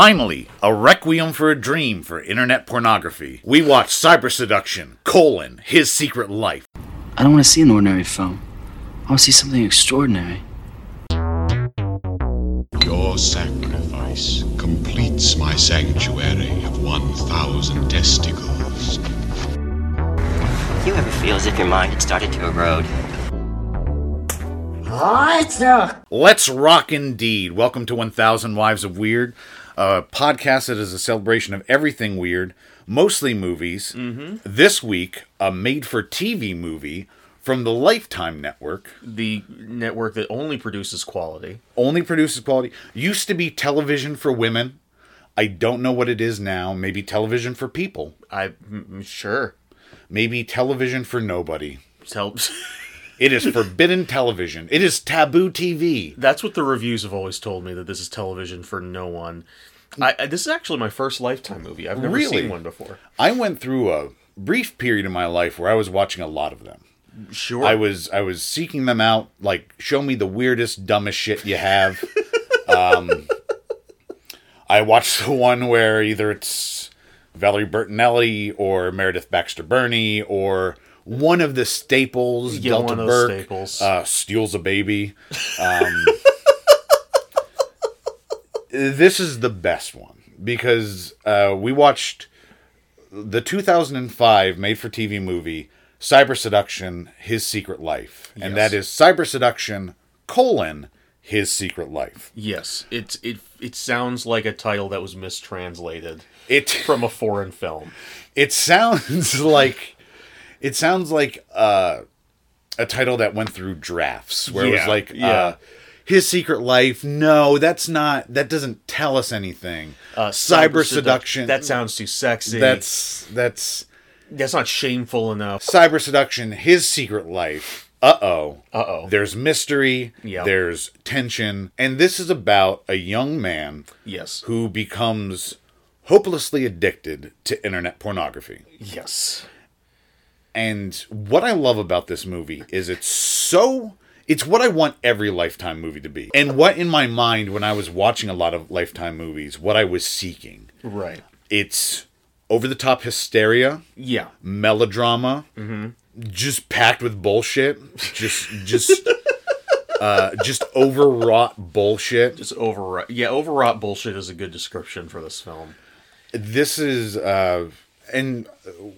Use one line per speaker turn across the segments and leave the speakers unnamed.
Finally, a requiem for a dream for internet pornography. We watched Cyber Seduction, colon, His Secret Life.
I don't want to see an ordinary film. I want to see something extraordinary.
Your sacrifice completes my sanctuary of 1,000 testicles.
Do you ever feel as if your mind had started to erode?
Let's rock indeed. Welcome to 1000 Wives of Weird, a podcast that is a celebration of everything weird, mostly movies. This week, a made for TV movie from the Lifetime Network.
the network that only produces quality.
Only produces quality. Used to be television for women. I don't know what it is now. Maybe television for people.
I mm, sure
Maybe television for nobody.
This helps.
It is forbidden television. It is taboo TV.
That's what the reviews have always told me that this is television for no one. I, I- this is actually my first lifetime movie. I've never
Really?
seen one before.
I went through a brief period in my life where I was watching a lot of them.
Sure.
I was I was seeking them out. Like, show me the weirdest, dumbest shit you have. um, I watched the one where either it's Valerie Bertinelli or Meredith Baxter Burney or one of the staples.
Yeah,
Delta
one of the
Burke
staples.
Uh, steals a baby. Um, this is the best one because uh, we watched the 2005 made for TV movie Cyber Seduction His Secret Life. And
Yes.
that is Cyber Seduction colon His Secret Life.
yes, it's it it sounds like a title that was mistranslated
It
from a foreign film.
it sounds like it sounds like uh, a title that went through drafts where it was
Yeah,
like
yeah.
uh, his secret life. No, that's not that doesn't tell us anything.
Uh,
cyber,
seduc-
seduction.
That sounds too sexy.
that's that's
that's not shameful enough.
cyber seduction. His secret life. Uh oh.
Uh-oh.
There's mystery.
Yep.
There's tension, and this is about a young man
Yes.
who becomes hopelessly addicted to internet pornography.
Yes.
And what I love about this movie is it's so it's what I want every lifetime movie to be. And what in my mind when I was watching a lot of lifetime movies, what I was seeking.
Right.
It's over the top hysteria,
Yeah.
melodrama, just packed with bullshit, just just uh just overwrought bullshit.
Just overwrought. Yeah, overwrought bullshit is a good description for this film.
this is uh and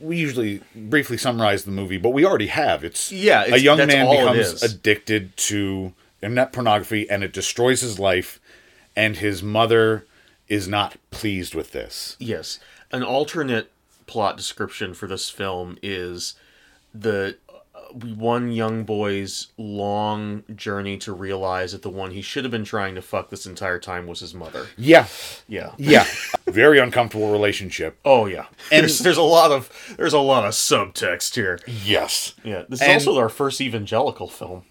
we usually briefly summarize the movie but we already have it's
Yeah,
a
it's-
young
that's
man
all it
becomes
is.
addicted to internet pornography and it destroys his life and his mother is not pleased with this
Yes. An alternate plot description for this film is the uh, one young boy's long journey to realize that the one he should have been trying to fuck this entire time was his mother.
yeah
Yeah.
yeah very uncomfortable relationship
Oh yeah. there's there's a lot of there's a lot of subtext here.
yes
Yeah. This
And-
is also our first evangelical film.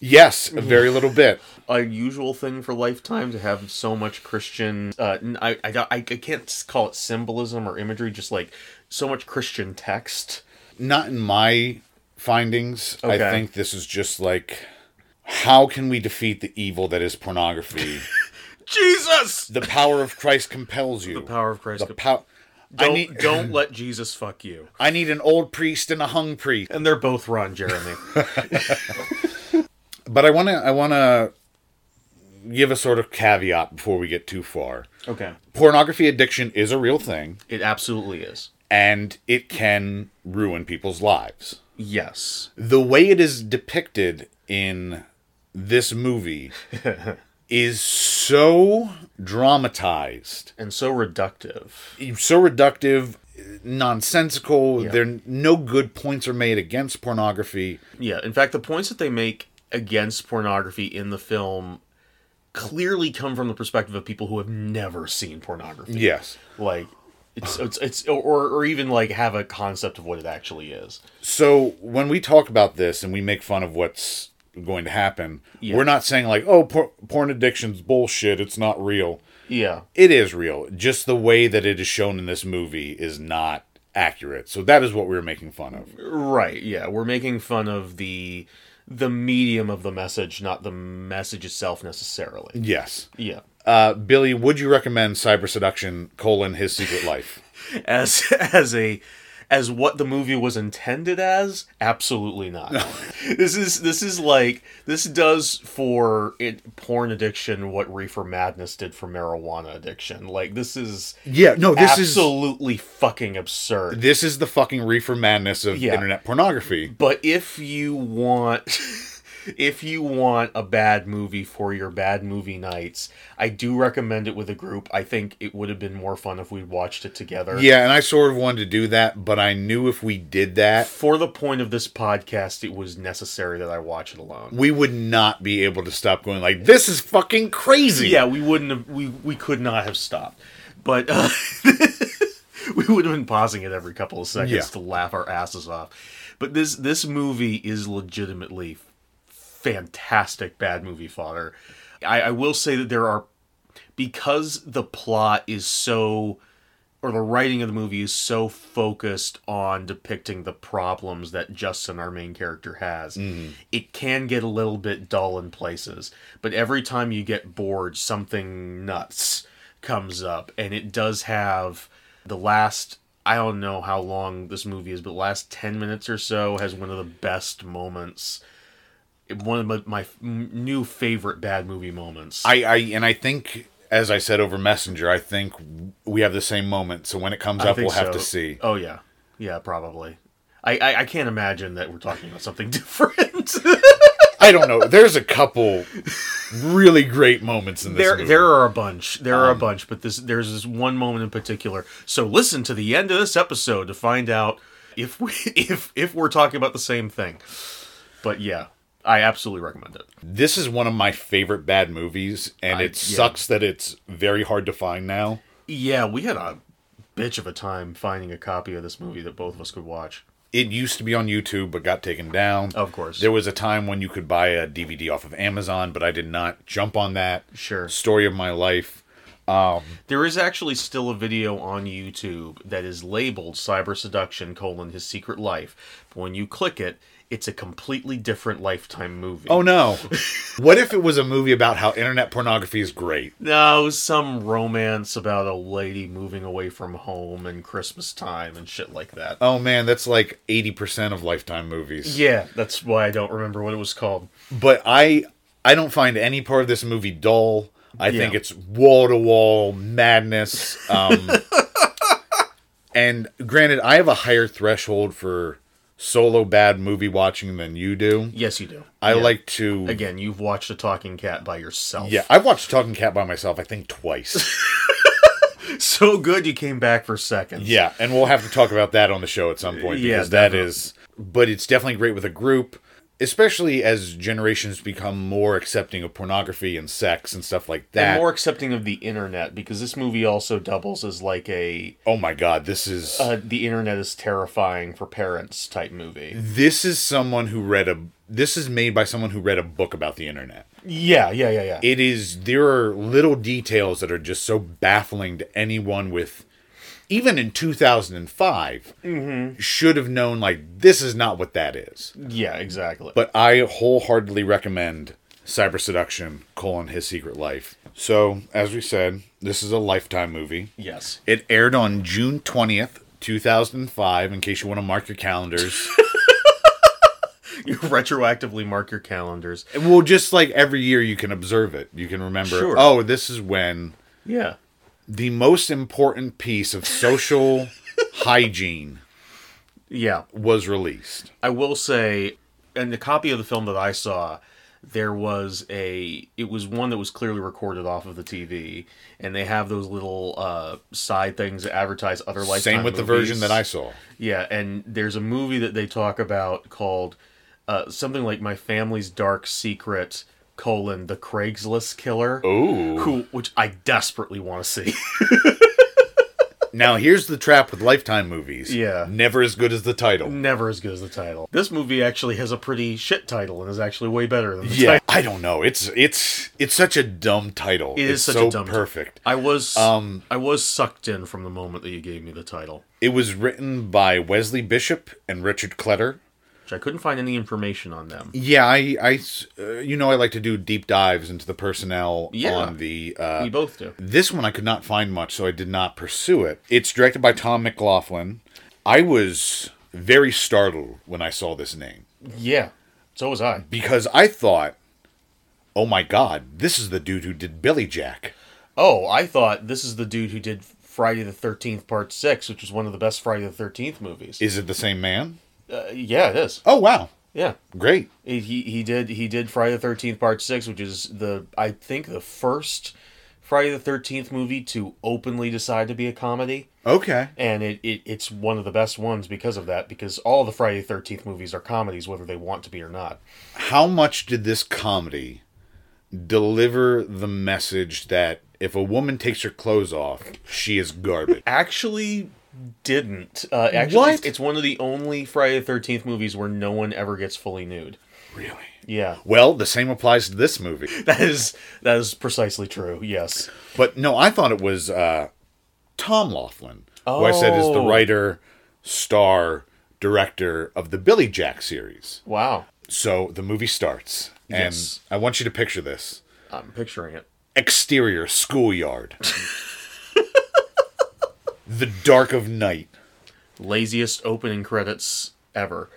yes a very little bit
A usual thing for Lifetime to have so much Christian. Uh, n- I, I don't- I I can't call it symbolism or imagery. Just like so much Christian text.
not in my findings i
Okay.
think this is just like how can we defeat the evil that is pornography
Jesus.
the power of christ compels you the
power of Christ
the
com-
power
Don't
I need,
don't let Jesus fuck you.
I need an old priest and a hung priest.
And they're both Ron Jeremy.
But I want to I want to give a sort of caveat before we get too far.
okay.
Pornography addiction is a real thing
It absolutely is.
and it can ruin people's lives.
Yes.
The way it is depicted in this movie is so dramatized,
And so reductive.
so reductive, nonsensical. There no good points are made against pornography.
Yeah. In fact, the points that they make against pornography in the film clearly come from the perspective of people who have never seen pornography.
Yes.
Like it's it's, it's or or even like have a concept of what it actually is.
So when we talk about this and we make fun of what's going to happen,
Yeah.
we're not saying like, "Oh, por- porn addiction's bullshit. It's not real."
Yeah.
It is real. Just the way that it is shown in this movie is not accurate. So that is what we were making fun of.
Right. Yeah. We're making fun of the the medium of the message, not the message itself necessarily.
Yes.
Yeah.
Uh, Billy, would you recommend Cyber Seduction: colon His Secret Life?
as as a as what the movie was intended as absolutely not this is this is like this does for it, porn addiction what reefer madness did for marijuana addiction like this is
Yeah, no, this is
absolutely fucking absurd
this is the fucking reefer madness of
Yeah.
internet pornography.
but if you want if you want a bad movie for your bad movie nights i do recommend it with a group i think it would have been more fun if we watched it together
Yeah, and I sort of wanted to do that, but I knew if we did that,
for the point of this podcast, it was necessary that I watch it alone.
we would not be able to stop going like this is fucking crazy.
Yeah, we wouldn't have. We we could not have stopped, but uh, we would have been pausing it every couple of seconds
Yeah.
to laugh our asses off. But this this movie is legitimately fantastic bad movie fodder. I, I will say that there are because the plot is so or the writing of the movie is so focused on depicting the problems that Justin, our main character, has, it can get a little bit dull in places. But every time you get bored, something nuts comes up. And it does have the last, I don't know how long this movie is, but last 10 minutes or so has one of the best moments. One of my, my m- new favorite bad movie moments.
I, I and I think as I said over Messenger, I think we have the same moment. So when it comes
I
up,
think
we'll have
so.
to see.
Oh yeah, yeah, probably. I, I I can't imagine that we're talking about something different.
I don't know. There's a couple really great moments in this
there
movie. Um,
there are a bunch. There are a bunch, but this there's this one moment in particular. So listen to the end of this episode to find out if we if if we're talking about the same thing. But yeah, I absolutely recommend it.
This is one of my favorite bad movies, and it
yeah.
sucks that it's very hard to find now.
Yeah, we had a bitch of a time finding a copy of this movie that both of us could watch.
It used to be on YouTube, but got taken down.
Of course.
There was a time when you could buy a DVD off of Amazon, but I did not jump on that.
Sure.
Story of my life.
There is actually still a video on YouTube that is labeled Cyber Seduction colon His Secret Life. But when you click it, it's a completely different Lifetime movie.
Oh no. what if it was a movie about how internet pornography is great?
no, some romance about a lady moving away from home and Christmas time and shit like that.
Oh man, that's like 80% of lifetime movies.
Yeah, that's why I don't remember what it was called.
But I I don't find any part of this movie dull. I think
Yeah.
it's wall to wall madness. Um and granted, I have a higher threshold for solo bad movie watching than you do.
Yes, you do.
I
Yeah.
like to
Again, you've watched a talking cat by yourself.
Yeah, I've watched Talking Cat by myself I think twice.
So good you came back for seconds.
yeah, and we'll have to talk about that on the show at some point
Yeah,
because that
definitely.
is but it's definitely great with a group, especially as generations become more accepting of pornography and sex and stuff like that.
And more accepting of the internet because this movie also doubles as like a
Oh my god, this is
uh, the internet is terrifying for parents type movie.
this is someone who read a this is made by someone who read a book about the internet.
Yeah, yeah, yeah, yeah.
It is there are little details that are just so baffling to anyone with even in 2005 should have known like this is not what that is.
yeah, exactly.
But I wholeheartedly recommend Cyber Seduction: colon His Secret Life. So, as we said, this is a lifetime movie.
yes.
It aired on June 20th, 2005 in case you want to mark your calendars.
You retroactively mark your calendars.
Well, just like every year, you can observe it. You can remember,
Sure.
oh, this is when
Yeah.
the most important piece of social hygiene
Yeah.
was released.
I will say and the copy of the film that I saw there was a it was one that was clearly recorded off of the TV and they have those little uh side things that advertise other lifetime
Same with the
movies.
version that I saw.
Yeah, and there's a movie that they talk about called uh, something like My Family's Dark Secret colon the Craigslist Killer.
Ooh.
Who, which I desperately want to see.
Now, here's the trap with Lifetime movies.
Yeah. Mm.
Never as good as the title.
Never as good as the title. This movie actually has a pretty shit title and is actually way better than the
Yeah,
title.
I don't know. It's it's it's such a dumb title.
It is
it's
such
so
a dumb
perfect.
I was
Um,
I was sucked in from the moment that you gave me the title.
It was written by Wesley Bishop and Richard Kletter.
which I couldn't find any information on them.
Yeah, I, I s- uh, you know, I like to do deep dives into the personnel
Yeah.
on the. Uh,
We both do.
This one I could not find much, so I did not pursue it. It's directed by Tom McLaughlin. I was very startled when I saw this name
Yeah. So was I.
because I thought, "Oh my God, this is the dude who did Billy Jack."
Oh, I thought this is the dude who did Friday the 13th Part 6, which was one of the best Friday the 13th movies.
Is it the same man?
Uh, yeah, it is.
Oh wow,
Yeah.
great!
He he did he did Friday the Thirteenth Part Six, which is the I think the first Friday the Thirteenth movie to openly decide to be a comedy,
Okay,
and it, it it's one of the best ones because of that. Because all the Friday the Thirteenth movies are comedies, whether they want to be or not.
how much did this comedy deliver the message that if a woman takes her clothes off, she is garbage?
Actually, didn't uh, actually
What?
It's, it's one of the only Friday the Thirteenth movies where no one ever gets fully nude.
really?
Yeah,
Well, the same applies to this movie.
that is that is precisely true. Yes.
But no, I thought it was uh, Tom Laughlin, who I said is the
Oh.
writer, star, director of the Billy Jack series.
Wow.
So the movie starts, and
Yes.
I want you to picture this
I'm picturing it.
exterior schoolyard, the dark of night.
laziest opening credits ever.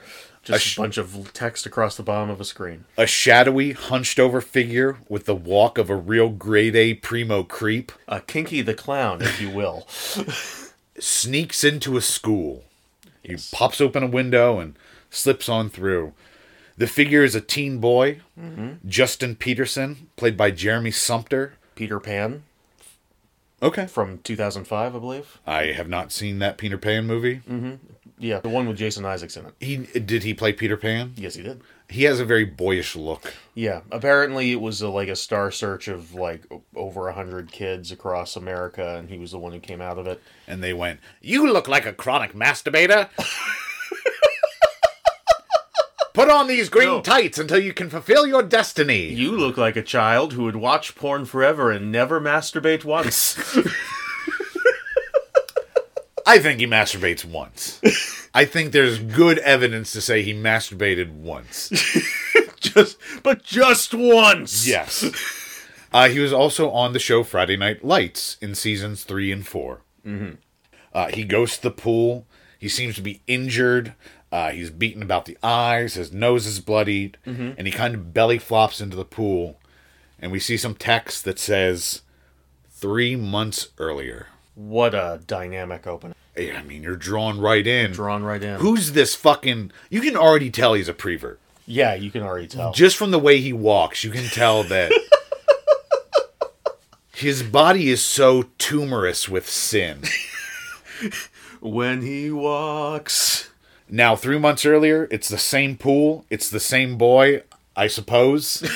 Just a bunch of text across the bottom of a screen.
A shadowy, hunched over figure with the walk of a real grade A primo creep
Uh, Kinky the Clown, if you will.
sneaks into a school. He pops open a window and slips on through. The figure is a teen boy, Justin Peterson, played by Jeremy Sumpter.
Peter Pan
Okay.
from 2005, I believe.
I have not seen that Peter Pan movie.
Yeah, the one with Jason Isaacs in it.
He did he play Peter Pan?
Yes, he did.
He has a very boyish look.
Yeah, apparently it was a, like a star search of like o- over a hundred kids across America, and he was the one who came out of it.
And they went, "You look like a chronic masturbator." Put on these green
No.
tights until you can fulfill your destiny.
You look like a child who would watch porn forever and never masturbate once.
I think he masturbates once. I think there's good evidence to say he masturbated once.
just, but just once.
Yes. Uh, he was also on the show Friday Night Lights in seasons three and 4 Mm-hmm. Uh, he goes to the pool. He seems to be injured. Uh, he's beaten about the eyes. His nose is bloodied. And he kind of belly flops into the pool. And we see some text that says, three months earlier.
What a dynamic opening.
I mean, you're drawn right in.
Drawn right in.
Who's this fucking. You can already tell he's a prevert.
Yeah, you can already tell.
just from the way he walks, you can tell that his body is so tumorous with sin.
when he walks.
Now, three months earlier, it's the same pool, it's the same boy, I suppose.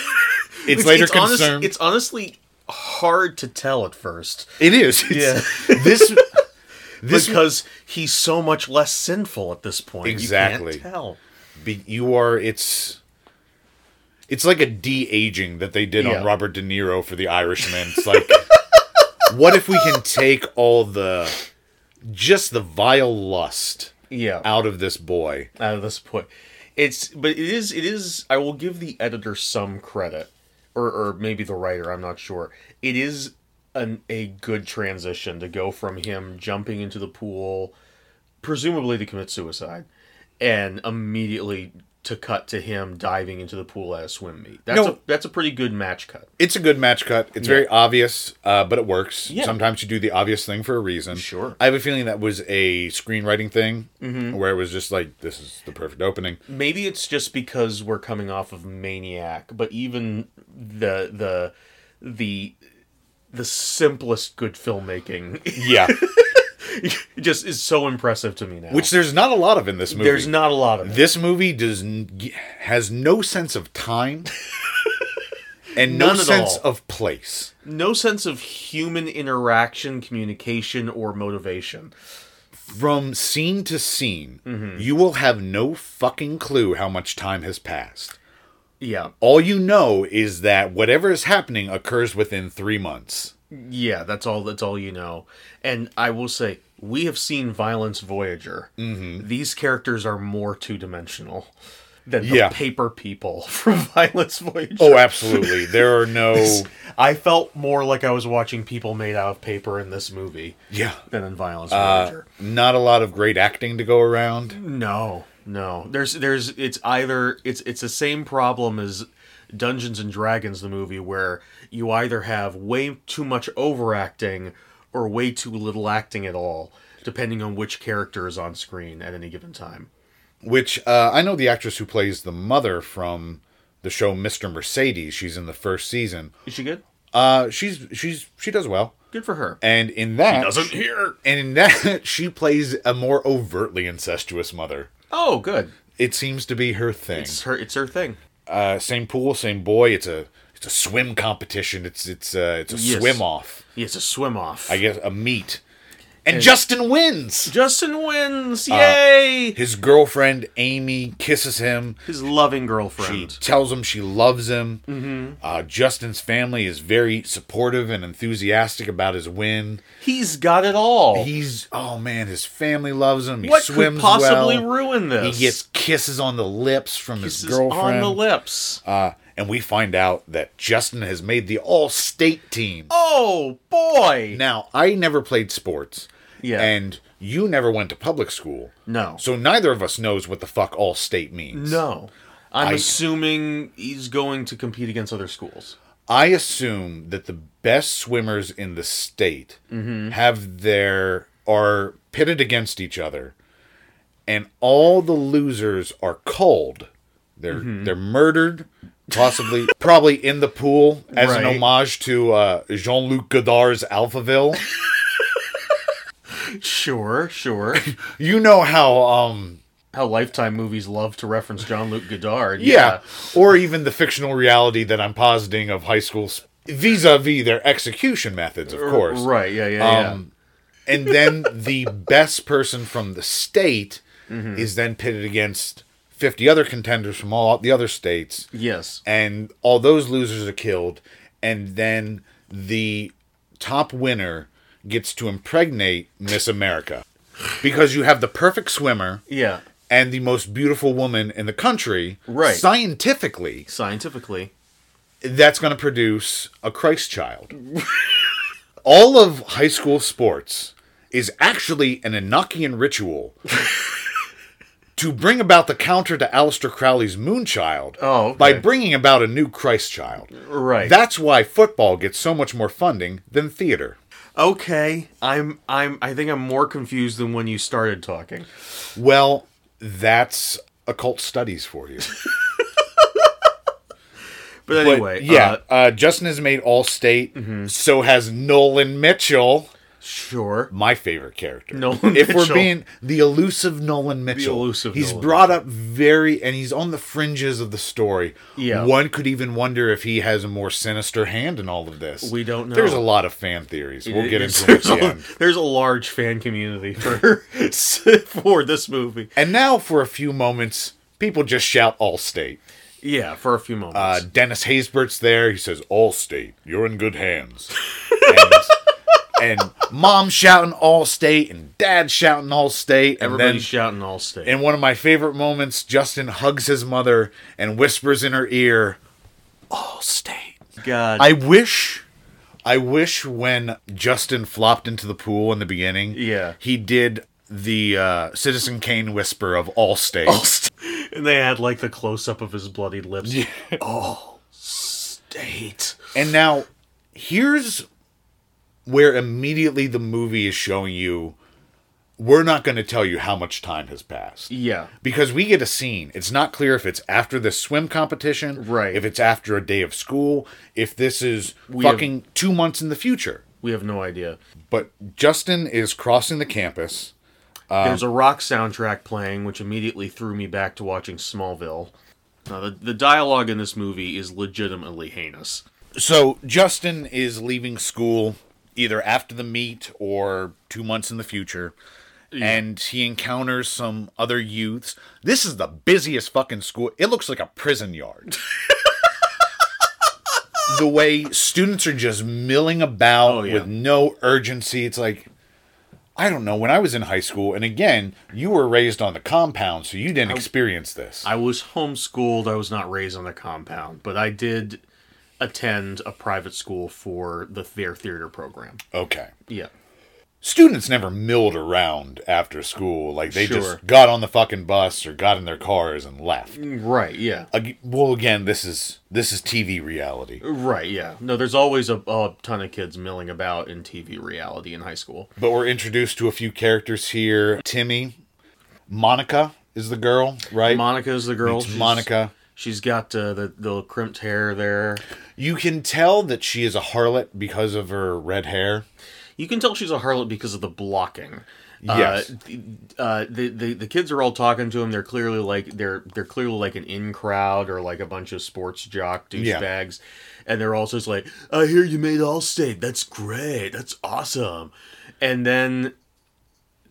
It's, later
honest-
confirmed.
it's honestly hard to tell at first
it is. It's- this. This
because he's so much less sinful at this point.
Exactly.
You can't tell.
be, you are. It's. It's like a de aging that they did
Yeah.
on Robert De Niro for The Irishman. It's like, what if we can take all the, just the vile lust
Yeah. Out,
out of this boy.
of this point. It's but it is it is I will give the editor some credit. Or or maybe the writer, I'm not sure. It is an a good transition to go from him jumping into the pool presumably to commit suicide, and immediately to cut to him diving into the pool at a swim meet. That's
No.
a that's a pretty good match cut.
It's a good match cut. It's very obvious, uh, but it works.
Yeah.
Sometimes you do the obvious thing for a reason.
Sure. Mm-hmm.
I have a feeling that was a screenwriting thing where it was just like, this is the perfect opening.
Maybe it's just because we're coming off of Maniac, but even the the the the simplest good filmmaking
Yeah.
just is so impressive to me now.
Which there's not a lot of in this movie.
there's not a lot of it.
This movie does n- g- has no sense of time and no
None at
sense
all.
of place.
no sense of human interaction, communication, or motivation.
From scene to scene,
Mm-hmm.
you will have no fucking clue how much time has passed.
Yeah,
All you know is that whatever is happening occurs within three months.
yeah, that's all. That's all you know. And I will say, we have seen Violence Voyager. Mm-hmm. These characters are more two dimensional. than the
Yeah.
paper people from Violence Voyage.
Oh, absolutely. There are no.
I felt more like I was watching people made out of paper in this movie
Yeah.
than in Violence
Uh,
Voyager.
not a lot of great acting to go around.
No, no. There's there's it's either it's it's the same problem as Dungeons and Dragons the movie where you either have way too much overacting or way too little acting at all, depending on which character is on screen at any given time.
Which uh, I know the actress who plays the mother from the show Mr. Mercedes. She's in the first season.
Is she good?
Uh, she's she's she does well,
Good for her.
and in that
Doesn't hear.
and in that she plays a more overtly incestuous mother.
Oh, good.
It seems to be her thing.
It's her. It's her thing.
uh, same pool, same boy. It's a it's a swim competition. It's it's uh, it's a
Yes.
swim off.
Yeah, it's a swim off.
I guess a meet, and, Justin wins.
Justin wins. Yay!
His girlfriend Amy kisses him.
His loving
She
girlfriend.
tells him she loves him.
Mm-hmm.
Uh, Justin's family is very supportive and enthusiastic about his win.
He's got it all.
He's oh man, his family loves him. He
what
swims
could possibly
well.
ruin
He
this?
gets kisses on the lips from
This
his
is on
girlfriend.
the lips.
Uh, and we find out that Justin has made the all-state team.
Oh boy!
Now, I never played sports.
Yeah.
And you never went to public school.
No.
So neither of us knows what the fuck all state means.
No,
I-
I'm assuming he's going to compete against other schools.
I assume that the best swimmers in the state
Mm-hmm.
have their are pitted against each other and all the losers are culled. They're
Mm-hmm.
they're murdered possibly probably in the pool as an
Right.
homage to uh, Jean-Luc Godard's Alphaville.
Sure, sure.
you know how um
How Lifetime movies love to reference John Luke Godard.
Yeah. Or even the fictional reality that I'm positing of high schools vis a vis their execution methods, of course.
Right. Yeah. Yeah.
Um, and then the best person from the state
Mm-hmm.
is then pitted against 50 other contenders from all the other states.
yeah. Yes.
And all those losers are killed. And then the top winner gets to impregnate Miss America because you have the perfect swimmer
Yeah.
and the most beautiful woman in the country,
Right.
scientifically,
Scientifically.
that's going to produce a Christ child. All of high school sports is actually an Enochian ritual to bring about the counter to Aleister Crowley's Moonchild
Oh, okay.
by bringing about a new Christ child.
Right.
That's why football gets so much more funding than theater.
okay. I'm. I'm. I think I'm more confused than when you started talking.
Well, that's occult studies for you.
But
But,
anyway.
yeah,
uh, Mm-hmm.
uh, Justin has made All State. So has Nolan Mitchell,
sure.
my favorite character.
Nolan
if
Mitchell.
we're being the elusive Nolan Mitchell,
elusive
he's
Nolan
brought up very, and he's on the fringes of the story.
Yeah.
one could even wonder if he has a more sinister hand in all of this.
We don't know.
There's a lot of fan theories. We'll get into it
there's,
at the
a,
end.
there's a large fan community for for this movie.
And now, for a few moments, people just shout All State.
Yeah, for a few moments.
Uh, Dennis Haysbert's there. He says, "All state, you're in good hands." and, and mom shouting "All state" and dad shouting "All state." And
Everybody's
then,
shouting all state.
in one of my favorite moments, Justin hugs his mother and whispers in her ear, "All state."
God.
I wish, I wish when Justin flopped into the pool in the beginning,
Yeah.
he did the uh, Citizen Kane whisper of "All state."
and they had like the close up of his bloody lips. All state.
And now, here's where immediately the movie is showing you we're not going to tell you how much time has passed.
Yeah.
Because we get a scene. It's not clear if it's after this swim competition,
Right.
if it's after a day of school, if this is
have-
fucking two months in the future.
We have no idea.
But Justin is crossing the campus. Uh,
There's a rock soundtrack playing, which immediately threw me back to watching Smallville. Now, the, the dialogue in this movie is legitimately heinous.
So Justin is leaving school either after the meet or two months in the future. And he encounters some other youths. This is the busiest fucking school. It looks like a prison yard. the way students are just milling about
Oh, yeah.
with no urgency. It's like, I don't know. When I was in high school, and again, you were raised on the compound, so you didn't experience this.
I was homeschooled. I was not raised on the compound, but I did attend a private school for the their theater program.
okay.
Yeah.
Students never milled around after school. Like they
Sure.
just got on the fucking bus or got in their cars and left.
Right. Yeah.
Ag- Well, again, this is this is TV reality.
Right. Yeah. No, there's always a, a ton of kids milling about in TV reality in high school.
But we're introduced to a few characters here. Timmy, Monica is the girl, right?
Monica's the girl.
It's
she's-
Monica.
She's got uh, the the crimped hair there.
You can tell that she is a harlot because of her red hair.
You can tell she's a harlot because of the blocking.
Yes.
Uh, th- uh, the, the the kids are all talking to him. They're clearly like they're they're clearly like an in crowd or like a bunch of sports jock
Yeah.
douchebags, and they're also just like, "I hear you made Allstate. That's great. That's awesome." And then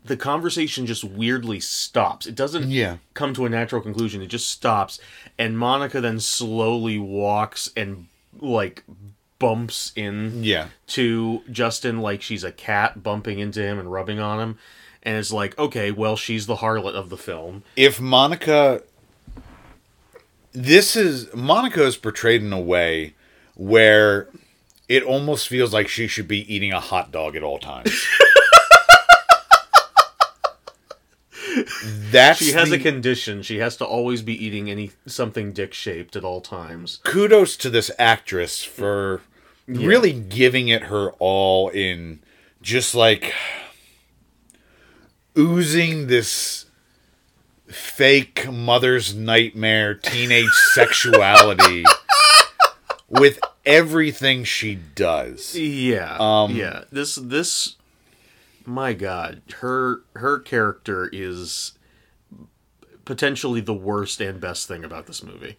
the conversation just weirdly stops. It doesn't
Yeah.
come to a natural conclusion. It just stops, and Monica then slowly walks and like bumps in
Yeah.
to Justin like she's a cat bumping into him and rubbing on him. And it's like, okay, well, she's the harlot of the film.
If Monica this is Monica is portrayed in a way where it almost feels like she should be eating a hot dog at all times. That's
She has
the-
a condition. She has to always be eating any something dick shaped at all times.
kudos to this actress for really giving it her all in just like oozing this fake mother's nightmare teenage sexuality with everything she does.
Yeah.
Um,
yeah. This this my god, her her character is potentially the worst and best thing about this movie.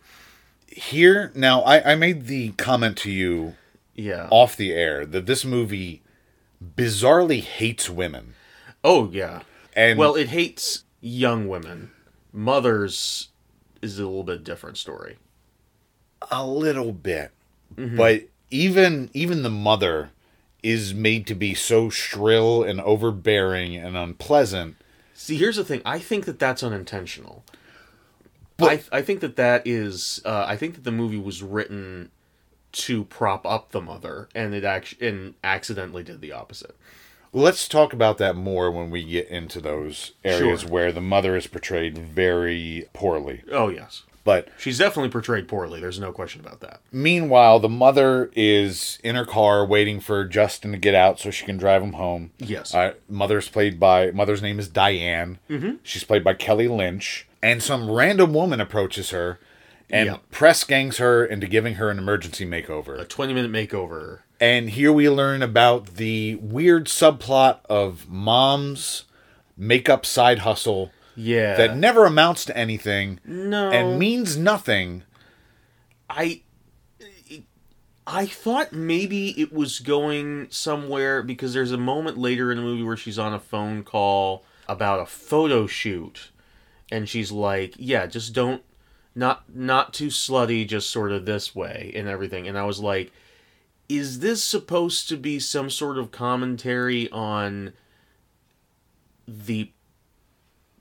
Here now I, I made the comment to you
Yeah.
off the air that this movie bizarrely hates women.
Oh yeah.
And
Well, it hates young women. Mothers is a little bit different story.
a little bit
Mm-hmm.
but even even the mother is made to be so shrill and overbearing and unpleasant
See, here's the thing. I think that that's unintentional.
But-
I, I think that that is. Uh, I think that the movie was written to prop up the mother, and it act- and accidentally did the opposite.
let's talk about that more when we get into those areas
Sure.
where the mother is portrayed very poorly
Oh yes,
but
she's definitely portrayed poorly. There's no question about that.
meanwhile the mother is in her car waiting for justin to get out so she can drive him home
Yes.
uh, mother's played by mother's name is diane mm-hmm. she's played by kelly lynch and some random woman approaches her and
Yeah.
press gangs her into giving her an emergency makeover
A 20 minute makeover.
and here we learn about the weird subplot of mom's makeup side hustle
Yeah.
that never amounts to anything
Uh. no.
and means nothing
I I thought maybe it was going somewhere because there's a moment later in the movie where she's on a phone call about a photo shoot and she's like, "Yeah, just don't not not too slutty, just sort of this way and everything." And I was like, is this supposed to be some sort of commentary on the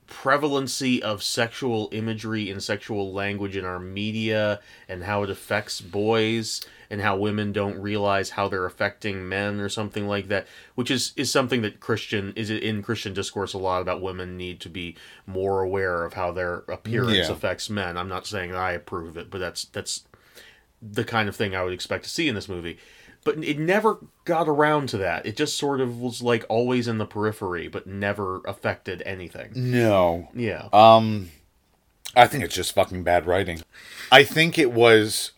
prevalency of sexual imagery and sexual language in our media and how it affects boys and how women don't realize how they're affecting men or something like that which is is something that christian is in christian discourse a lot about women need to be more aware of how their appearance
Yeah.
affects men i'm not saying that i approve of it but that's that's the kind of thing I would expect to see in this movie. But it never got around to that. It just sort of was like always in the periphery, but never affected anything.
no
Yeah.
I think it's just fucking bad writing. I think it was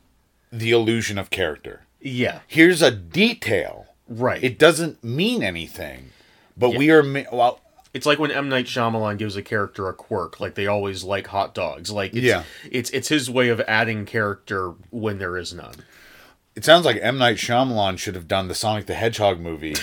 the illusion of character.
yeah.
Here's a detail.
Right.
It doesn't mean anything, but we are ma- well.
it's like when M Night Shyamalan gives a character a quirk, like they always like hot dogs. Like it's,
Yeah.
it's it's his way of adding character when there is none.
It sounds like M Night Shyamalan should have done the Sonic the Hedgehog movie.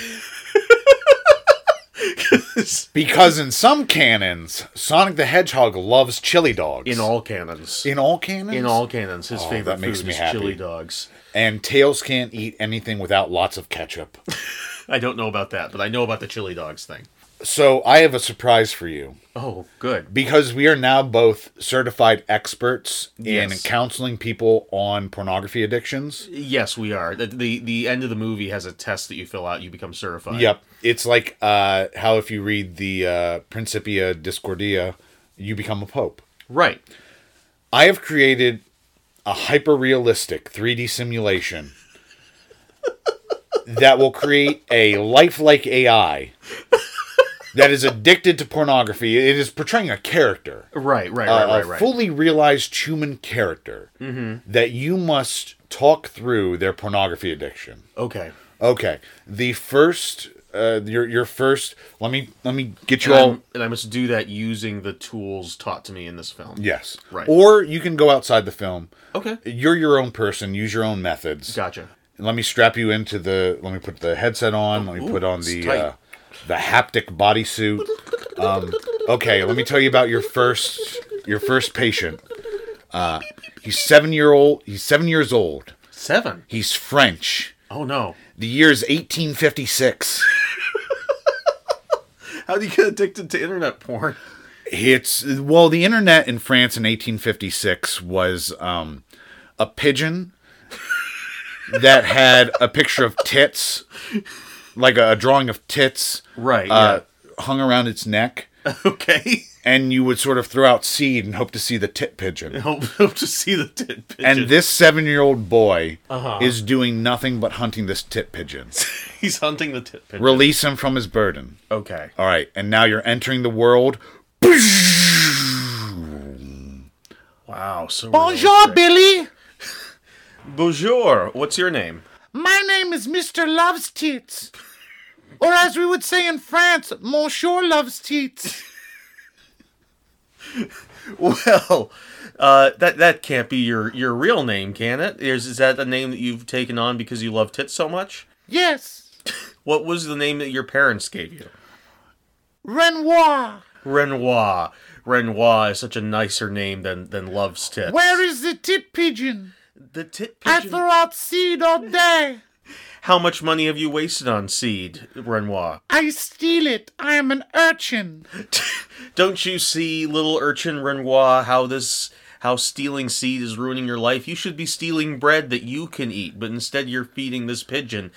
because in some canons, Sonic the Hedgehog loves chili dogs.
In all canons.
in all canons,
In all canons, his
Oh, that
favorite
makes
food
me
is
happy.
chili dogs.
and tails can't eat anything without lots of ketchup.
I don't know about that, but I know about the chili dogs thing.
So I have a surprise for you
Oh, good.
because we are now both certified experts in
Yes.
counseling people on pornography addictions.
Yes, we are. The, the the end of the movie has a test that you fill out. You become certified.
Yep, it's like uh, how if you read the uh, Principia Discordia, you become a pope.
Right.
I have created a hyper realistic 3D simulation that will create a lifelike AI that is addicted to pornography. It is portraying a character,
Right. Right. Right.
a-
right. Mm-hmm.
a
Right.
fully realized human character that you must talk through their pornography addiction.
okay.
Okay, the first. Uh, your your first let me let me get you
And,
all
I'm- and I must do that using the tools taught to me in this film.
yes
Right.
or you can go outside the film
Okay.
you're your own person use your own methods
Gotcha.
let me strap you into the let me put the headset on let me
Ooh,
put on
it's
the
tight.
uh, the haptic bodysuit um, okay let me tell you about your first your first patient uh, he's seven year old he's seven years old
Seven.
he's french
Oh no.
the year is 1856
How do you get addicted to internet porn?
it's well the internet in france in 1856 was um, a pigeon that had a picture of tits like a, a drawing of tits
Right.
uh, hung around its neck,
yeah. Okay.
and you would sort of throw out seed and hope to see the tit pigeon.
hope, hope to see the tit pigeon.
And this seven-year-old boy is doing nothing but hunting this tit pigeon.
he's hunting the tit pigeon.
Release him from his burden.
Okay.
All right, and now you're entering the world.
Wow. So
Bonjour, Billy.
Bonjour. What's your name?
My name is Mister Loves Tits, or as we would say in France, Monsieur Loves Tits.
Well, uh, that that can't be your your real name, can it? Is is that a name that you've taken on because you love tits so much?
Yes,
What was the name that your parents gave you?
Renoir.
Renoir. Renoir is such a nicer name than than loves tits.
is the tit pigeon?
the tit pigeon?
out seed all day.
How much money have you wasted on seed, Renoir?
I steal it. I am an urchin.
Don't you see, little urchin Renoir, how this how stealing seed is ruining your life? You should be stealing bread that you can eat, but instead you're feeding this pigeon.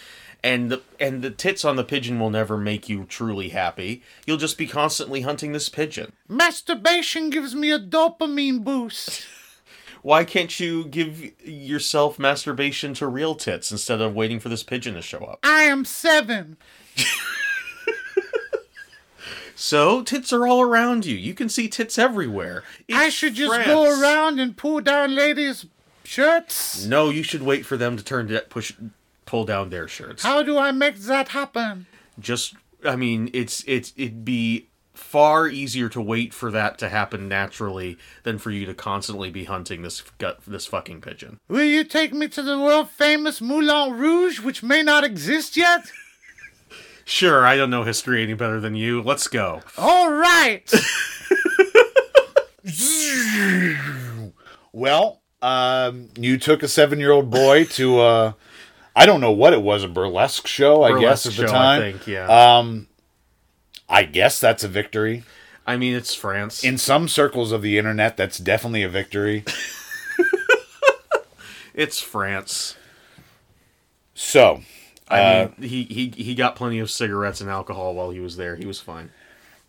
And the and the tits on the pigeon will never make you truly happy. You'll just be constantly hunting this pigeon.
Masturbation gives me a dopamine boost.
Why can't you give yourself masturbation to real tits instead of waiting for this pigeon to show up?
I am seven.
So tits are all around you. You can see tits everywhere.
I
It's
should just
France.
go around and pull down ladies' shirts.
No, you should wait for them to turn to push pull down their shirts.
How do I make that happen?
just I mean, it's it's it'd be far easier to wait for that to happen naturally than for you to constantly be hunting this gut this fucking pigeon.
Will you take me to the world famous Moulin Rouge, which may not exist yet?
Sure, I don't know history any better than you. Let's go.
All right. well, um, you took a seven-year-old boy to uh, I don't know what it was a burlesque show. I guess
Burlesque
at the
show, I
time.
think, yeah.
Um, I guess that's a victory
I mean, it's France.
in some circles of the internet. That's definitely a victory.
it's France.
So,
I
Uh,
mean, he, he he got plenty of cigarettes and alcohol while he was there. He was fine.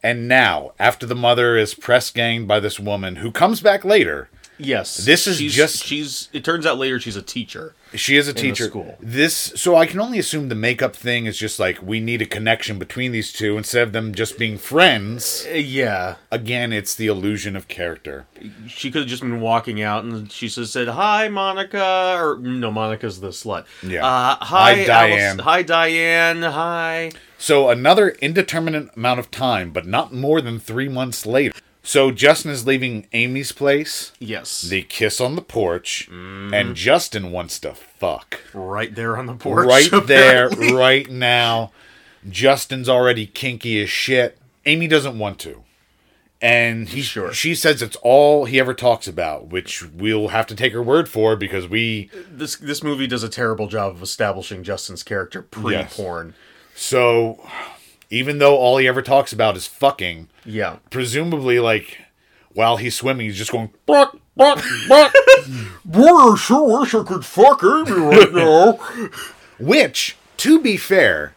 and now after the mother is press ganged by this woman who comes back later.
Yes.
This is
she's,
just-
she's it turns out later she's a teacher.
She is a
the
teacher.
school.
This so I can only assume the makeup thing is just like we need a connection between these two instead of them just being friends.
Uh, yeah.
Again, it's the illusion of character.
she could have just been walking out and she just said hi monica or no monica's the slut
Yeah.
uh,
Hi,
hi,
Diane.
Alice- hi diane hi
So another indeterminate amount of time, but not more than three months later. So Justin is leaving Amy's place.
yes
They kiss on the porch,
Mm.
and Justin wants to fuck
right there on the porch
right there,
apparently.
right now. Justin's already kinky as shit. Amy doesn't want to. And he
Sure.
she says it's all he ever talks about, which we'll have to take her word for because we
this this movie does a terrible job of establishing justin's character pre-porn
So, even though all he ever talks about is fucking,
Yeah.
presumably, like, while he's swimming, he's just going, Brock, Brock, Brock.
Boy, I sure wish I could fuck Amy right now.
Which, to be fair,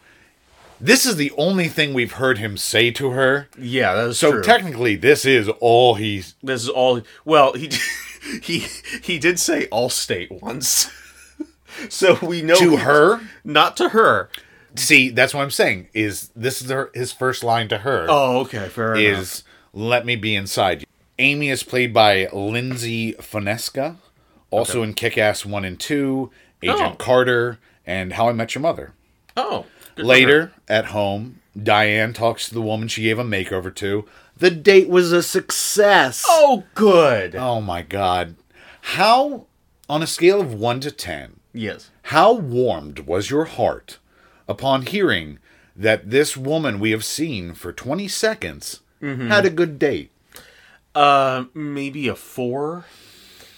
this is the only thing we've heard him say to her.
yeah, that's
So
true.
technically, this is all he's.
this is all. Well, he he he did say Allstate once, so we know
To
Oh, he-
her?
not to her.
See, that's what I'm saying. Is this is her, his first line to her?
Oh, okay, fair enough.
is "Let me be inside you." Amy is played by Lindsay Fonesca, also in Kick-Ass One and Two, Agent
Oh.
Carter, and How I Met Your Mother.
Oh, good for her.
Later at home, Diane talks to the woman she gave a makeover to. The date was a success.
Oh, good.
Oh my god. How on a scale of 1 to 10,
yes.
how warmed was your heart upon hearing that this woman we have seen for 20 seconds
Mm-hmm.
had a good date?
Uh, maybe a four,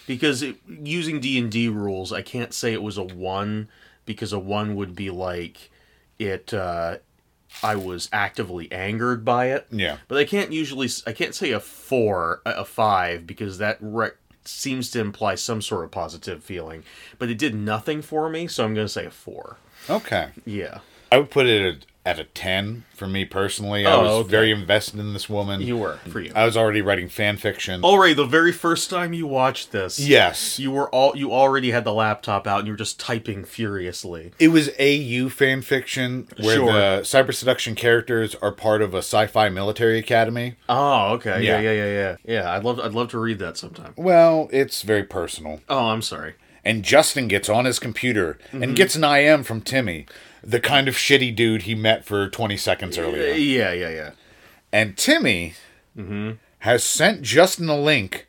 because it, using D and D rules, I can't say it was a one because a one would be like it. Uh, I was actively angered by it.
Yeah.
but I can't usually. s- I can't say a four, a a five, because that rec- seems to imply some sort of positive feeling. But it did nothing for me, so I'm going to say a four.
Okay.
Yeah,
I would put it at, at a 10 for me personally. I
Oh,
was
okay.
very invested in this woman.
you were for you.
I was already writing fan fiction.
Already, the very first time you watched this,
Yes.
you were all you already had the laptop out and you were just typing furiously.
It was AU fan fiction where
Sure.
the cyber seduction characters are part of a sci-fi military academy.
Oh, okay. Yeah,
Yeah.
yeah, yeah, yeah. Yeah, I'd love I'd love to read that sometime.
Well, it's very personal.
Oh, I'm sorry.
and Justin gets on his computer
Mm-hmm.
and gets an IM from Timmy, the kind of shitty dude he met for 20 seconds earlier.
Uh, Yeah, Mm-hmm. yeah, yeah.
And Timmy has sent Justin a link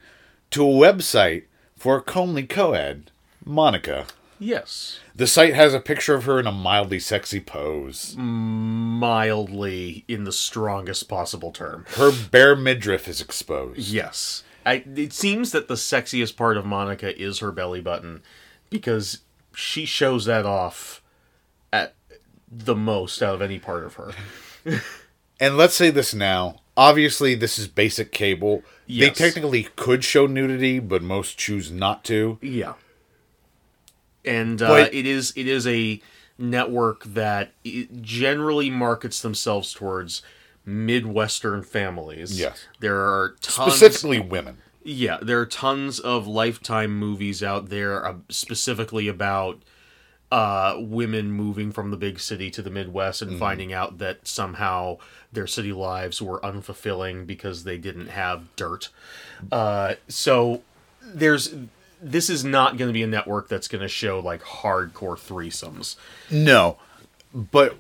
to a website for a comely co-ed, Monica.
Yes.
The site has a picture of her in a mildly sexy pose.
Mm. Mildly in the strongest possible term.
Her bare midriff is exposed.
Yes. I it seems that the sexiest part of Monica is her belly button because she shows that off at the most out of any part of her.
And let's say this now. Obviously, this is basic cable.
Yes.
They technically could show nudity, but most choose not to.
Yeah. And uh,
But-
it is it is a network that i generally markets themselves towards midwestern families.
Yes.
There are tons
Specifically women.
Yeah, there are tons of lifetime movies out there uh, specifically about uh, women moving from the big city to the Midwest and finding out that somehow their city lives were unfulfilling because they didn't have dirt. Uh, so there's this is not going to be a network that's going to show like hardcore threesomes.
No, but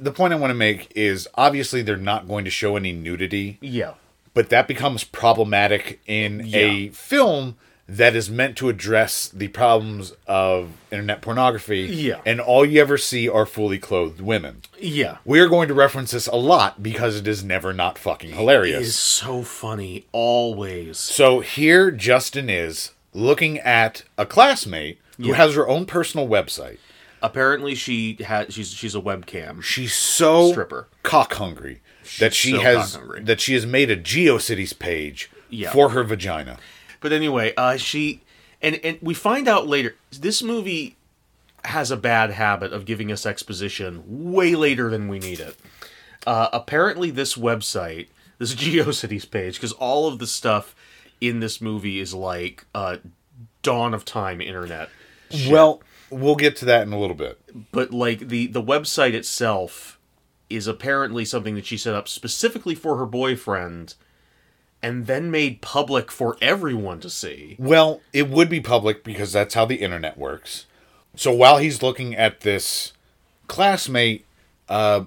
the point I want to make is obviously they're not going to show any nudity,
Yeah.
but that becomes problematic in a
Yeah.
film that is meant to address the problems of internet pornography.
Yeah.
And all you ever see are fully clothed women.
Yeah.
We are going to reference this a lot because it is never not fucking hilarious.
Is so funny always.
So here Justin is looking at a classmate who has her own personal website.
Apparently she had she's she's a webcam.
She's so
Stripper.
cock hungry that she
so
has
cock-hungry.
that she has made a GeoCities page
Yeah.
for her vagina.
But anyway, uh, she and and we find out later this movie has a bad habit of giving us exposition way later than we need it. Uh, apparently, this website, this GeoCities page, because all of the stuff in this movie is like uh, dawn of time internet
Well, we'll get to that in a little bit.
but like the the website itself is apparently something that she set up specifically for her boyfriend and then made public for everyone to see
Well, it would be public because that's how the internet works. So while he's looking at this classmate uh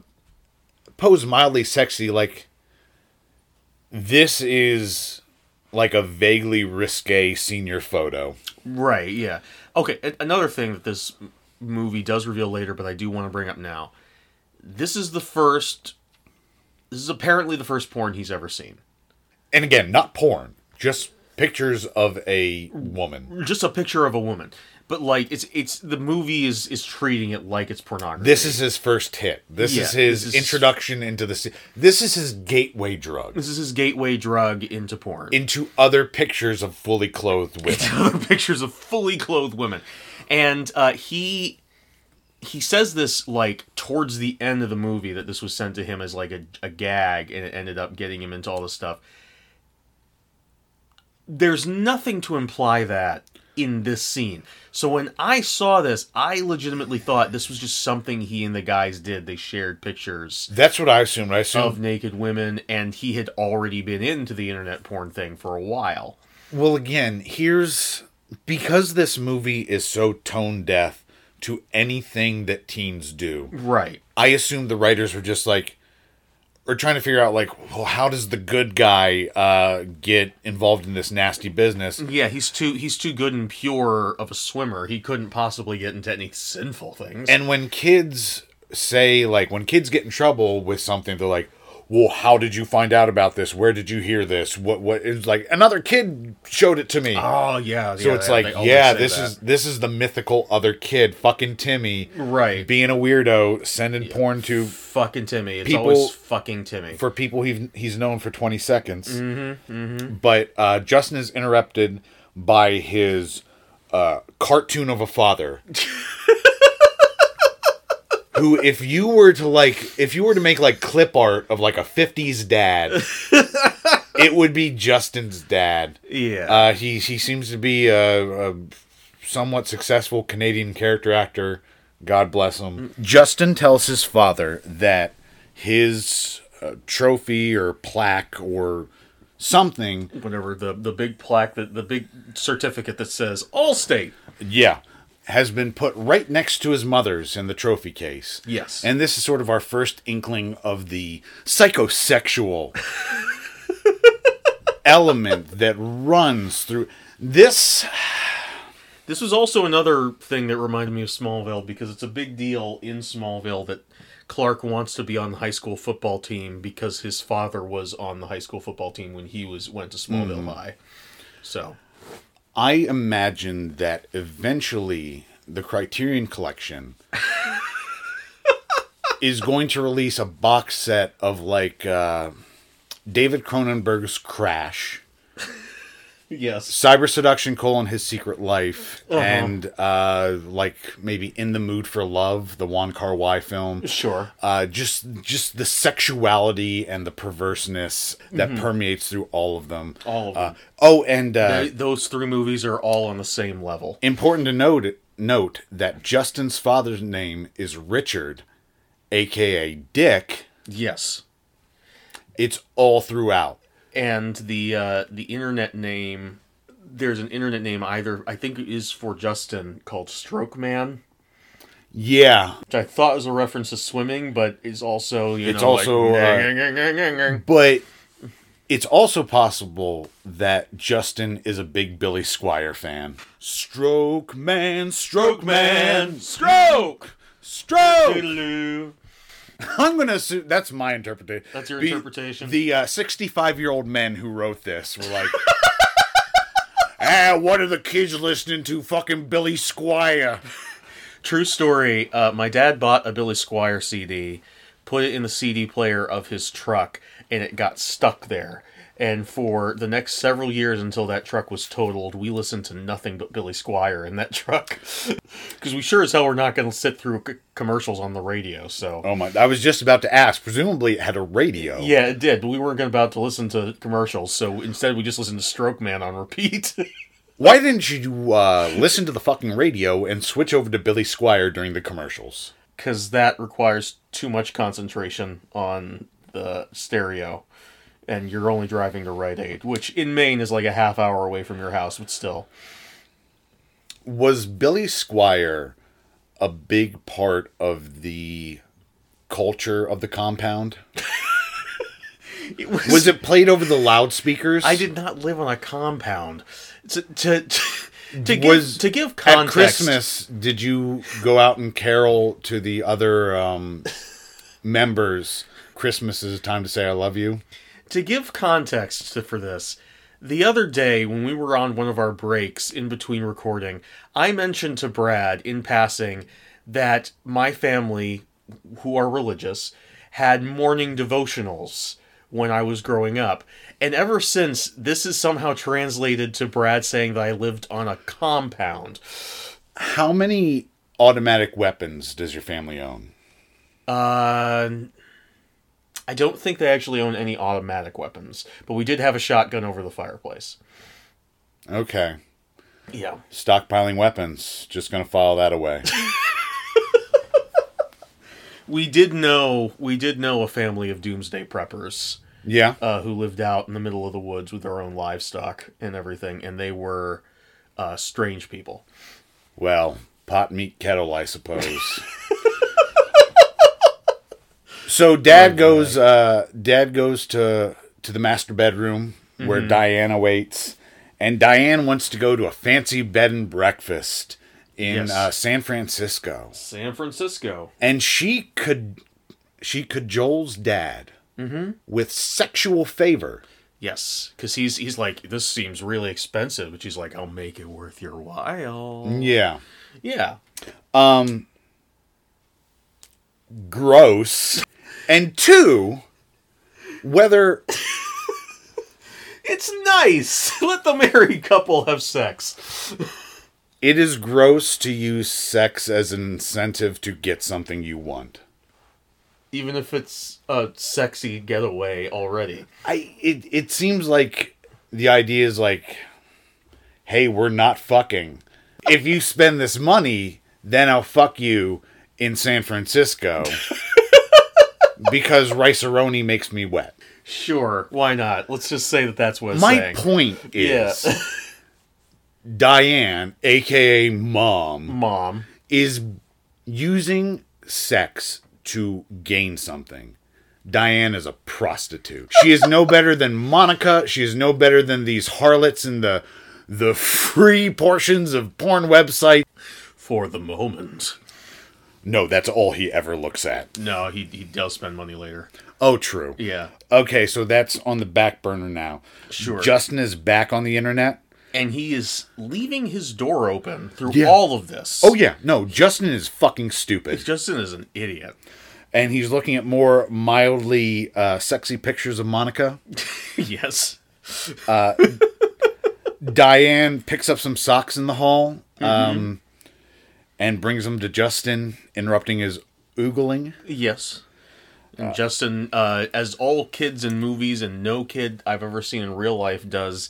pose mildly sexy like this is like a vaguely risque senior photo.
Right, yeah. Okay, a- another thing that this m- movie does reveal later, but I do want to bring up now. This is the first. This is apparently the first porn he's ever seen.
And again, not porn, just pictures of a woman.
just a picture of a woman. But like it's it's the movie is is treating it like it's pornography.
This is his first hit. This
Yeah,
is his
this is-
introduction into the. se- This is his gateway drug
this is his gateway drug into porn.
into other pictures of fully clothed women.
other pictures of fully clothed women, and uh, he he says this like towards the end of the movie that this was sent to him as like a, a gag, and it ended up getting him into all this stuff. There's nothing to imply that in this scene. So when I saw this, I legitimately thought this was just something he and the guys did. They shared pictures
That's what I assumed. I assumed.
of naked women, and he had already been into the internet porn thing for a while.
Well, again, here's because this movie is so tone deaf to anything that teens do.
Right.
I assume the writers were just like, or trying to figure out like, well, how does the good guy uh, get involved in this nasty business?
Yeah, he's too he's too good and pure of a swimmer. He couldn't possibly get into any sinful things.
And when kids say like, when kids get in trouble with something, they're like, well, how did you find out about this? Where did you hear this? What what is like another kid showed it to me.
oh yeah,
so
yeah,
it's
they-
like,
they always
yeah,
say
this
that.
is this is the mythical other kid, fucking Timmy,
right.
being a weirdo, sending porn to
fucking Timmy. It's
People-
always fucking Timmy.
for people he's he's known for 20 seconds. But uh, Justin is interrupted by his uh, cartoon of a father. Who, if you were to like, if you were to make like clip art of like a '50s dad, it would be Justin's dad.
yeah.
Uh, he he seems to be a, a somewhat successful Canadian character actor. God bless him. Justin tells his father that his uh, trophy or plaque or something,
Whenever the the big plaque that the big certificate that says Allstate.
yeah, has been put right next to his mother's in the trophy case.
Yes.
And this is sort of our first inkling of the psychosexual element that runs through this
This was also another thing that reminded me of Smallville because it's a big deal in Smallville that Clark wants to be on the high school football team because his father was on the high school football team when he was went to Smallville
Mm-hmm.
High. So
I imagine that eventually the Criterion Collection is going to release a box set of like uh, David Cronenberg's Crash,
yes,
Cyber Seduction: Colon His Secret Life,
Uh-huh.
and uh, like maybe In the Mood for Love, the Juan Kar Wai film.
sure.
Uh, just just the sexuality and the perverseness that permeates through all of them.
Mm-hmm. All of
Uh,
them.
oh, and uh,
Th- those three movies are all on the same level.
Important to note note that Justin's father's name is Richard, aka Dick.
Yes,
It's all throughout.
and the uh, the internet name. There's an internet name either I think it is for Justin called Stroke Man,
Yeah,
which I thought was a reference to swimming, but is also you
It's
know like,
also, uh,
"Nyeh-nyeh-nyeh-nyeh-nyeh-nyeh."
but it's also possible that Justin is a big Billy Squire fan. Stroke man, stroke man,
stroke.
stroke.
Doodaloo.
I'm gonna assume that's my interpretation.
That's your
The-
interpretation?
The 65 year old men who wrote this were like. Ah, what are the kids listening to? Fucking Billy Squire.
True story. Uh, my dad bought a Billy Squire CD, put it in the CD player of his truck, and it got stuck there. And for the next several years until that truck was totaled, we listened to nothing but Billy Squire in that truck. Because we sure as hell were not going to sit through c- commercials on the radio. So,
Oh my! I was just about to ask. Presumably, it had a radio.
yeah, it did. But we weren't gonna about to listen to commercials. So instead, we just listened to Stroke Man on repeat.
Why didn't you uh, listen to the fucking radio and switch over to Billy Squire during the commercials?
because that requires too much concentration on the stereo, and you're only driving to Rite Aid, which in Maine is like a half hour away from your house, but still.
Was Billy Squire a big part of the culture of the compound?
It
Was it played over the loudspeakers?
I did not live on a compound. To to to, to
Was
give, to give
At
context.
Christmas, did you go out and carol to the other um, members? Christmas is a time to say I love you.
to give context to, for this, The other day, when we were on one of our breaks in between recording, I mentioned to Brad in passing that my family, who are religious, had morning devotionals when I was growing up. And ever since, this is somehow translated to Brad saying that I lived on a compound.
How many automatic weapons does your family own?
Uh, I don't think they actually own any automatic weapons, but we did have a shotgun over the fireplace.
Okay.
Yeah.
Stockpiling weapons. Just going to file that away.
We did know we did know a family of doomsday preppers
Yeah.
uh, who lived out in the middle of the woods with their own livestock and everything, and they were uh, strange people.
Well, pot, meat, kettle, I suppose. so dad goes. Uh, dad goes to to the master bedroom where Diana waits, and Diane wants to go to a fancy bed and breakfast in
Yes.
uh, San Francisco,
San Francisco.
and she could she cajoles dad with sexual favor.
Yes, because he's he's like this seems really expensive, but she's like I'll make it worth your while.
Yeah,
Yeah.
gross. And two, whether
It's nice. Let the married couple have sex.
It is gross to use sex as an incentive to get something you want.
Even if it's a sexy getaway already.
I it it seems like the idea is like hey, we're not fucking. If you spend this money, then I'll fuck you in San Francisco because riceroni makes me wet.
Sure, why not? Let's just say that that's what it's
My
saying.
point is Diane, aka mom,
Mom.
is using sex to gain something. Diane is a prostitute. She is no better than Monica. She is no better than these harlots in the the free portions of porn website.
For the moment.
No, that's all he ever looks at.
No, he, he does spend money later.
Oh, true.
Yeah.
Okay, so that's on the back burner now.
Sure.
Justin is back on the internet.
And he is leaving his door open through
Yeah.
all of this.
Oh yeah, no, Justin is fucking stupid.
Justin is an idiot.
And he's looking at more mildly uh, sexy pictures of Monica.
yes.
Diane picks up some socks in the hall
Mm-hmm.
um, and brings them to Justin, interrupting his oogling.
Yes. And Justin, uh, as all kids in movies and no kid I've ever seen in real life does,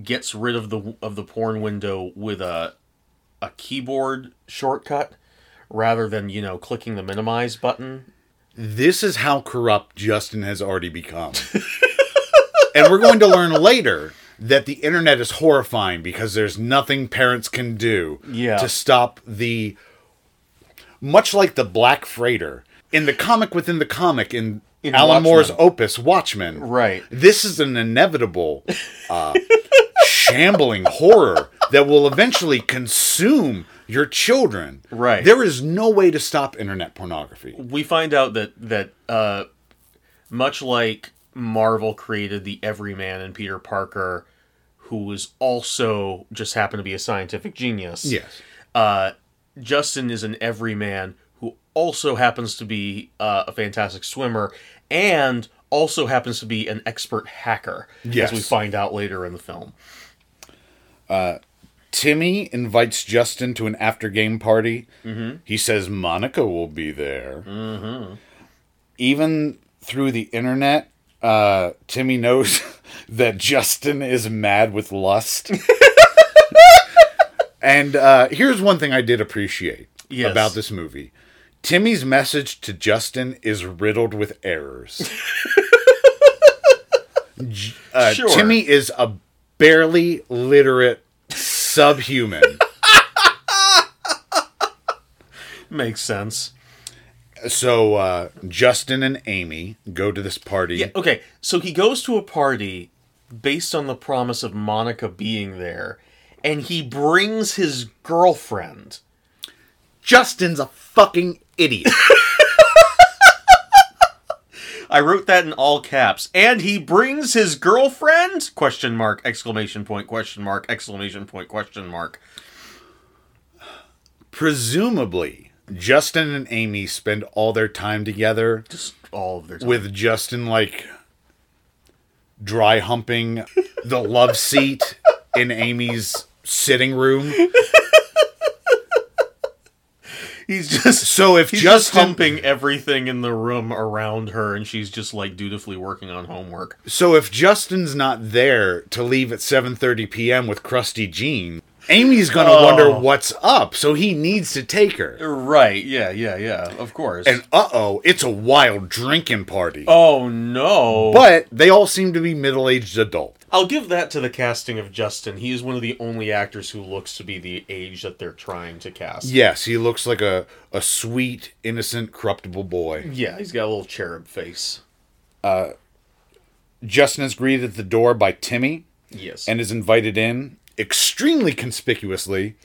gets rid of the of the porn window with a a keyboard shortcut rather than you know clicking the minimize button.
This is how corrupt Justin has already become. and we're going to learn later that the internet is horrifying because there's nothing parents can do
Yeah.
to stop the. Much like the Black Freighter in the comic within the comic in,
In
Alan Moore's
Watchmen.
opus, Watchmen.
Right.
this is an inevitable uh, shambling horror that will eventually consume your children
Right.
there is no way to stop internet pornography
We find out that that uh, much like Marvel created the Everyman and Peter Parker, who was also just happened to be a scientific genius.
yes
uh, Justin is an everyman who also happens to be uh, a fantastic swimmer and also happens to be an expert hacker,
Yes.
as we find out later in the film.
timmy invites justin to an after game party
Mm-hmm.
he says monica will be there even through the internet uh, timmy knows that justin is mad with lust and uh, here's one thing i did appreciate
Yes.
about this movie timmy's message to justin is riddled with errors J- uh,
Sure.
timmy is a barely literate subhuman
Makes sense.
so uh, justin and amy go to this party
Yeah, okay, so he goes to a party based on the promise of Monica being there, and he brings his girlfriend.
Justin's a fucking idiot.
I wrote that in all caps. And he brings his girlfriend? Question mark, exclamation point, question mark, exclamation point, question mark.
Presumably, Justin and Amy spend all their time together
Just all of their time.
with Justin like dry humping the love seat in Amy's sitting room.
He's just
So if
He's just
Justin
humping everything in the room around her, and she's just like dutifully working on homework.
So if Justin's not there to leave at 7:30 p.m. with crusty Jean, Amy's going to
Oh.
wonder what's up, so he needs to take her.
Right? Yeah, yeah, yeah. Of course.
And uh-oh, it's a wild drinking party.
oh no!
But they all seem to be middle-aged adults.
I'll give that to the casting of Justin. He is one of the only actors who looks to be the age that they're trying to cast.
Yes, he looks like a a sweet, innocent, corruptible boy.
Yeah, he's got a little cherub face.
Justin is greeted at the door by Timmy
Yes.
and is invited in extremely conspicuously.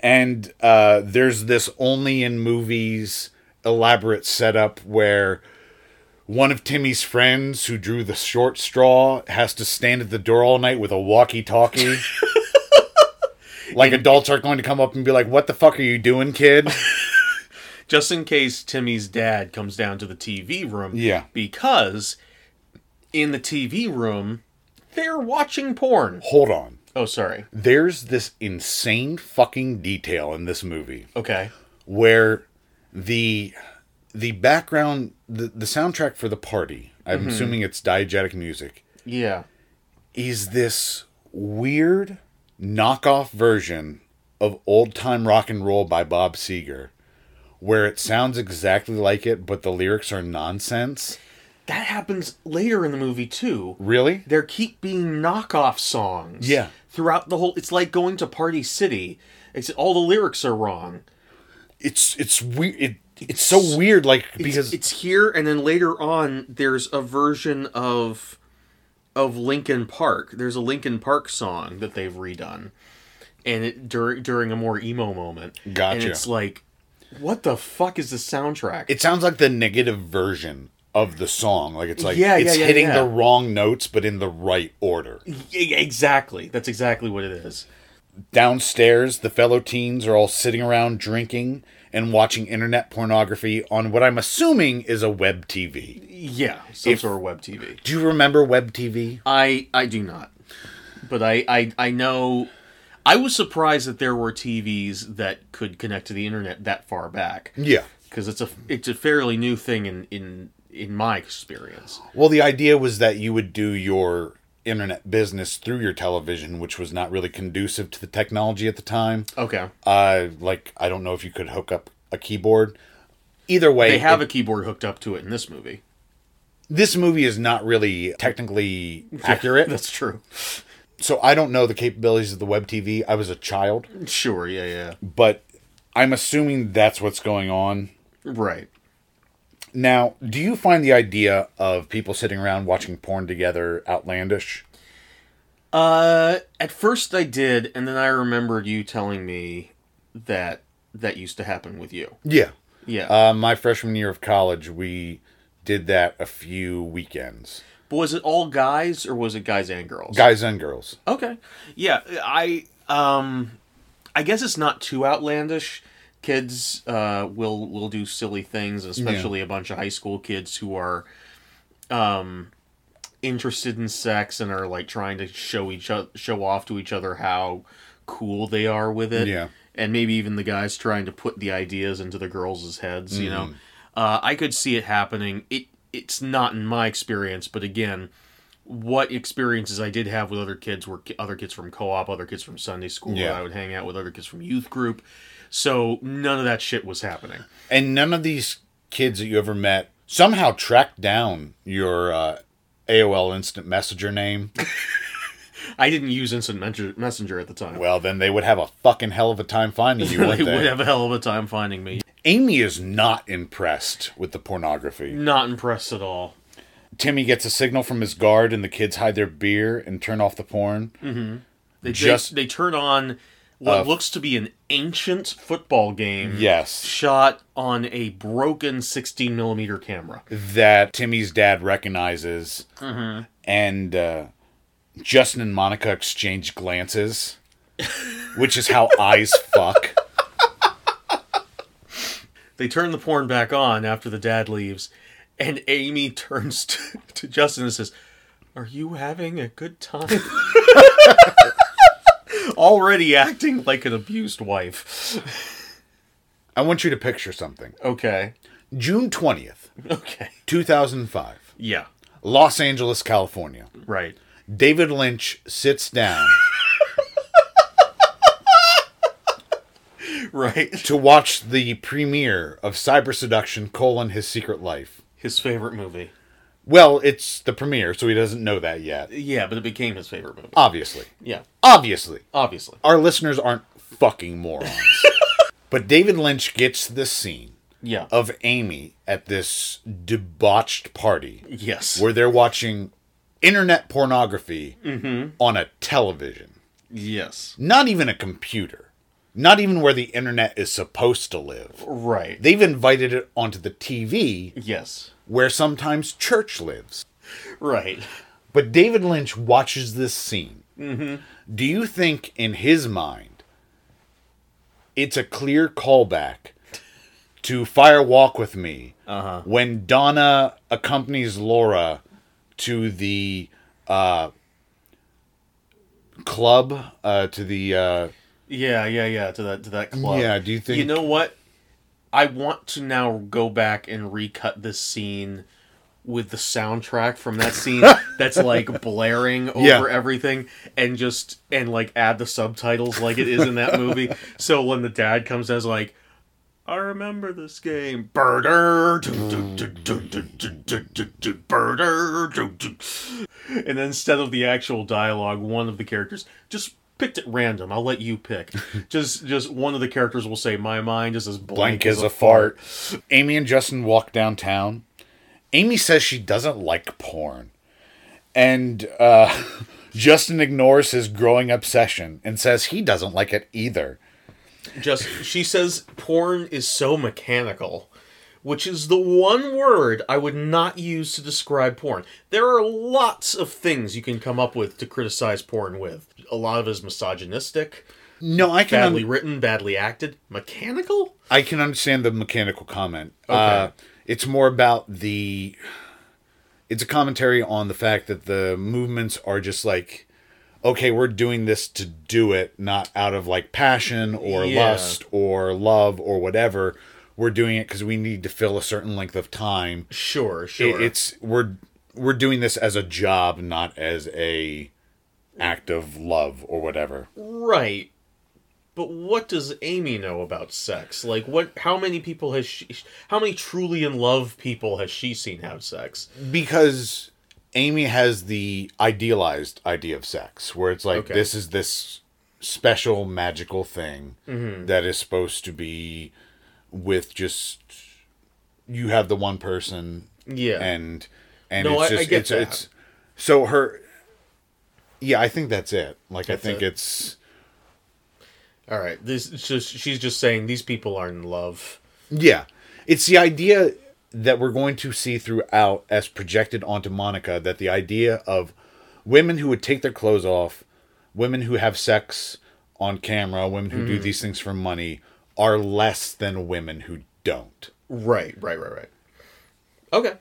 And uh, there's this only in movies elaborate setup where one of Timmy's friends who drew the short straw has to stand at the door all night with a walkie talkie. like adults are going to come up and be like, What the fuck are you doing, kid?
just in case Timmy's dad comes down to the TV room.
Yeah.
Because in the TV room, they're watching porn.
Hold on.
Oh, sorry.
There's this insane fucking detail in this movie.
Okay.
where the the background the, the soundtrack for the party i'm
Mm-hmm.
assuming it's diegetic music
Yeah.
is this weird knockoff version of old time rock and roll by bob seger where it sounds exactly like it but the lyrics are nonsense
That happens later in the movie too.
really
There keep being knockoff songs.
Yeah.
Throughout the whole it's like going to Party City. Except all the lyrics are wrong.
it's it's weird it, it's so weird like because
it's, it's here and then later on there's a version of of Linkin Park. There's a Linkin Park song that they've redone. And it during during a more emo moment. And
Gotcha.
it's like what the fuck is the soundtrack?
it sounds like the negative version of the song like it's like
Yeah, yeah,
it's
yeah,
hitting
yeah.
the wrong notes but in the right order
E- exactly. That's exactly what it is.
Downstairs, the fellow teens are all sitting around drinking and watching internet pornography on what I'm assuming is a web TV.
Yeah, some
If-
sort of web TV.
Do you remember web TV?
I I do not, but I I I know. I was surprised that there were TVs that could connect to the internet that far back
Yeah.
because it's a it's a fairly new thing in in in my experience.
Well, the idea was that you would do your internet business through your television, which was not really conducive to the technology at the time.
Okay,
Uh, like, I don't know if you could hook up a keyboard. Either way,
they have
it-
a keyboard hooked up to it in this movie.
this movie is not really technically accurate.
That's true.
so I don't know the capabilities of the web TV. I was a child.
Sure. Yeah. Yeah.
but I'm assuming that's what's going on.
Right.
Now, do you find the idea of people sitting around watching porn together outlandish?
Uh, at first I did, and then I remembered you telling me that that used to happen with you.
Yeah.
Yeah.
Uh, my freshman year of college, we did that a few weekends.
but was it all guys or was it guys and girls?
Guys and girls.
Okay. Yeah, I um I guess it's not too outlandish. Kids uh will will do silly things, especially a bunch of high school kids who are um interested in sex and are like trying to show each other show off to each other how cool they are with it.
Yeah.
And maybe even the guys trying to put the ideas into the girls' heads, you know. Uh, I could see it happening. It it's not in my experience, but again, what experiences I did have with other kids were ki- other kids from co-op, other kids from Sunday school.
Yeah.
I would hang out with other kids from youth group. So none of that shit was happening.
And none of these kids that you ever met somehow tracked down your uh, AOL Instant Messenger name.
I didn't use instant messenger, messenger at the time.
well, then they would have a fucking hell of a time finding you,
they
wouldn't
would
they?
have a hell of a time finding me.
Amy is not impressed with the pornography.
Not impressed at all.
Timmy gets a signal from his guard, and the kids hide their beer and turn off the porn.
They
Just-
they, they turn on what looks to be an ancient football game
Yes.
shot on a broken 16 millimeter camera.
That Timmy's dad recognizes. And uh, Justin and Monica exchange glances, which is how eyes fuck.
They turn the porn back on after the dad leaves, and Amy turns to, to Justin and says, Are you having a good time? Already acting like an abused wife.
I want you to picture something.
Okay.
June 20th,
Okay.
2005,
Yeah.
Los Angeles, California.
Right.
David Lynch sits down
Right.
to watch the premiere of Cyber Seduction, colon, His Secret Life.
His favorite movie.
Well, it's the premiere, so he doesn't know that yet.
Yeah, but it became his favorite movie. Uh,
Obviously.
Yeah.
Obviously.
Obviously.
Our listeners aren't fucking morons. but David Lynch gets this scene
Yeah. Uh,
of Amy at this debauched party
yes.
where they're watching internet pornography on a television.
Yes.
Not even a computer. Not even where the internet is supposed to live.
Right.
They've invited it onto the TV
yes.
where sometimes church lives.
Right.
But David Lynch watches this scene. Do you think, in his mind, it's a clear callback to Fire Walk with Me when Donna accompanies Laura to the uh, club, uh, to the uh,
Yeah, yeah, yeah. To that to that club.
Yeah, do you think-
You know what? I want to now go back and recut this scene with the soundtrack from that scene that's like blaring over
Yeah.
everything and just and like add the subtitles like it is in that movie. so when the dad comes as like I remember this game. Birder. Birder. And then instead of the actual dialogue, one of the characters just picked at random. I'll let you pick. Just just one of the characters will say, My mind is as blank,
blank as a fart. Amy and Justin walk downtown. Amy says she doesn't like porn. And uh, Justin ignores his growing obsession and says he doesn't like it either.
Just she says porn is so mechanical. Which is the one word I would not use to describe porn. There are lots of things you can come up with to criticize porn with. A lot of it is misogynistic.
No, I can
badly
un-
written, badly acted, mechanical.
I can understand the mechanical comment. Uh, it's more about the. It's a commentary on the fact that the movements are just like, okay, we're doing this to do it, not out of like passion or
Yeah.
lust or love or whatever. We're doing it because we need to fill a certain length of time.
Sure, sure.
It, it's we're we're doing this as a job, not as a act of love or whatever.
right. But what does Amy know about sex? Like, what? How many people has she? How many truly in love people has she seen have sex?
because Amy has the idealized idea of sex, where it's like
Okay.
this is this special magical thing
Mm-hmm.
that is supposed to be with just you have the one person
Yeah.
and and
No,
it's
I- I
just
get
it's
that.
it's so her yeah I think that's it like I think
it.
it's
All right. This it's just she's just saying these people are in love.
yeah it's the idea that we're going to see throughout as projected onto Monica that the idea of women who would take their clothes off, women who have sex on camera, women who do these things for money are less than women who don't.
Right. Right. Right. Right. Okay.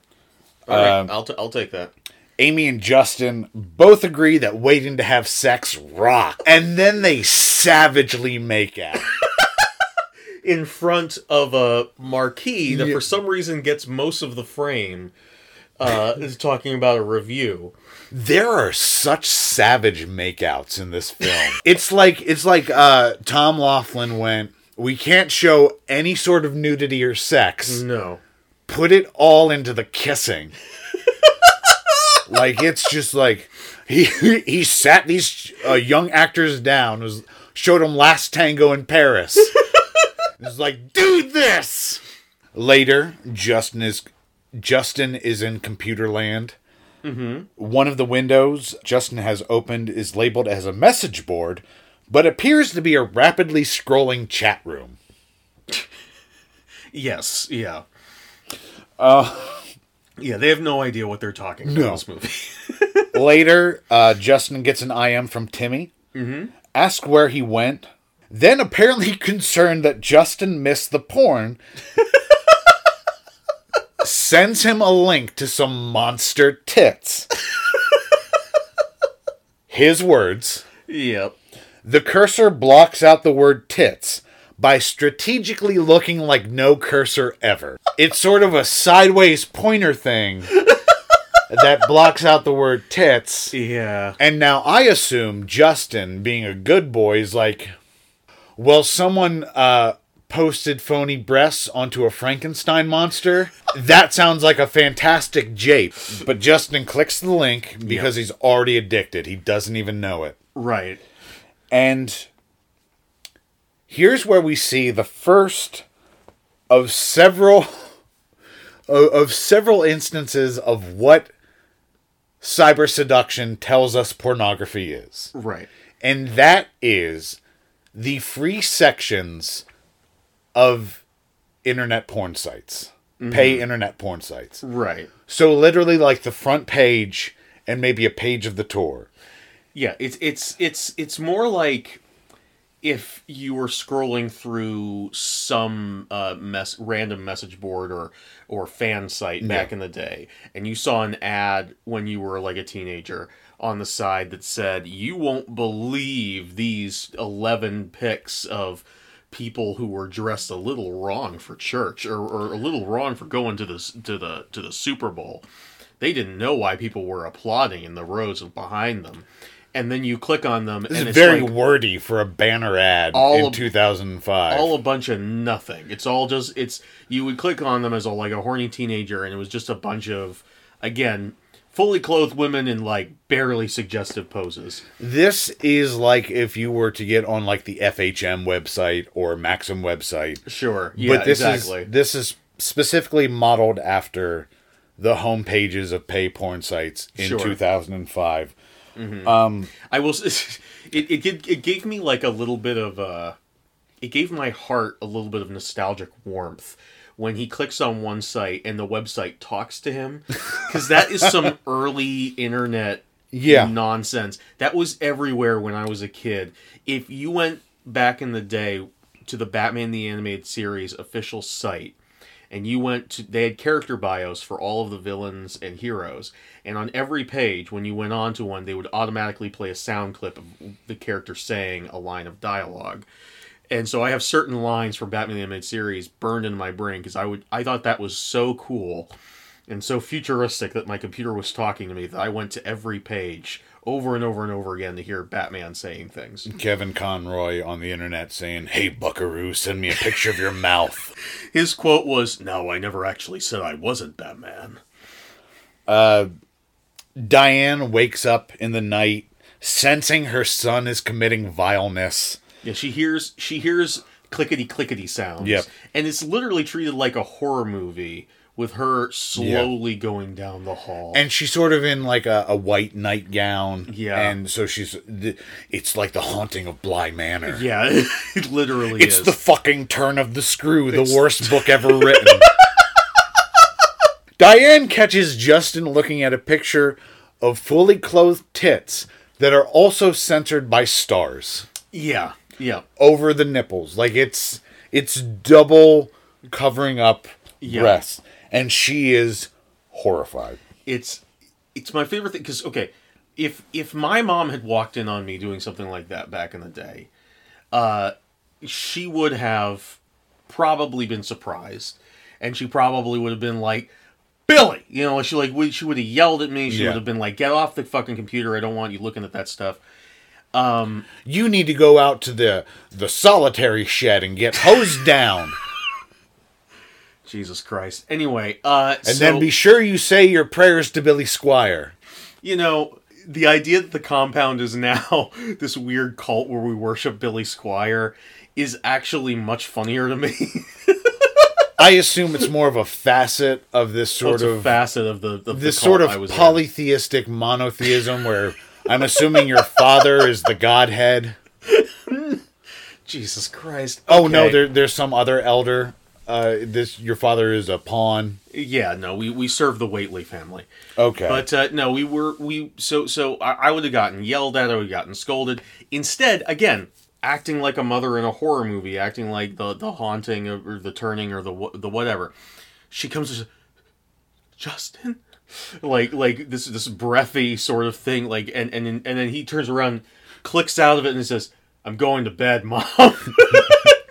All right.
Um,
I'll t- I'll take that.
Amy and Justin both agree that waiting to have sex rock. And then they savagely make out.
in front of a marquee that for some reason gets most of the frame uh, is talking about a review.
there are such savage makeouts in this film. it's like it's like uh Tom Laughlin went, we can't show any sort of nudity or sex.
No.
Put it all into the kissing. like it's just like he he sat these uh, young actors down, was showed them Last Tango in Paris. It's like, do this. Later, Justin is Justin is in computer land. One of the windows Justin has opened is labeled as a message board, but appears to be a rapidly scrolling chat room.
Yes, yeah. Uh, yeah, they have no idea what they're talking about in
No.
this movie.
Later, uh, Justin gets an IM from Timmy, asks where he went, then apparently concerned that Justin missed the porn, sends him a link to some monster tits. His words
yep.
The cursor blocks out the word tits by strategically looking like no cursor ever. It's sort of a sideways pointer thing that blocks out the word tits.
Yeah.
And now I assume Justin, being a good boy, is like, well, someone uh, posted phony breasts onto a Frankenstein monster. That sounds like a fantastic jape. But Justin clicks the link because he's already addicted. He doesn't even know it.
Right.
And here's where we see the first of several of of several instances of what cyber seduction tells us pornography is.
Right.
And that is the free sections of internet porn sites. Pay internet porn sites.
Right.
So literally like the front page and maybe a page of the tour.
Yeah, it's it's it's it's more like if you were scrolling through some uh, mess random message board or or fan site back in the day, and you saw an ad when you were like a teenager on the side that said, "You won't believe these eleven pics of." People who were dressed a little wrong for church, or, or a little wrong for going to the s- to the to the Super Bowl, they didn't know why people were applauding in the rows behind them. And then you click on them,
This
and
is
it's
very
like
wordy for a banner ad
All
in
of-
2005.
all a bunch of nothing. It's all just it's you would click on them as a like a horny teenager, and it was just a bunch of again fully clothed women in like barely suggestive poses.
this is like if you were to get on like the FHM website or Maxim website.
Sure, yeah,
but this
exactly.
is this is specifically modeled after the home pages of pay porn sites in
Sure.
2005.
I will. s- It it gave, it gave me like a little bit of uh, it gave my heart a little bit of nostalgic warmth when he clicks on one site and the website talks to him, because that is some early internet
Yeah.
nonsense. That was everywhere when I was a kid. If you went back in the day to the Batman the Animated Series official site and you went to they had character bios for all of the villains and heroes and on every page when you went on to one they would automatically play a sound clip of the character saying a line of dialogue and so i have certain lines from batman the animated series burned into my brain because i would i thought that was so cool and so futuristic that my computer was talking to me that i went to every page over and over and over again to hear batman saying things
Kevin Conroy on the internet saying, "Hey Buckaroo, send me a picture of your mouth."
his quote was no i never actually said i wasn't batman
Diane wakes up in the night sensing her son is committing vileness.
Yeah, she hears she hears clickety clickety sounds.
Yep.
And it's literally treated like a horror movie with her slowly going down the hall.
and she's sort of in like a, a white nightgown.
Yeah.
and so she's. th- It's like the haunting of Bly Manor.
yeah, it literally
it's
is.
the fucking turn of the screw, the worst book ever written. Diane catches Justin looking at a picture of fully clothed tits that are also centered by stars
yeah. Yeah.
over the nipples. Like it's it's double covering up
Yeah.
breasts, and she is horrified.
It's it's my favorite thing cuz okay, if if my mom had walked in on me doing something like that back in the day, uh she would have probably been surprised and she probably would have been like Billy, you know, she like would- she would have yelled at me. She
Yeah.
would have been like, "Get off the fucking computer! I don't want you looking at that stuff."
you need to go out to the the solitary shed and get hosed down
Jesus Christ. Anyway, uh,
and
so,
then be sure you say your prayers to billy squire
you know, the idea that the compound is now this weird cult where we worship Billy Squire is actually much funnier to me.
i assume it's more of a facet of this sort
Oh, it's a
of
facet of the, of the
this
cult
sort
I
of
was in.
polytheistic monotheism where i'm assuming your father is the godhead
Jesus Christ.
Oh no,
Okay.
there, there's some other elder. Uh, this your father is a pawn.
Yeah, no, we we serve the Waitley family.
Okay,
But uh, no, we were we so so I, I would have gotten yelled at, I would have gotten scolded. Instead, again, acting like a mother in a horror movie, acting like the the haunting or the turning or the wha- the whatever. She comes and says, Justin, like like this this breathy sort of thing, like and and and then he turns around, clicks out of it, and says, "I'm going to bed, mom."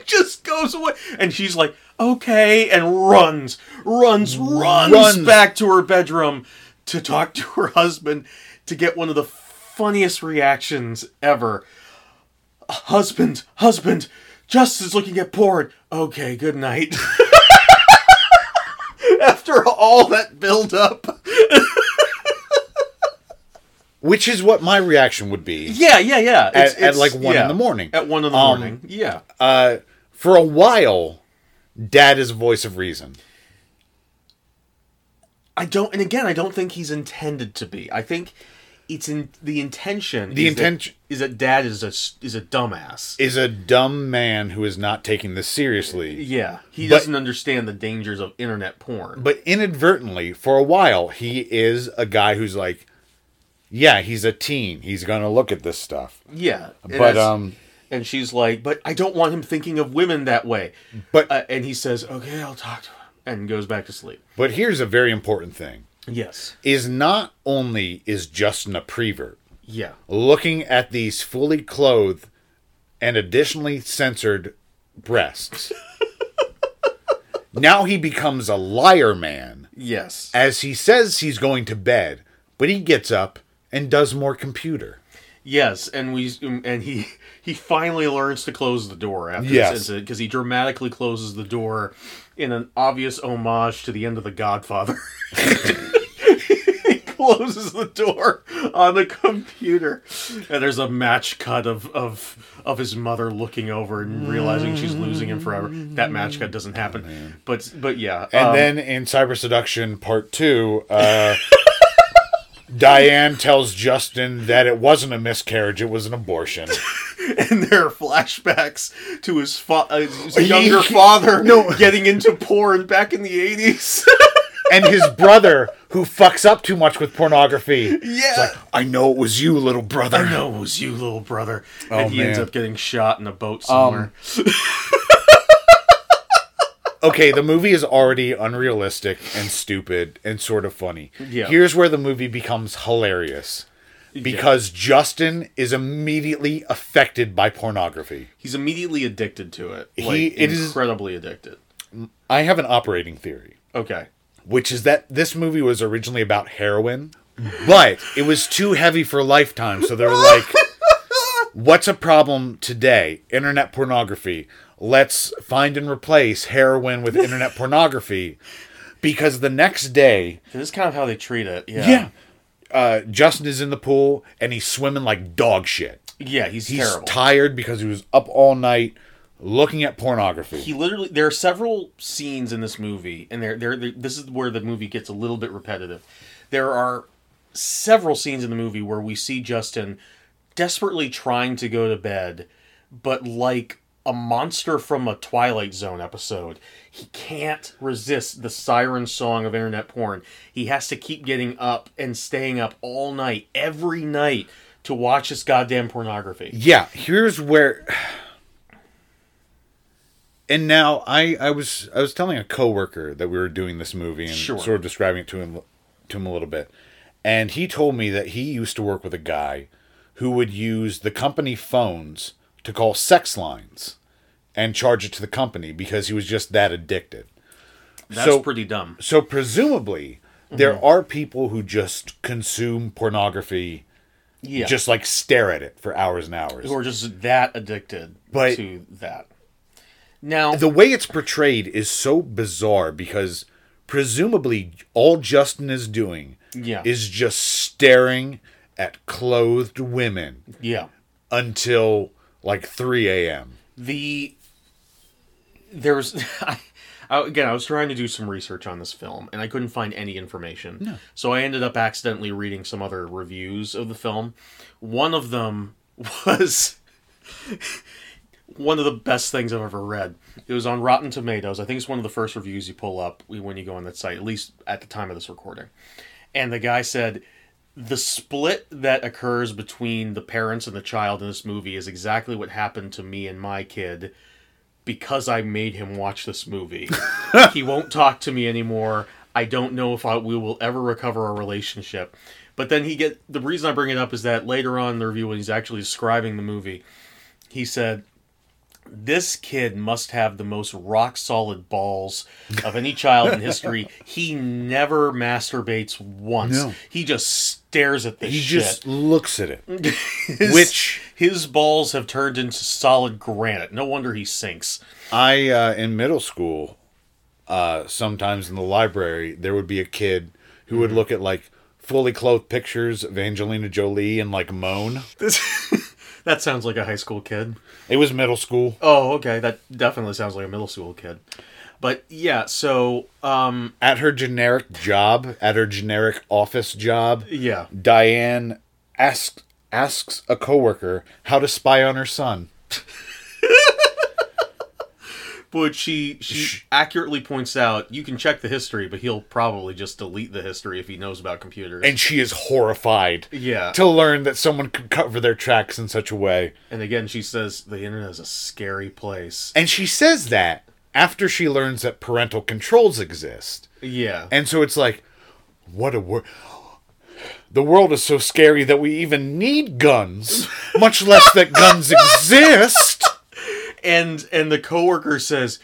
Just goes away, and she's like, "Okay," and runs, runs, runs,
Runs.
back to her bedroom to talk to her husband to get one of the funniest reactions ever. Husband, husband, Justin's looking at porn. Okay, good night. After all that build up.
which is what my reaction would be.
Yeah, yeah, yeah.
At- at, like, one in the morning.
At one in the
Um,
morning. Yeah.
For a while, Dad is voice of reason.
I don't, and again, I don't think he's intended to be. I think it's in the intention.
The
is that-
intention-
is that dad is a s- is a dumbass.
Is a dumb man who is not taking this seriously.
yeah, he
But-
doesn't understand the dangers of internet porn.
But inadvertently, for a while, he is a guy who's like, yeah, he's a teen. He's gonna look at this stuff.
yeah, and
But
that's-
um,
and she's like, but I don't want him thinking of women that way.
but
Uh, and he says, okay, I'll talk to him, and goes back to sleep.
but here's a very important thing:
Yes.
is not only is Justin a prevert,
Yeah.
looking at these fully clothed and additionally censored breasts. now he becomes a liar man
Yes.
as he says he's going to bed, but he gets up and does more computer.
Yes, and we and he he finally learns to close the door after
Yes.
this incident because he dramatically closes the door in an obvious homage to the end of The Godfather. he closes the door on the computer, and there's a match cut of of of his mother looking over and realizing she's losing him forever. That match cut doesn't happen, but but yeah,
Oh, And
um,
then in Cyber Seduction Part 2, uh, Diane tells Justin that it wasn't a miscarriage, it was an abortion.
and there are flashbacks to his, fa- uh, his
He-
younger father getting into porn back in the 80s.
and his brother, who fucks up too much with pornography,
yeah.
I know it was you, little brother.
I know it was you, little brother. and he ends
man.
up getting shot in a boat somewhere.
okay, the movie is already unrealistic and stupid and sort of funny.
Yeah.
Here's where the movie becomes hilarious because Justin is immediately affected by pornography.
He's immediately addicted to it. Like,
He- it is-
incredibly addicted.
I have an operating theory,
Okay.
which is that this movie was originally about heroin, but it was too heavy for Lifetime, so they were like, what's a problem today? Internet pornography. Let's find and replace heroin with internet pornography. Because the next day,
This is kind of how they treat it. Yeah.
Yeah. Uh, Justin is in the pool and he's swimming like dog shit.
Yeah, he's,
He's
terrible.
tired because he was up all night looking at pornography.
he literally there are several scenes in this movie and there there this is where the movie gets a little bit repetitive there are several scenes in the movie where we see justin desperately trying to go to bed but like a monster from a twilight zone episode he can't resist the siren song of internet porn he has to keep getting up and staying up all night every night to watch this goddamn pornography
yeah, here's where And now I I was I was telling a coworker that we were doing this movie and
Sure.
sort of describing it to him to him a little bit. And he told me that he used to work with a guy who would use the company phones to call sex lines and charge it to the company because he was just that addicted.
that's Mm-hmm.
So-
pretty dumb
So presumably there are people who just consume pornography
yeah
just like stare at it for hours and hours.
who are just that addicted
But-
to that. Now,
the way it's portrayed is so bizarre because presumably all Justin is doing
Yeah.
is just staring at clothed women
yeah,
until like 3 a.m.
the there's I, I, again, I was trying to do some research on this film and I couldn't find any information. No. So I ended up accidentally reading some other reviews of the film. One of them was one of the best things I've ever read. It was on Rotten Tomatoes. I think it's one of the first reviews you pull up when you go on that site, at least at the time of this recording. And the guy said the split that occurs between the parents and the child in this movie is exactly what happened to me and my kid because I made him watch this movie. he won't talk to me anymore. I don't know if I, we will ever recover our relationship. But then he get the reason I bring it up is that later on in the review when he's actually describing the movie, he said this kid must have the most rock solid balls of any child in history. He never masturbates once.
No.
He just stares at this
He
shit.
just looks at it.
His-
Which-
his balls have turned into solid granite. No wonder he sinks.
I uh, in middle school, uh, sometimes in the library, there would be a kid who
Mm-hmm.
would look at like fully clothed pictures of Angelina Jolie and like moan.
That sounds like a high school kid.
It was middle school.
Oh, okay. That definitely sounds like a middle school kid. But yeah, so um
At her generic job, at her generic office job,
yeah.
Diane asks asks a coworker how to spy on her son.
But she she accurately points out you can check the history, but he'll probably just delete the history if he knows about computers.
And she is horrified
yeah.
to learn that someone could cover their tracks in such a way.
and again she says the internet is a scary place.
And she says that after she learns that parental controls exist.
Yeah.
And so it's like, what a world. The world is so scary that we even need guns, much less that guns exist.
and and the coworker says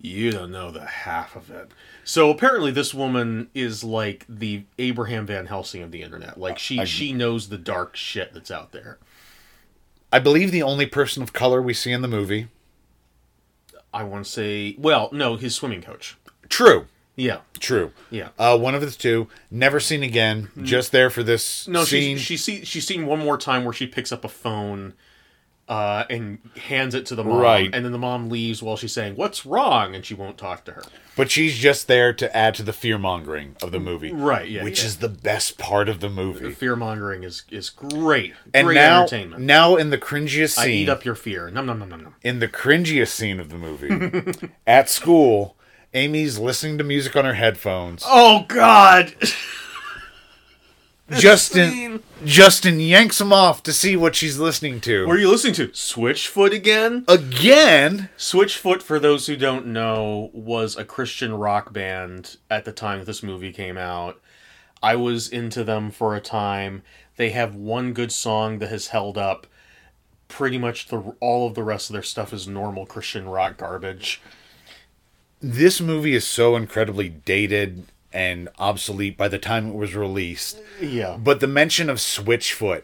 you don't know the half of it so apparently this woman is like the abraham van helsing of the internet like she she knows the dark shit that's out there
I believe the only person of color we see in the movie.
i want to say well no his swimming coach
True.
yeah
True.
yeah Mm-hmm.
Uh, one of the two, never seen again, just there for this
no
scene.
she's she's seen she's seen one more time where she picks up a phone uh, and hands it to the mom
Right.
and then the mom leaves while she's saying what's wrong and she won't talk to her
But she's just there to add to the fear mongering of the movie.
Right, yeah,
Which
yeah.
is the best part of the movie.
fear mongering is is great
and
great
now,
entertainment
now in the cringiest
I
scene,
eat up your fear. Nom nom nom nom nom.
in the cringiest scene of the movie, at school, Amy's listening to music on her headphones.
Oh God!
Justin,
scene.
Justin yanks them off to see what she's listening to.
What are you listening to? Switchfoot again?
Again,
Switchfoot, for those who don't know, was a Christian rock band at the time that this movie came out. I was into them for a time. They have one good song that has held up. Pretty much the all of the rest of their stuff is normal Christian rock garbage.
this movie is so incredibly dated and obsolete by the time it was released.
Yeah,
But the mention of Switchfoot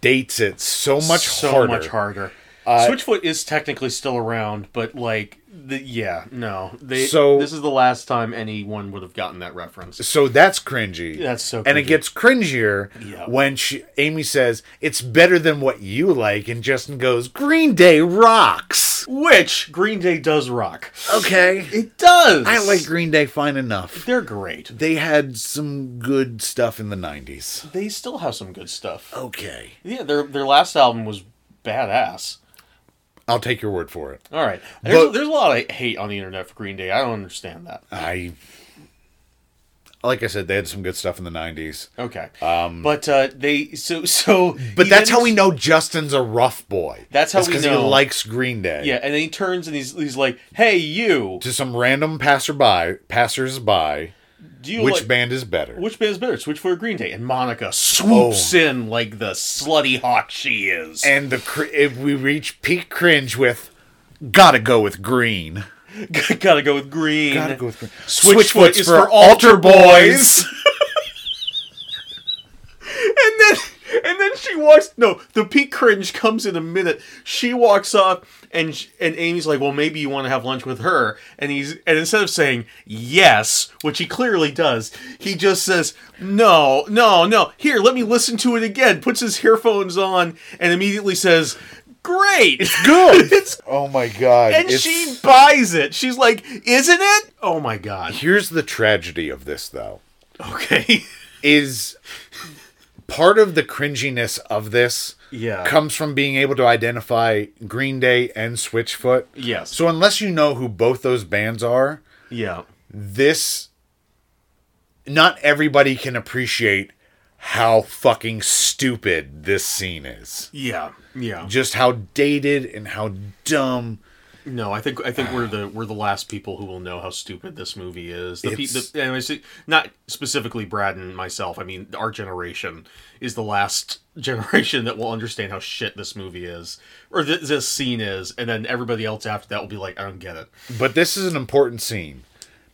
dates it so much
so
harder. Uh,
much harder. Switchfoot is technically still around, but like, the, yeah, no. They,
So-
this is the last time anyone would have gotten that reference.
So that's cringy.
That's so
And it
cringy.
gets cringier
Yeah.
when she, Amy says, it's better than what you like. And Justin goes, Green Day rocks.
Which Green Day does rock.
Okay.
It does.
I like Green Day fine enough.
They're great.
They had some good stuff in the 90s.
They still have some good stuff.
Okay.
Yeah, their their last album was badass.
I'll take your word for it.
All right, there's,
But-
there's a lot of hate on the internet for Green Day. I don't understand that.
I. Like I said, they had some good stuff in the 90s.
Okay, um, but uh, they so so.
But
he
that's
then-
how we know Justin's a rough boy.
That's how we
because
know.
he likes Green Day.
Yeah, and then he turns and he's he's like, "Hey, you,
To some random passerby, passersby,
do you
which
like,
band is better?
Which band's better? Switchfoot or Green Day?" And Monica swoops in like the slutty hawk she is.
Oh. and the cr- if we reach peak cringe with, gotta go with Green.
gotta go with Green.
with Green.
Switchfoot's
Switchfoot's
is
for
for altar
altar boys.
And then and then she walks. No, the peak cringe comes in a minute. She walks up, and sh and Amy's like, "Well, maybe you want to have lunch with her." And he's and instead of saying yes, which he clearly does, he just says, "No, no, no. Here, let me listen to it again." Puts his earphones on and immediately says, "Great."
Good.
It's-
oh my god.
And
it's-
she buys it. She's like, "Isn't it?" Oh my god.
Here's the tragedy of this though.
Okay.
Is part of the cringiness of this
Yeah.
comes from being able to identify Green Day and Switchfoot.
Yes.
So unless you know who both those bands are,
yeah.
this not everybody can appreciate how fucking stupid this scene is.
Yeah. Yeah.
Just how dated and how dumb.
No, I think I think we're the we're the last people who will know how stupid this movie is. The, pe-
It's-
the and I see, not specifically Brad and myself. I mean, our generation is the last generation that will understand how shit this movie is, or th- this scene is, and then everybody else after that will be like, I don't get it.
But this is an important scene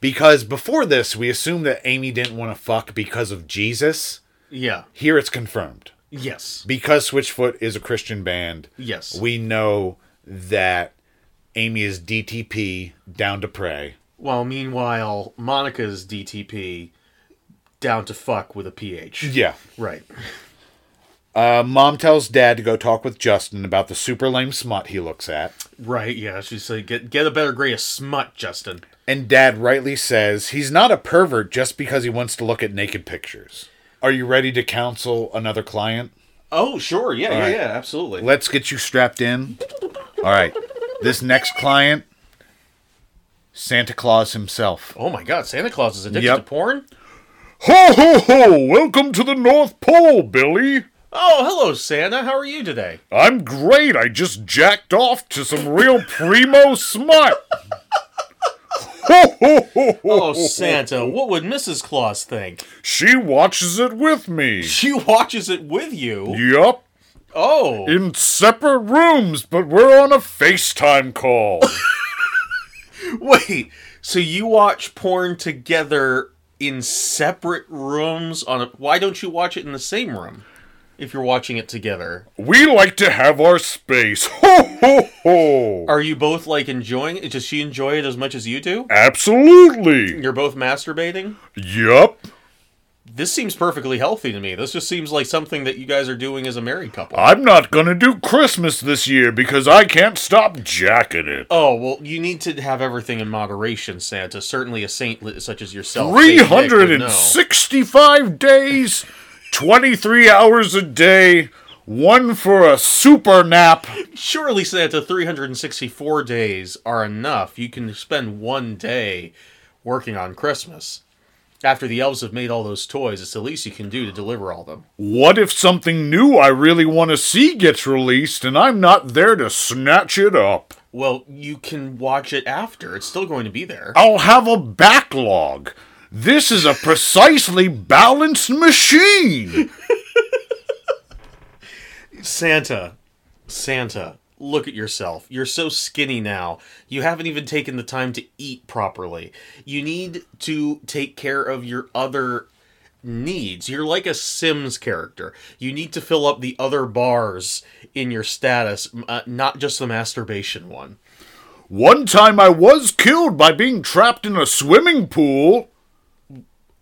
because before this, we assumed that Amy didn't want to fuck because of Jesus.
Yeah.
Here it's confirmed.
Yes.
Because Switchfoot is a Christian band,
Yes.
we know that Amy is DTP, down to pray.
While meanwhile, Monica's DTP down to fuck with a PH.
Yeah.
Right.
Uh, Mom tells Dad to go talk with Justin about the super lame smut he looks at.
Right. Yeah. She's like, get get a better grade of smut, Justin.
And Dad rightly says he's not a pervert just because he wants to look at naked pictures. Are you ready to counsel another client?
Oh, sure. Yeah. yeah.
right.
Yeah. Absolutely.
Let's get you strapped in. All right. This next client, Santa Claus himself.
Oh my God, Santa Claus is addicted
Yep.
to porn.
Ho, ho, ho! Welcome to the North Pole, Billy!
Oh, hello, Santa. How are you today?
I'm great. I just jacked off to some real primo smut. Ho, ho, ho, ho.
Oh, Santa, what would Mrs. Claus think?
She watches it with me.
She watches it with you.
Yup.
Oh,
In separate rooms, but we're on a FaceTime call.
wait. So you watch porn together in separate rooms? On a, why don't you watch it in the same room if you're watching it together?
we like to have our space. Ho, ho, ho.
Are you both like enjoying it? Does she enjoy it as much as you do?
Absolutely.
You're both masturbating.
Yup.
This seems perfectly healthy to me. This just seems like something that you guys are doing as a married couple.
I'm not gonna do Christmas this year because I can't stop jacking it.
Oh well, you need to have everything in moderation, Santa. Certainly, a saint li- such as yourself, Saint Nick, would know.
365 days, 23 hours a day, one for a super nap.
Surely, Santa, three hundred and sixty-four days are enough. You can spend one day working on Christmas. After the elves have made all those toys, it's the least you can do to deliver all them.
What if something new I really want to see gets released and I'm not there to snatch it up?
Well, you can watch it after. It's still going to be there.
I'll have a backlog. This is a precisely balanced machine.
Santa, Santa, look at yourself. You're so skinny now. You haven't even taken the time to eat properly. You need to take care of your other needs. You're like a Sims character. You need to fill up the other bars in your status, m- uh, not just the masturbation one.
One time I was killed by being trapped in a swimming pool.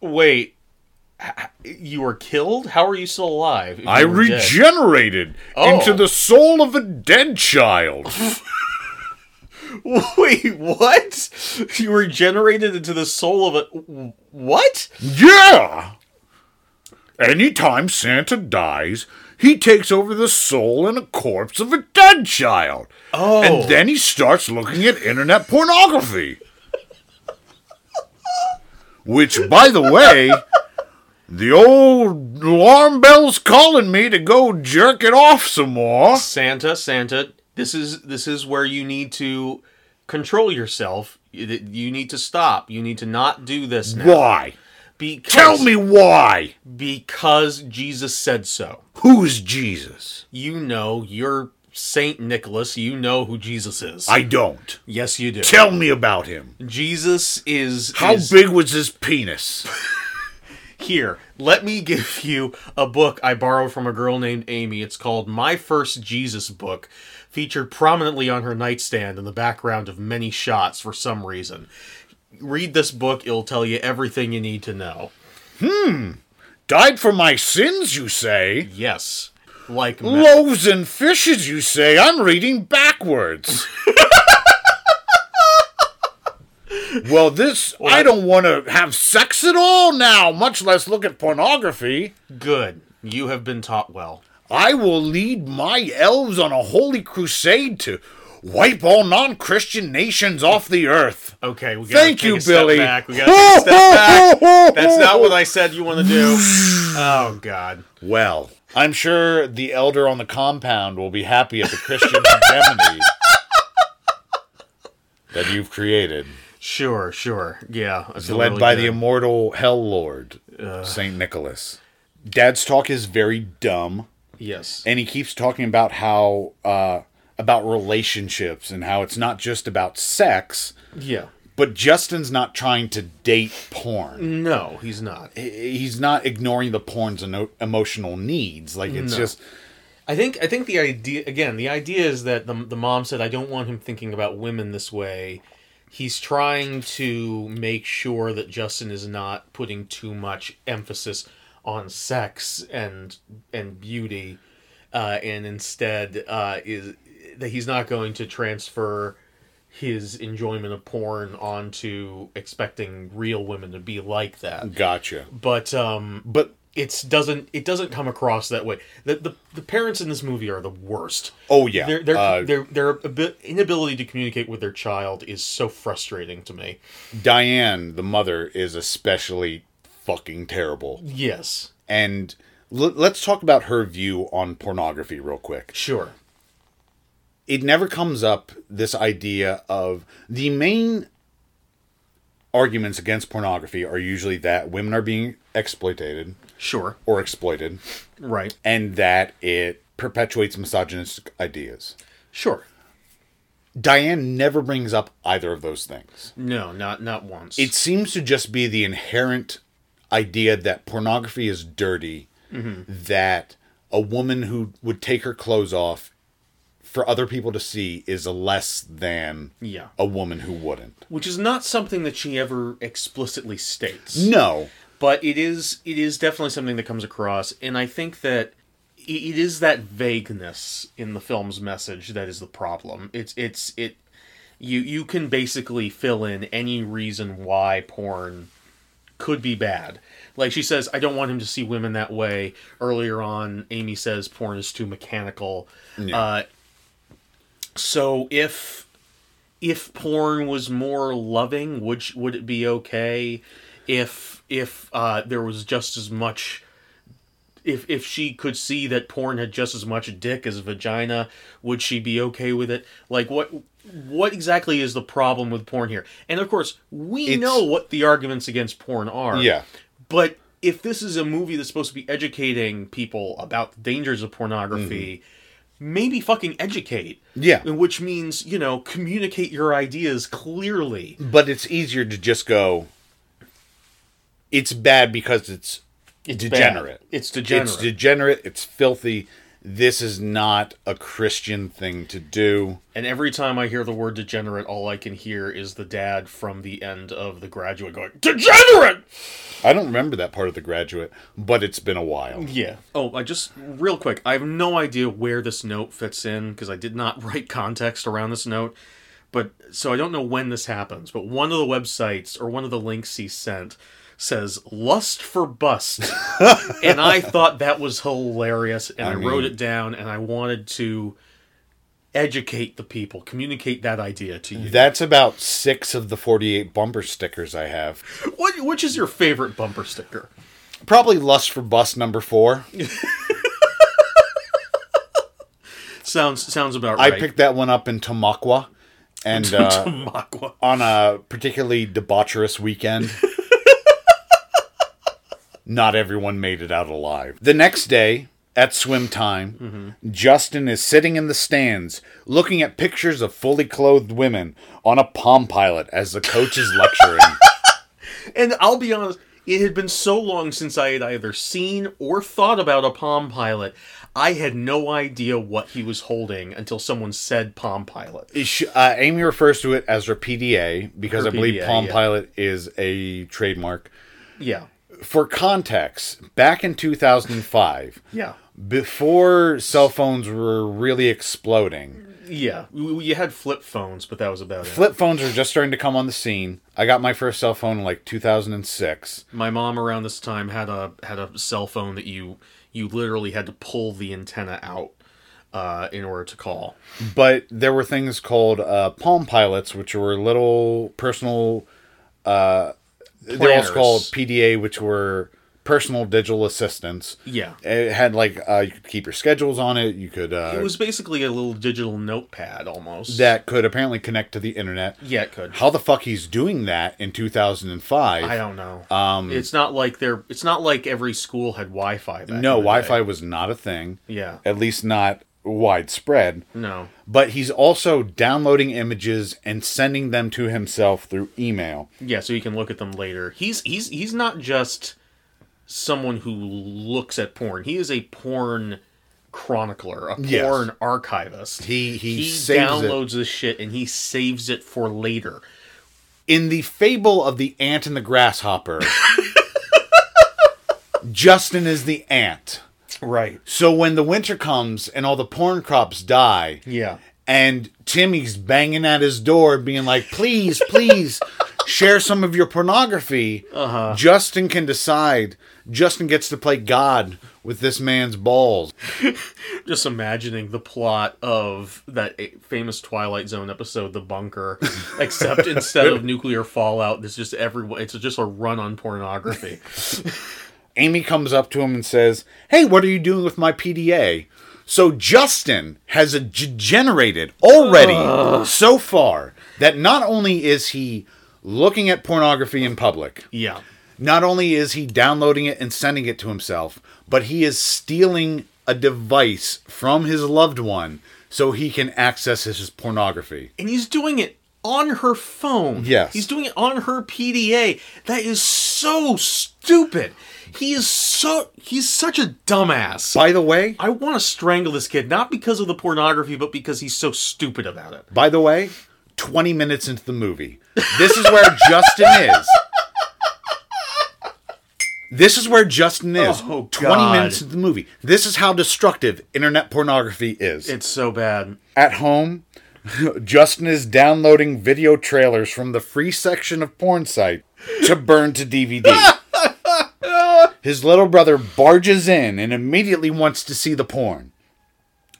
Wait. h- h- You were killed? How are you still alive? if
I
you were dead?
regenerated
Oh.
into the soul of a dead child.
Wait, what? You were generated into the soul of a. What?
yeah! Anytime Santa dies, he takes over the soul and a corpse of a dead child.
Oh.
And then he starts looking at internet pornography. Which, by the way, the old alarm bell's calling me to go jerk it off some more.
Santa, Santa, this is this is where you need to control yourself. You you need to stop. You need to not do this now.
Why?
Because,
Tell me why.
because Jesus said so.
Who's Jesus?
You know, you're Saint Nicholas. You know who Jesus is.
I don't.
yes, you do.
Tell me about him.
Jesus is
How
is
big was his penis?
Here, let me give you a book I borrowed from a girl named Amy. It's called My First Jesus Book, featured prominently on her nightstand in the background of many shots for some reason. Read this book, it'll tell you everything you need to know.
Died for my sins, you say?
Yes. Like me-
Loaves and fishes, you say? I'm reading backwards. well, this, I don't want to have sex at all now, much less look at pornography.
good. You have been taught well.
I will lead my elves on a holy crusade to wipe all non Christian nations off the earth.
Okay, we gotta
Thank
take
you,
a step
Billy.
back. We gotta take a step back. That's not what I said you want to do. Oh God.
Well, I'm sure the elder on the compound will be happy at the Christian indemnity that you've created.
Sure, sure. Yeah. I
It's
feel
led
really
by the
good.
immortal Hell Lord, St. Nicholas. Dad's talk is very dumb.
yes.
and he keeps talking about how uh, about relationships and how it's not just about sex
Yeah.
but justin's not trying to date porn
No, he's not.
He- he's not ignoring the porn's eno- emotional needs like it's just
I think I think the idea again, the idea is that the the mom said I don't want him thinking about women this way. He's trying to make sure that Justin is not putting too much emphasis on sex and and beauty uh, and instead uh, is that he's not going to transfer his enjoyment of porn onto expecting real women to be like that.
gotcha
But um
but
it's doesn't it doesn't come across that way. The the, the parents in this movie are the worst.
oh yeah
Their their
uh,
their their abi- inability to communicate with their child is so frustrating to me.
diane the mother is especially fucking terrible
Yes,
and l- let's talk about her view on pornography real quick
sure.
it never comes up this idea of the main arguments against pornography are usually that women are being exploited
Sure.
or exploited
Right.
and that it perpetuates misogynistic ideas.
Sure.
Diane never brings up either of those things.
No, not not once.
It seems to just be the inherent idea that pornography is dirty, that a woman who would take her clothes off for other people to see is a less than
yeah.
a woman who wouldn't.
Which is not something that she ever explicitly states.
No.
but it is it is definitely something that comes across and i think that i- it is that vagueness in the film's message that is the problem it's it's it you you can basically fill in any reason why porn could be bad like she says i don't want him to see women that way earlier on amy says porn is too mechanical uh, so if if porn was more loving, would sh- would it be okay? If if uh, there was just as much, if if she could see that porn had just as much dick as vagina, would she be okay with it? Like what what exactly is the problem with porn here? And of course, we
It's-
know what the arguments against porn are.
Yeah.
But if this is a movie that's supposed to be educating people about the dangers of pornography, maybe fucking educate.
Yeah.
Which means, you know, communicate your ideas clearly.
But it's easier to just go it's bad because it's, degenerate.
bad. It's degenerate.
It's degenerate, it's filthy. This is not a Christian thing to do.
and every time I hear the word degenerate, all I can hear is the dad from the end of The Graduate going, Degenerate!
I don't remember that part of The Graduate, but it's been a while.
Yeah. Oh, I just real quick. I have no idea where this note fits in because I did not write context around this note. But so I don't know when this happens. But one of the websites or one of the links he sent says lust for bust, and I thought that was hilarious, and I, wrote it down, and I wanted to educate the people, communicate that idea to you.
That's about six of the 48 bumper stickers I have.
What, which is your favorite bumper sticker?
Probably Lust for Bus number four.
Sounds sounds about
I
right.
picked that one up in Tamaqua. And uh,
Tamaqua.
on a particularly debaucherous weekend. Not everyone made it out alive. The next day, at swim time,
Mm-hmm.
Justin is sitting in the stands looking at pictures of fully clothed women on a palm pilot as the coach is lecturing.
And I'll be honest, it had been so long since I had either seen or thought about a Palm Pilot. I had no idea what he was holding until someone said Palm Pilot.
Sh- uh, Amy refers to it as her PDA because
Her
I believe
PDA,
palm
yeah.
pilot is a trademark.
Yeah.
For context, back in 2005,
Yeah.
before cell phones were really exploding,
Yeah. You you had flip phones, but that was about it.
flip phones are just starting to come on the scene. I got my first cell phone in like 2006.
My mom around this time had a had a cell phone that you You literally had to pull the antenna out uh, in order to call.
But there were things called uh, Palm Pilots, which were little personal. Uh, they're also
Planners.
called PDA, which were personal digital assistants.
Yeah.
It had like uh, you could keep your schedules on it. You could uh,
It was basically a little digital notepad almost.
that could apparently connect to the internet.
yeah, it could.
How the fuck he's doing that in 2005?
I don't know. Um, it's not like they're. It's not like every school had Wi-Fi. Back in
no,
the day.
Wi-Fi was not a thing.
Yeah.
At least not widespread.
No.
But he's also downloading images and sending them to himself through email.
Yeah, so you can look at them later. He's he's he's not just someone who looks at porn. He is a porn chronicler, a porn
Yes.
archivist.
He- he saves it.
downloads this shit and he saves it for later.
in the fable of the ant and the grasshopper, Justin is the ant.
Right.
So when the winter comes and all the porn crops die,
Yeah.
and Timmy's banging at his door, being like, please, please share some of your pornography, uh-huh. Justin can decide. Justin gets to play God with this man's balls.
Just imagining the plot of that a- famous Twilight Zone episode, The Bunker, except instead of nuclear fallout, there's just every it's just a run on pornography.
Amy comes up to him and says, Hey, what are you doing with my PDA? So Justin has a g- generated already so far that not only is he looking at pornography in public,
Yeah.
not only is he downloading it and sending it to himself, but he is stealing a device from his loved one so he can access his pornography.
and he's doing it on her phone.
Yes.
He's doing it on her PDA. That is so stupid. He is so he's such a dumbass.
By the way,
I want to strangle this kid not because of the pornography but because he's so stupid about it.
By the way, 20 minutes into the movie, this is where Justin is. This is where Justin is.
Oh,
20
God.
minutes into the movie. This is how destructive internet pornography is.
It's so bad.
At home, Justin is downloading video trailers from the free section of porn site to burn to DVD. His little brother barges in and immediately wants to see the porn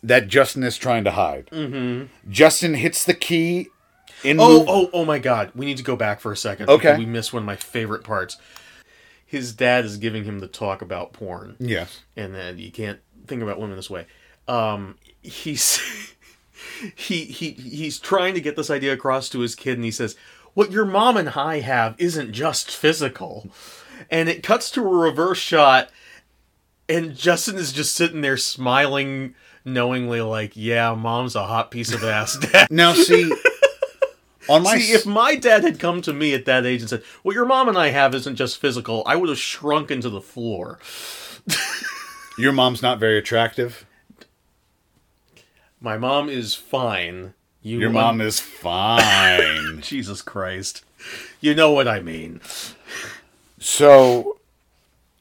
that Justin is trying to hide. Mm-hmm. Justin hits the key in
Oh,
mov-
oh, oh my god. We need to go back for a second.
Okay.
because We missed one of my favorite parts. His dad is giving him the talk about porn.
yes.
and then you can't think about women this way. Um, he's he he he's trying to get this idea across to his kid, and he says, "What your mom and I have isn't just physical." And it cuts to a reverse shot, and Justin is just sitting there smiling knowingly, like, "Yeah, mom's a hot piece of ass, dad."
Now see on my
See,
s-
if my dad had come to me at that age and said, "What your mom and I have isn't just physical," I would have shrunk into the floor.
your mom's not very attractive.
My mom is fine. You
Your
un-
mom is fine.
Jesus Christ. You know what I mean.
So,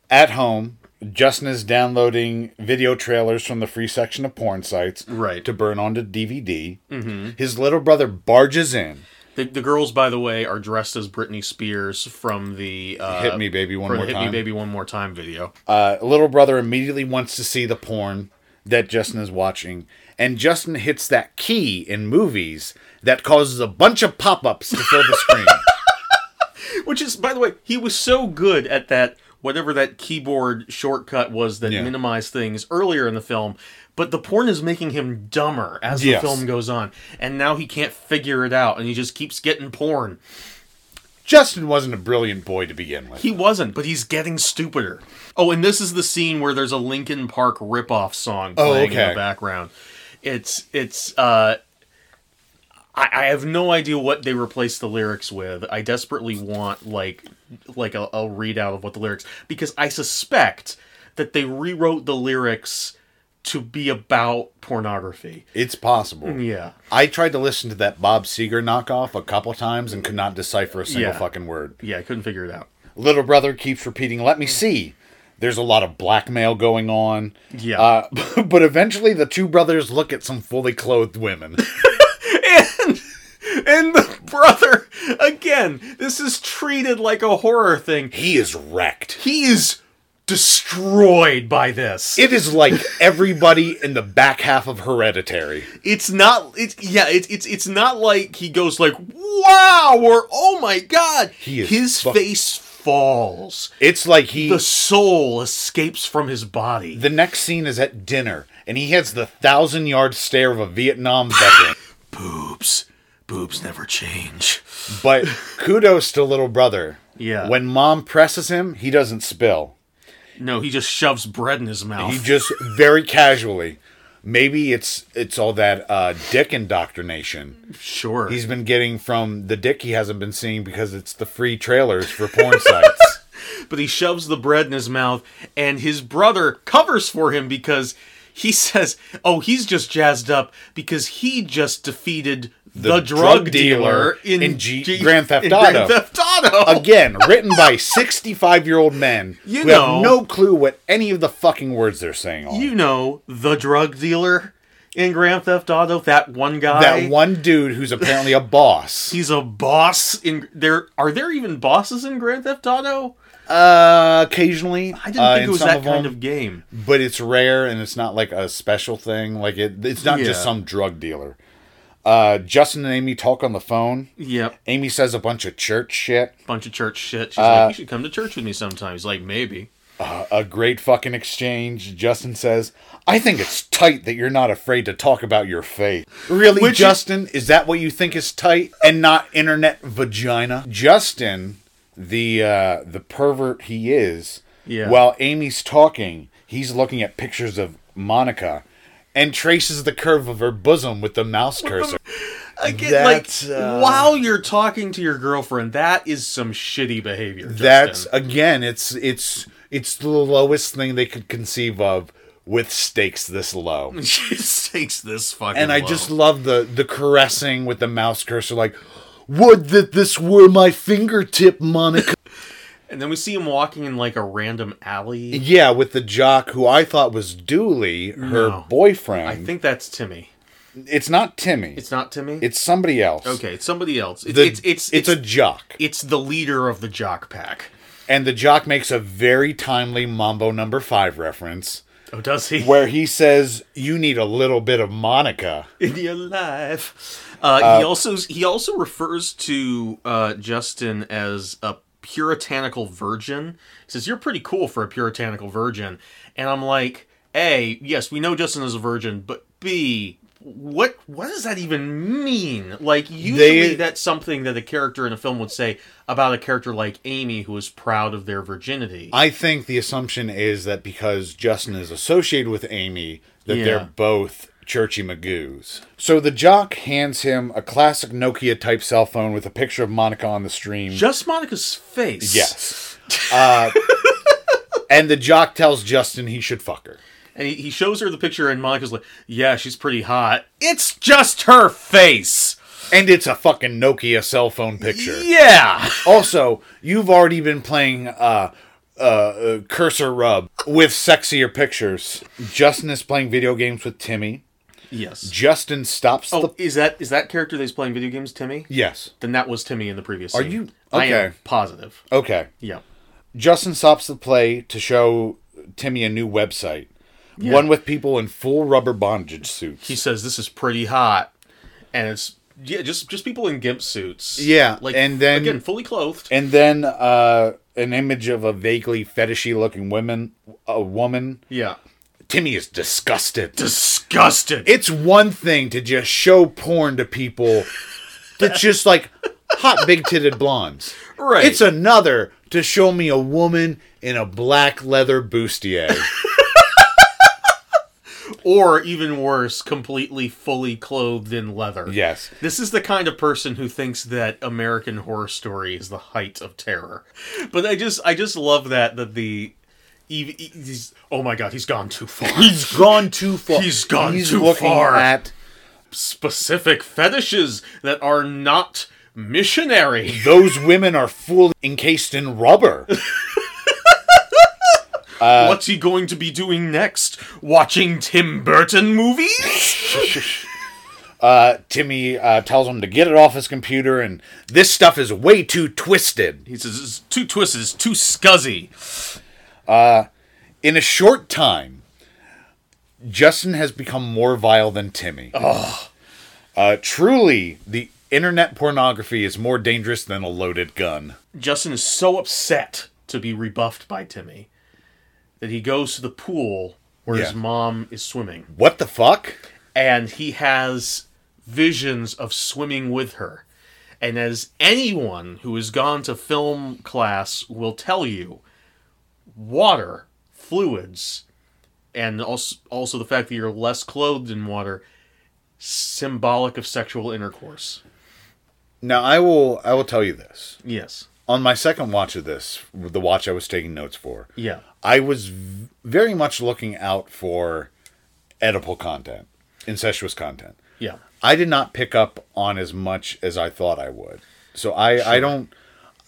at home, Justin is downloading video trailers from the free section of porn sites
Right.
to burn onto DVD. Mm-hmm. His little brother barges in.
The, the girls, by the way, are dressed as Britney Spears from the uh,
Hit me, baby, one
for
more
the Hit
time.
Me Baby One More Time video.
Uh, little brother immediately wants to see the porn that Justin is watching, and Justin hits that key in movies that causes a bunch of pop ups to fill the screen.
Which is, by the way, he was so good at that whatever that keyboard shortcut was that
Yeah.
minimized things earlier in the film. But the porn is making him dumber as the
Yes.
film goes on, and now he can't figure it out, and he just keeps getting porn.
Justin wasn't a brilliant boy to begin with.
He wasn't, but he's getting stupider. Oh, and this is the scene where there's a Linkin Park ripoff song
Oh,
playing in
okay.
the background. It's it's uh I, I have no idea what they replaced the lyrics with. I desperately want like like a, a readout of what the lyrics because I suspect that they rewrote the lyrics to be about pornography.
It's possible.
Yeah.
I tried to listen to that Bob Seger knockoff a couple times and could not decipher a single
Yeah.
fucking word.
Yeah, I couldn't figure it out.
Little brother keeps repeating, "Let me see." There's a lot of blackmail going on.
Yeah.
Uh, but eventually, the two brothers look at some fully clothed women.
And the brother again, this is treated like a horror thing.
he is wrecked.
he is destroyed by this.
It is like everybody in the back half of Hereditary.
it's not. It's yeah. It's it's it's not like he goes like wow or oh my god.
He is
His
fuck-
face falls.
It's like he
The
the,
soul escapes from his body.
next scene is at dinner and he has the thousand yard stare of a Vietnam veteran.
boobs, boobs never change.
but kudos to little brother.
Yeah.
When mom presses him, he doesn't spill.
No, he just shoves bread in his mouth.
He just very casually. Maybe it's it's all that uh, dick indoctrination
sure.
he's been getting from the dick he hasn't been seeing because it's the free trailers for porn sites.
but he shoves the bread in his mouth and his brother covers for him because he says oh he's just jazzed up because he just defeated the, drug, dealer, in,
G-
G-
Grand Theft
in
Auto.
Grand Theft Auto.
Again, written by 65 year old men
You
who
know-
have no clue what any of the fucking words they're saying are.
you know the drug dealer in Grand Theft Auto that one guy
that one dude who's apparently a boss.
he's a boss in there are there even bosses in Grand Theft Auto
Uh, occasionally.
I didn't
uh,
think
in
it was
some
that
of
kind
them,
of game
But it's rare and it's not like a special thing. Like, it, it's not just
Yeah.
some drug dealer. Uh, Justin and Amy talk on the phone.
yep
Amy says a bunch of church shit.
bunch of church
Uh,
shit she's like you should come to church with me sometime he's like maybe
a great fucking exchange. Justin says, I think it's tight that you're not afraid to talk about your faith. Really,
Which-
Justin? Is that what you think is tight and not internet vagina? Justin, the uh, the pervert he is,
Yeah.
while Amy's talking, he's looking at pictures of Monica and traces the curve of her bosom with the mouse cursor.
Again,
That's,
like
uh,
while you're talking to your girlfriend, that is some shitty behavior. Justin.
That's again, it's it's it's the lowest thing they could conceive of with stakes this low.
she takes this fucking.
and I
low.
just love the the caressing with the mouse cursor, like, would that this were my fingertip, Monica?
and then we see him walking in like a random alley.
yeah, with the jock who I thought was Dooley, her
No.
boyfriend.
I think that's Timmy.
it's not Timmy. It's,
It's not Timmy.
somebody else.
okay. It's somebody else. It's
The-
it's, it's
it's a jock,
it's the leader of the jock pack.
and the jock makes a very timely Mambo Number Five reference,
Oh, does he?
where he says, "You need a little bit of Monica."
in your life. Uh, he also he also refers to uh, Justin as a puritanical virgin. He says you're pretty cool for a puritanical virgin, and I'm like, a yes, we know Justin is a virgin, but b what what does that even mean? Like usually
They-
that's something that a character in a film would say about a character like Amy who is proud of their virginity.
I think the assumption is that because Justin is associated with Amy, that
Yeah.
they're both churchy magoos. So the jock hands him a classic Nokia type cell phone with a picture of Monica on the stream.
Just Monica's face.
yes. Uh, and the jock tells Justin he should fuck her.
And he, he shows her the picture, and Monica's like, Yeah, she's pretty hot. It's just her face.
And it's a fucking Nokia cell phone picture.
Yeah.
Also, you've already been playing uh, uh, uh, cursor rub with sexier pictures. Justin is playing video games with Timmy.
Yes.
Justin stops the
Oh, is that is that character that's playing video games Timmy?
Yes.
Then that was Timmy in the previous.
Are
scene.
you-
I am
okay.
positive.
Okay.
Yeah.
Justin stops the play to show Timmy a new website. One with people in full rubber bondage suits.
He says this is pretty hot, and it's yeah, just just people in gimp suits.
Yeah,
Like
and then-
again, fully clothed.
and then uh, an image of a vaguely fetishy looking woman a woman.
yeah.
Timmy is disgusted.
Disgusted.
it's one thing to just show porn to people that's just like hot big titted blondes.
Right.
It's another to show me a woman in a black leather bustier.
or even worse, completely fully clothed in leather.
yes.
This is the kind of person who thinks that American Horror Story is the height of terror. But I just I just love that that the ev- e- he's, oh my god, he's gone too far.
He's gone too far.
He's gone
He's
too
looking
far.
At
Specific fetishes that are not missionary.
those women are fully encased in rubber. Uh,
What's he going to be doing next? Watching Tim Burton movies?
Uh, Timmy uh, tells him to get it off his computer, and this stuff is way too twisted.
He says it's too twisted, it's too scuzzy.
In a short time, Justin has become more vile than Timmy. Uh, truly, the internet pornography is more dangerous than a loaded gun.
Justin is so upset to be rebuffed by Timmy that he goes to the pool where
Yeah.
his mom is swimming.
What the fuck?
and he has visions of swimming with her. And as anyone who has gone to film class will tell you, water, fluids, and also, also the fact that you're less clothed in water, symbolic of sexual intercourse.
Now I will I will tell you this.
Yes.
On my second watch of this, the watch I was taking notes for,
Yeah.
I was v- very much looking out for edible content, incestuous content.
Yeah.
I did not pick up on as much as I thought I would. So I, I don't.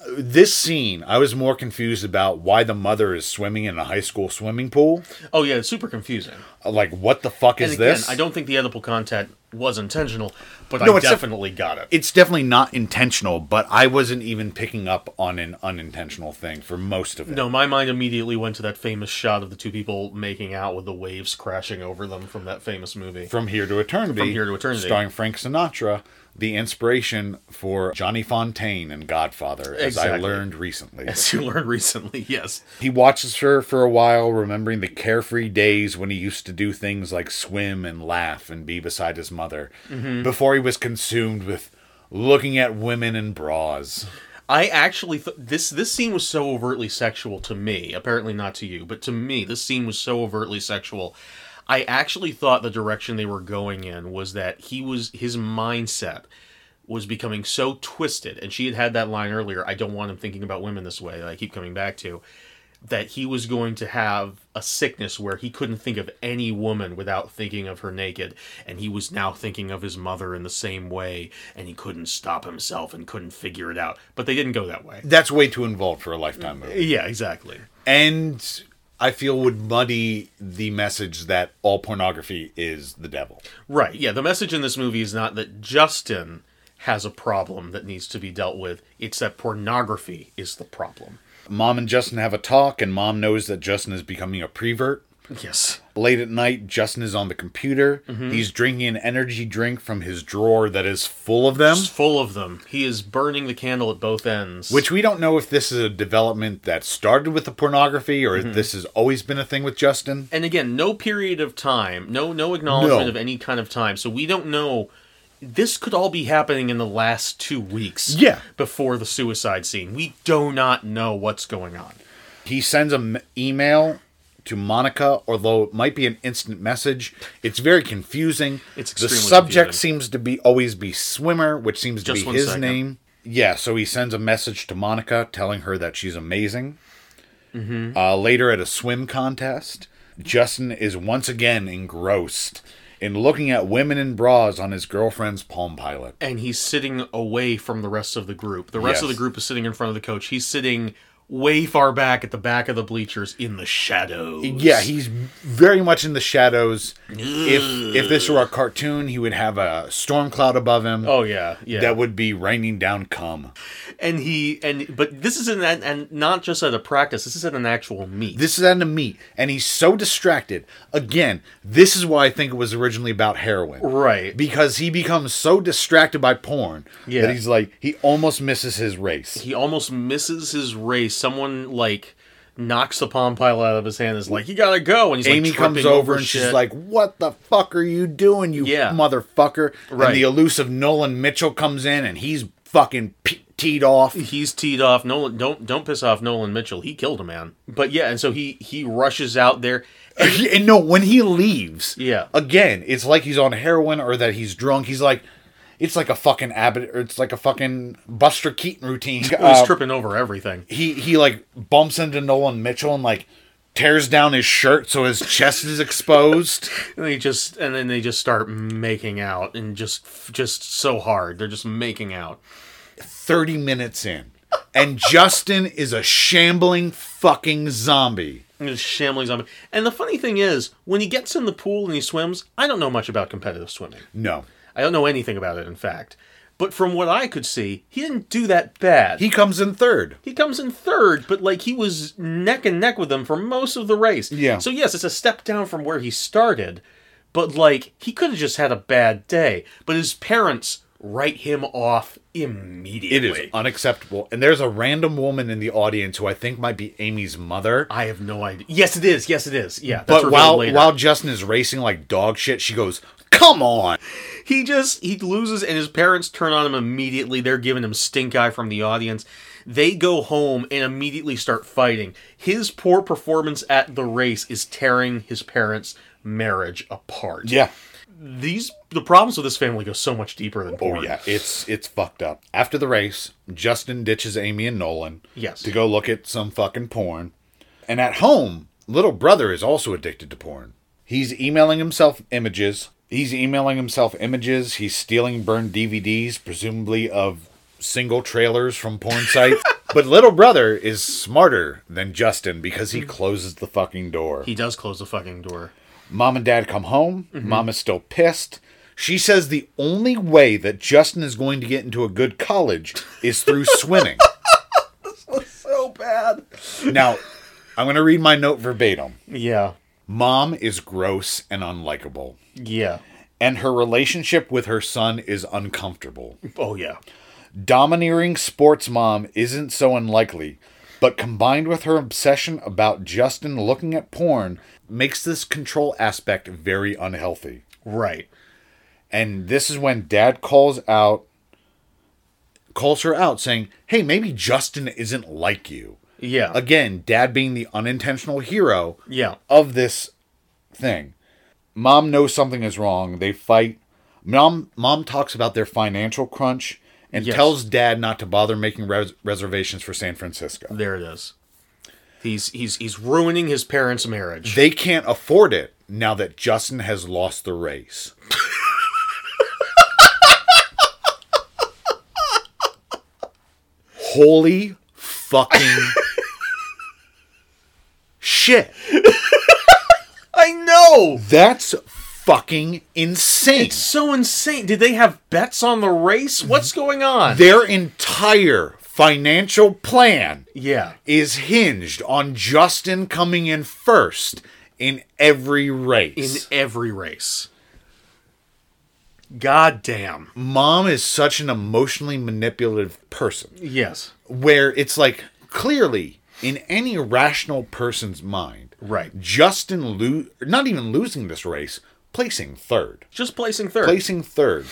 This scene, I was more confused about why the mother is swimming in a high school swimming pool. Uh,
Oh, yeah, it's super confusing.
Like, what the fuck is
and again,
this?
I don't think the edible content was intentional, but
No,
I
it's def-
definitely got it.
It's definitely not intentional, but I wasn't even picking up on an unintentional thing for most of it.
No, my mind immediately went to that famous shot of the two people making out with the waves crashing over them from that famous movie.
From Here to Eternity.
From Here to Eternity.
Starring Frank Sinatra, the inspiration for Johnny Fontaine and Godfather, as I
Exactly.
learned recently.
As you learned recently, yes.
He watches her for a while, remembering the carefree days when he used to do things like swim and laugh and be beside his mother
Mm-hmm.
before he was consumed with looking at women in bras.
I actually th- this this scene was so overtly sexual to me. Apparently not to you, but to me, this scene was so overtly sexual. I actually thought the direction they were going in was that he was his mindset was becoming so twisted, and she had had that line earlier. I don't want him thinking about women this way. That I keep coming back to that he was going to have a sickness where he couldn't think of any woman without thinking of her naked and he was now thinking of his mother in the same way and he couldn't stop himself and couldn't figure it out but they didn't go that way
That's way too involved for a lifetime movie.
yeah exactly
And I feel would muddy the message that all pornography is the devil.
right yeah the message in this movie is not that justin has a problem that needs to be dealt with it's that pornography is the problem
Mom and Justin have a talk, and mom knows that Justin is becoming a prevert.
yes
Late at night, Justin is on the computer. He's drinking an energy drink from his drawer that is full of them.
It's full of them he is burning the candle at both ends
Which we don't know if this is a development that started with the pornography or if this has always been a thing with Justin.
and again, no period of time, no no acknowledgement
No.
of any kind of time. So we don't know. This could all be happening in the last two weeks.
Yeah.
Before the suicide scene, we do not know what's going on.
He sends an email to Monica, although it might be an instant message. It's very confusing.
It's
the
extremely
subject
confusing.
seems to be always be swimmer, which seems
Just
to be
one
his
second.
name. Yeah, so he sends a message to Monica telling her that she's amazing.
Mm-hmm.
Uh, later at a swim contest, Justin is once again engrossed in looking at women in bras on his girlfriend's Palm Pilot.
And he's sitting away from the rest of the group. The rest of
Yes.
the group is sitting in front of the coach. He's sitting way far back at the back of the bleachers in the shadows.
Yeah, he's very much in the shadows. if if this were a cartoon, he would have a storm cloud above him
Oh yeah, yeah.
that would be raining down cum.
and he and but this is an and not just at a practice. This is at an actual meet.
This is at a meet, and he's so distracted. Again, this is why I think it was originally about heroin.
right.
Because he becomes so distracted by porn
Yeah.
that he's like he almost misses his race.
he almost misses his race. Someone like knocks the palm pilot out of his hand. and Is like, you gotta go. And he's
Amy
like,
comes
tripping
over and she's
shit.
like, "What the fuck are you doing, you
Yeah.
motherfucker?"
Right.
And the elusive Nolan Mitchell comes in and he's fucking pe- teed off.
he's teed off. Nolan, don't don't piss off Nolan Mitchell. He killed a man. But yeah, and so he he rushes out there.
He- and no, when he leaves,
Yeah.
again, it's like he's on heroin or that he's drunk. He's like, it's like a fucking Abbott, or it's like a fucking Buster Keaton routine.
He's
Uh,
tripping over everything.
he he like bumps into Nolan Mitchell and like tears down his shirt so his chest is exposed.
And they just and then they just start making out and just just so hard. They're just making out.
Thirty minutes in, and Justin is a shambling fucking zombie.
And Just shambling zombie. And the funny thing is, when he gets in the pool and he swims, I don't know much about competitive swimming.
No,
I don't know anything about it, in fact. But from what I could see, he didn't do that bad.
He comes in third.
He comes in third, but like he was neck and neck with them for most of the race.
Yeah.
So yes, it's a step down from where he started, but like he could have just had a bad day. But his parents write him off immediately.
It is unacceptable. And there's a random woman in the audience who I think might be Amy's mother.
I have no idea. Yes, it is. Yes, it is. Yeah. That's
But
revealed
while
later.
while Justin is racing like dog shit, she goes, "Come on!"
he just he loses and his parents turn on him immediately they're giving him stink eye from the audience they go home and immediately start fighting his poor performance at the race is tearing his parents marriage apart these the problems with this family go so much deeper than
Oh
porn
yeah, it's it's fucked up. After the race, Justin ditches Amy and Nolan
Yes.
to go look at some fucking porn. And at home, little brother is also addicted to porn. He's emailing himself images. He's emailing himself images. He's stealing burned DVDs, presumably of single trailers from porn sites. but little brother is smarter than Justin because he closes the fucking door.
he does close the fucking door
Mom and dad come home.
Mm-hmm.
Mom is still pissed. She says the only way that Justin is going to get into a good college is through swimming.
so bad
Now, I'm going to read my note verbatim.
yeah
Mom is gross and unlikable,
yeah
and her relationship with her son is uncomfortable.
oh yeah
Domineering sports mom isn't so unlikely, but combined with her obsession about Justin looking at porn makes this control aspect very unhealthy.
right
And this is when dad calls out calls her out saying, "Hey, maybe Justin isn't like you."
yeah
Again, dad being the unintentional hero
yeah
of this thing. Mom knows something is wrong. They fight. Mom mom talks about their financial crunch and
Yes.
tells dad not to bother making res- reservations for San Francisco.
there it is he's he's he's ruining his parents marriage
They can't afford it now that Justin has lost the race. Holy fucking shit.
i know
That's fucking insane.
It's so insane. Did they have bets on the race? What's going on?
Their entire financial plan
yeah.
is hinged on Justin coming in first in every
In
race.
every race. God damn.
Mom is such an emotionally manipulative person.
Yes.
where it's like clearly in any rational person's mind,
Right.
Justin lo- not even losing this race, placing third,
Just placing third.
placing third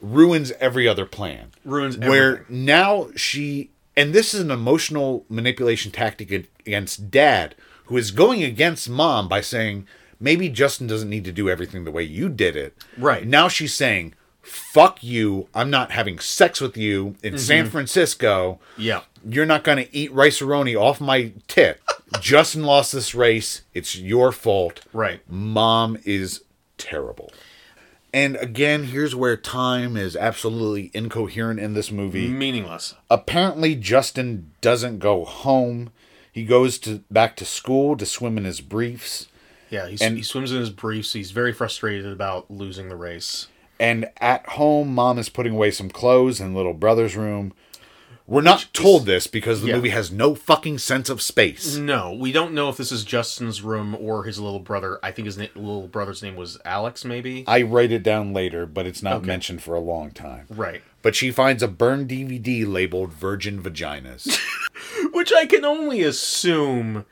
ruins every other plan.
Ruins
Where
everything.
now she and this is an emotional manipulation tactic ag- against dad who is going against mom by saying maybe Justin doesn't need to do everything the way you did it.
Right.
Now she's saying fuck you, I'm not having sex with you
Mm-hmm.
in San Francisco
Yeah.
you're not going to eat rice roni off my tit. Justin lost this race. It's your fault.
Right.
Mom is terrible. And again, here's where time is absolutely incoherent in this
Mm-hmm.
movie.
Meaningless.
Apparently, Justin doesn't go home. He goes to back to school to swim in his briefs.
Yeah. He's,
And-
he swims in his briefs. He's very frustrated about losing the race.
And at home, mom is putting away some clothes in little brother's room. We're not told this because the
yeah. Mm-hmm.
movie has no fucking sense of space.
No, we don't know if this is Justin's room or his little brother. I think his na- little brother's name was Alex, maybe?
I write it down later, but it's not mentioned for a long time.
right.
But she finds a burned DVD labeled Virgin Vaginas.
which I can only assume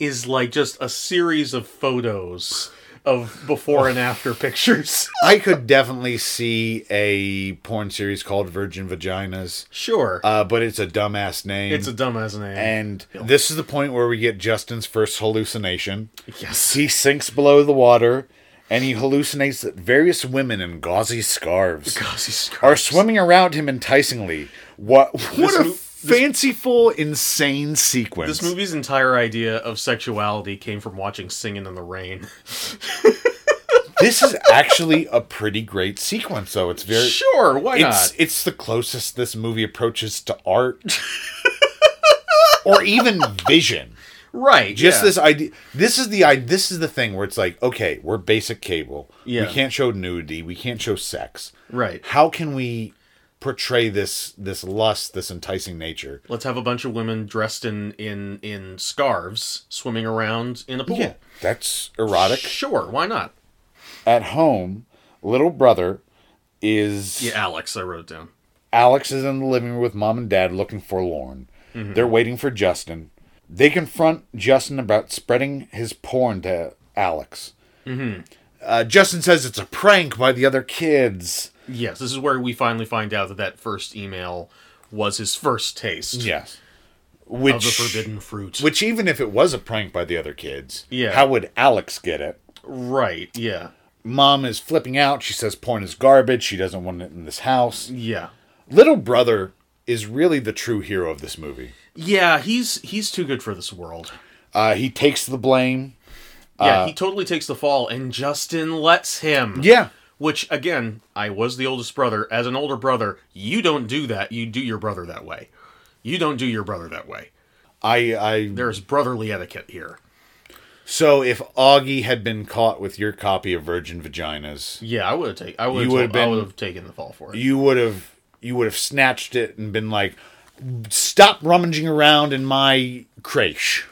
is like just a series of photos of before and after pictures.
I could definitely see a porn series called Virgin Vaginas,
sure,
uh, but it's a dumbass name.
it's a dumbass name.
and this is the point where we get Justin's first hallucination.
yes,
He sinks below the water and he hallucinates that various women in gauzy scarves are swimming around him enticingly. What what a
mo- this-
fanciful insane sequence.
This movie's entire idea of sexuality came from watching Singing in the Rain.
this is actually a pretty great sequence though it's very
sure, why
it's
not?
it's the closest this movie approaches to art or even vision
Right,
just
yeah.
this idea this is the i this is the thing where it's like okay we're basic cable
Yeah.
we can't show nudity we can't show sex
Right.
how can we portray this this lust, this enticing nature.
Let's have a bunch of women dressed in in in scarves swimming around in a pool.
that's erotic.
Sure, why not?
At home, little brother is
Yeah, Alex, I wrote it down.
Alex is in the living room with mom and dad looking forlorn.
Mm-hmm.
They're waiting for Justin. They confront Justin about spreading his porn to Alex. Mm-hmm. Uh, Justin says it's a prank by the other kids.
Yes, this is where we finally find out that that first email was his first taste
Yes.
of the
Which,
forbidden fruit.
which, even if it was a prank by the other kids,
Yeah.
how would Alex get it?
right? Yeah,
Mom is flipping out. She says porn is garbage. She doesn't want it in this house.
yeah,
Little brother is really the true hero of this movie.
yeah. He's he's too good for this world.
Uh, he takes the blame.
Yeah, he totally takes the fall, and Justin lets him.
Uh, Yeah.
Which again, I was the oldest brother. As an older brother, you don't do that. You do your brother that way. You don't do your brother that way.
I, I
There's brotherly etiquette here.
So if Augie had been caught with your copy of Virgin Vaginas,
Yeah, I would have taken. I would
You would've
have. I
been-
would have taken the fall for it.
you would have you would have snatched it and been like, "Stop rummaging around in my creche."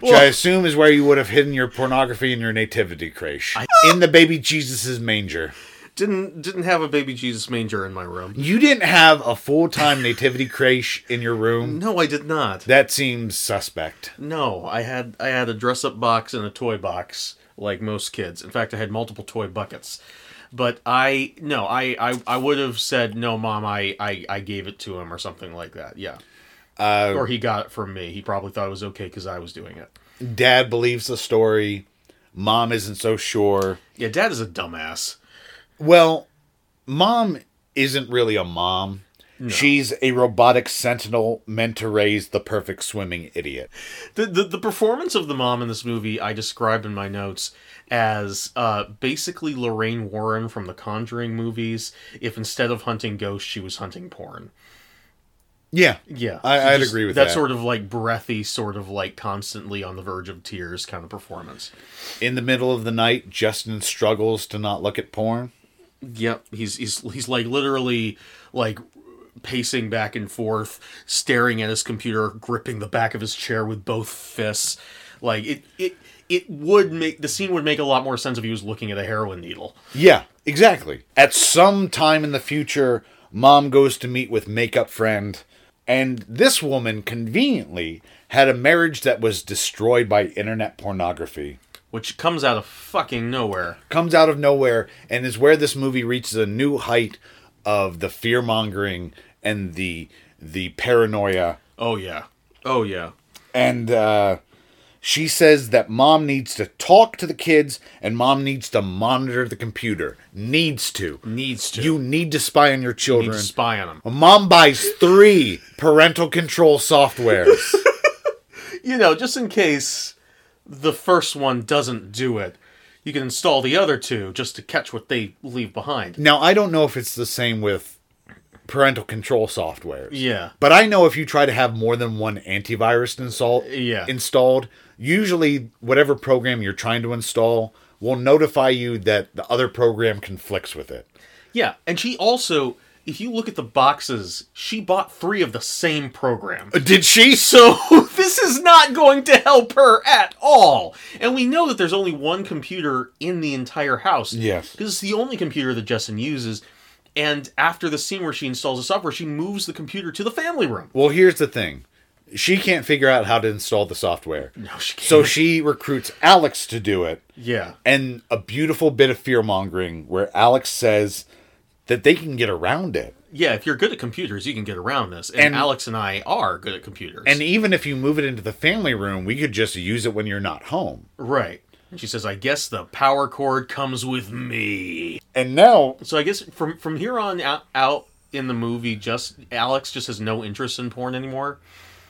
Which I assume is where you would have hidden your pornography in your nativity creche. in the baby Jesus's manger.
didn't didn't have a baby Jesus manger in my room.
You didn't have a full time nativity creche in your room.
No, I did not.
That seems suspect.
No, I had I had a dress up box and a toy box like most kids. In fact, I had multiple toy buckets. But I no, I I, I would have said no, mom. I, I I gave it to him or something like that. Yeah. or he got it from me. He probably thought it was okay because I was doing it.
Dad believes the story. Mom isn't so sure.
Yeah, dad is a dumbass.
Well, mom isn't really a mom. She's a robotic sentinel meant to raise the perfect swimming idiot.
The, the the performance of the mom in this movie I described in my notes as uh, basically Lorraine Warren from the Conjuring movies. If instead of hunting ghosts, she was hunting porn.
Yeah.
Yeah,
I-
She
I'd agree with that.
sort of like breathy, sort of like constantly on the verge of tears kind of performance.
In the middle of the night, Justin struggles to not look at porn.
Yep, he's he's he's like literally like pacing back and forth, staring at his computer, gripping the back of his chair with both fists. Like it it it would make the scene would make a lot more sense if he was looking at a heroin needle.
Yeah, exactly. At some time in the future, mom goes to meet with makeup friend, and this woman conveniently had a marriage that was destroyed by internet pornography.
which comes out of fucking nowhere.
comes out of nowhere and is where this movie reaches a new height of the fear mongering and the the paranoia
Oh yeah. Oh yeah.
and uh, she says that mom needs to talk to the kids and mom needs to monitor the computer needs to
Needs to.
you need to spy on your
need
children
to spy on him.
mom buys three parental control softwares
You know, just in case the first one doesn't do it, you can install the other two just to catch what they leave behind.
now i don't know if it's the same with parental control softwares
Yeah.
But I know if you try to have more than one antivirus install,
Yeah.
installed, usually whatever program you're trying to install will notify you that the other program conflicts with it.
Yeah, and she also, if you look at the boxes, she bought three of the same program.
Did she?
So this is not going to help her at all. And we know that there's only one computer in the entire house.
Yes.
Because it's the only computer that Justin uses. And after the scene where she installs the software, she moves the computer to the family room.
Well, here's the thing. She can't figure out how to install the software.
No, she can't.
So she recruits Alex to do it.
yeah.
And a beautiful bit of fear mongering where Alex says that they can get around it.
Yeah, if you're good at computers, you can get around this. And,
And-
Alex and I are good at computers.
And even if you move it into the family room, we could just use it when you're not home.
right. And she says, I guess the power cord comes with me.
And now
So I guess from from here on out, out in the movie, just Alex just has no interest in porn anymore,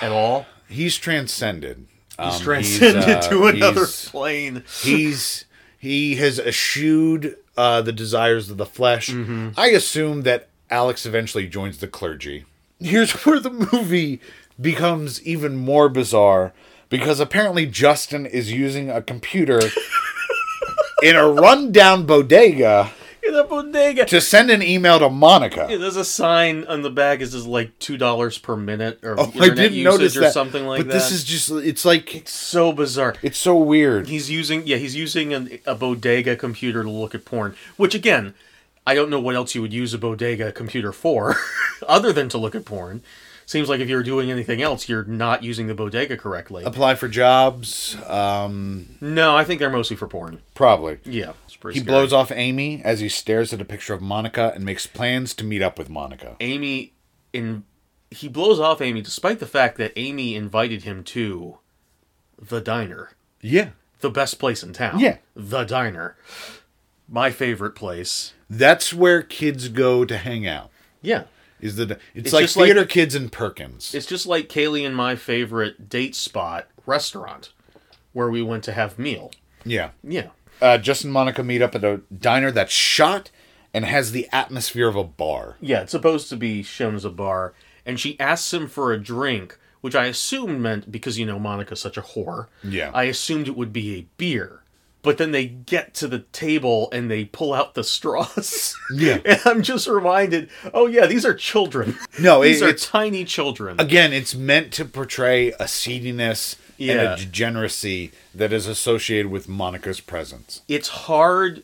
at all.
he's transcended. Um,
He's transcended
uh,
to another
he's-
plane.
He's he has eschewed uh, the desires of the flesh. I assume that Alex eventually joins the clergy. Here's where the movie becomes even more bizarre because apparently Justin is using a computer in a rundown bodega
In the bodega.
to send an email to
Yeah,
Monica.
There's a sign on the back. It says like two dollars per minute or
Oh, I
internet
didn't
usage
notice
or
that.
something like
but
that.
this is just it's like
so bizarre.
it's so weird.
He's using yeah, he's using an, a bodega computer to look at porn. Which again, I don't know what else you would use a bodega computer for, other than to look at porn. Seems like if you're doing anything else, you're not using the bodega correctly.
Apply for jobs, um
No, I think they're mostly for porn.
probably.
Yeah, it's pretty
He
scary.
blows off Amy as he stares at a picture of Monica and makes plans to meet up with Monica.
Amy in he blows off Amy despite the fact that Amy invited him to the diner.
Yeah.
The best place in town.
Yeah.
The diner. My favorite place.
That's where kids go to hang out.
Yeah.
Is the it's,
It's
like
just like-
theater kids in Perkins.
It's just like Kaylee and my favorite date spot restaurant where we went to have meal.
yeah.
Yeah.
Uh, Jess and Monica meet up at a diner that's shot and has the atmosphere of a bar.
Yeah, it's supposed to be Shem's a bar, and she asks him for a drink, which I assumed meant because you know Monica's such a whore.
Yeah.
I assumed it would be a beer. But then they get to the table and they pull out the straws.
Yeah.
and I'm just reminded, oh yeah, these are children.
No, it-
these are
it's-
tiny children.
Again, it's meant to portray a seediness and
Yeah.
a degeneracy that is associated with Monica's presence.
it's hard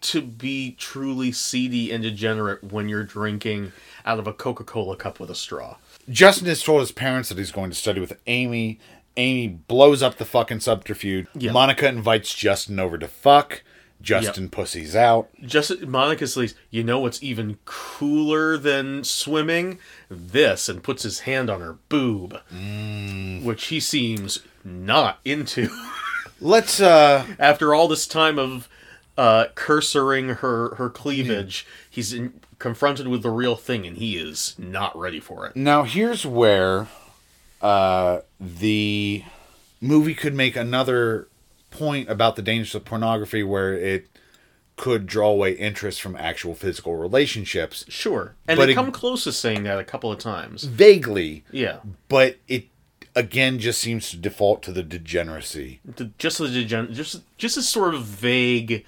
to be truly seedy and degenerate when you're drinking out of a Coca-Cola cup with a straw.
Justin has told his parents that he's going to study with Amy. Amy blows up the fucking subterfuge.
Yeah.
Monica invites Justin over to fuck. Justin pussies out.
Just Monica says, "You know what's even cooler than swimming? This," and puts his hand on her boob, which he seems not into.
Let's uh
After all this time of uh, cursoring her her cleavage, he's in, confronted with the real thing, and he is not ready for it.
Now here's where uh, the movie could make another point about the dangers of pornography, where it could draw away interest from actual physical relationships,
Sure, and
But
they
it-
come close to saying that a couple of times.
vaguely,
Yeah,
but it again just seems to default to the degeneracy.
the, just the degen- just just this sort of vague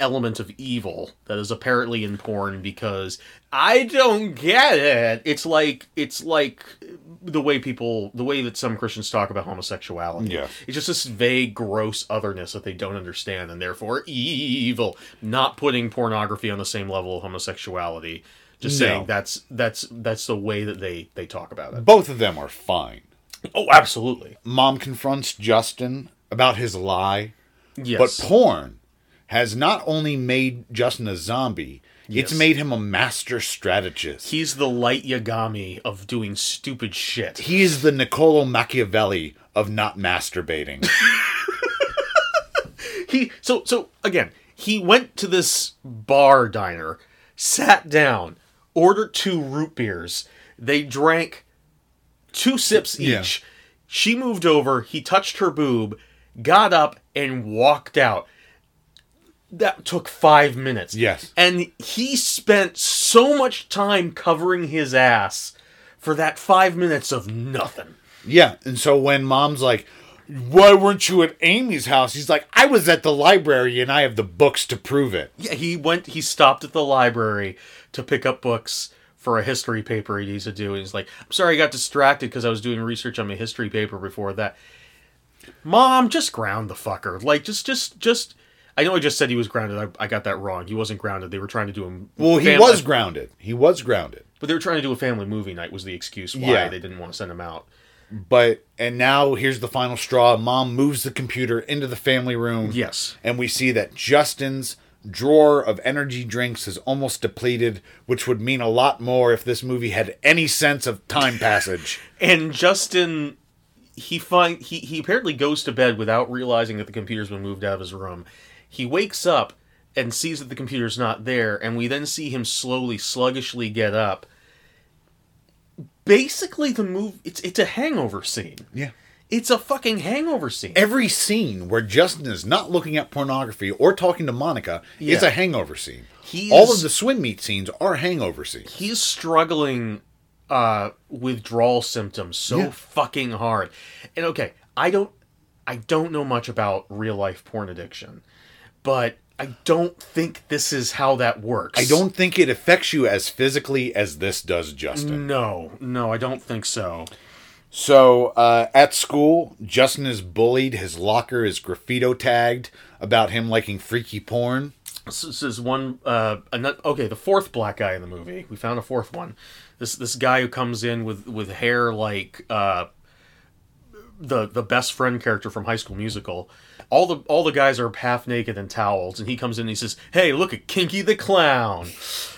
element of evil that is apparently in porn because I don't get it. It's like it's like the way people the way that some Christians talk about homosexuality.
Yeah.
It's just this vague gross otherness that they don't understand and therefore evil. Not putting pornography on the same level of homosexuality. Just
No.
saying that's that's that's the way that they they talk about it.
Both of them are fine.
Oh, absolutely.
Mom confronts Justin about his lie,
Yes.
but porn has not only made Justin a zombie, it's
Yes.
made him a master strategist.
He's the light Yagami of doing stupid shit.
He is the Niccolo Machiavelli of not masturbating.
He so so again, he went to this bar diner, sat down, ordered two root beers. They drank two sips each.
Yeah.
She moved over, he touched her boob, got up and walked out. That took 5 minutes.
Yes.
And he spent so much time covering his ass for that 5 minutes of nothing.
yeah, and so when mom's like, "Why weren't you at Amy's house?" He's like, "I was at the library and I have the books to prove it."
Yeah, he went. He stopped at the library to pick up books for a history paper he needs to do. And he's like, "I'm sorry, I got distracted because I was doing research on my history paper before that." Mom, just ground the fucker. Like, just, just, just. I know I just said he was grounded. I, I got that wrong. He wasn't grounded. They were trying to do him.
Well, he
family-
was grounded. He was grounded.
but they were trying to do a family movie night. Was the excuse why
Yeah.
they didn't want to send him out?
But and now here's the final straw. Mom moves the computer into the family room.
Yes.
And we see that Justin's drawer of energy drinks is almost depleted, which would mean a lot more if this movie had any sense of time passage.
And Justin, he find he he apparently goes to bed without realizing that the computer's been moved out of his room. He wakes up and sees that the computer's not there, and we then see him slowly, sluggishly get up. Basically, the move it's it's a hangover scene.
Yeah.
It's a fucking hangover scene.
Every scene where Justin is not looking at pornography or talking to Monica is
Yeah.
a hangover scene.
He's-
All of the swim meet scenes are hangover scenes.
he's struggling uh withdrawal symptoms so
Yeah.
fucking hard and okay i don't i don't know much about real life porn addiction but I don't think this is how that works.
I don't think it affects you as physically as this does Justin.
No, no, I don't think so.
So uh, at school, Justin is bullied. His locker is graffito tagged about him liking freaky porn.
This, this is one. Uh, ano- okay, the fourth black guy in the movie. We found a fourth one. This this guy who comes in with with hair like uh, the the best friend character from High School Musical. All the all the guys are half naked and towels, and he comes in and he says, "Hey, look at Kinky the Clown."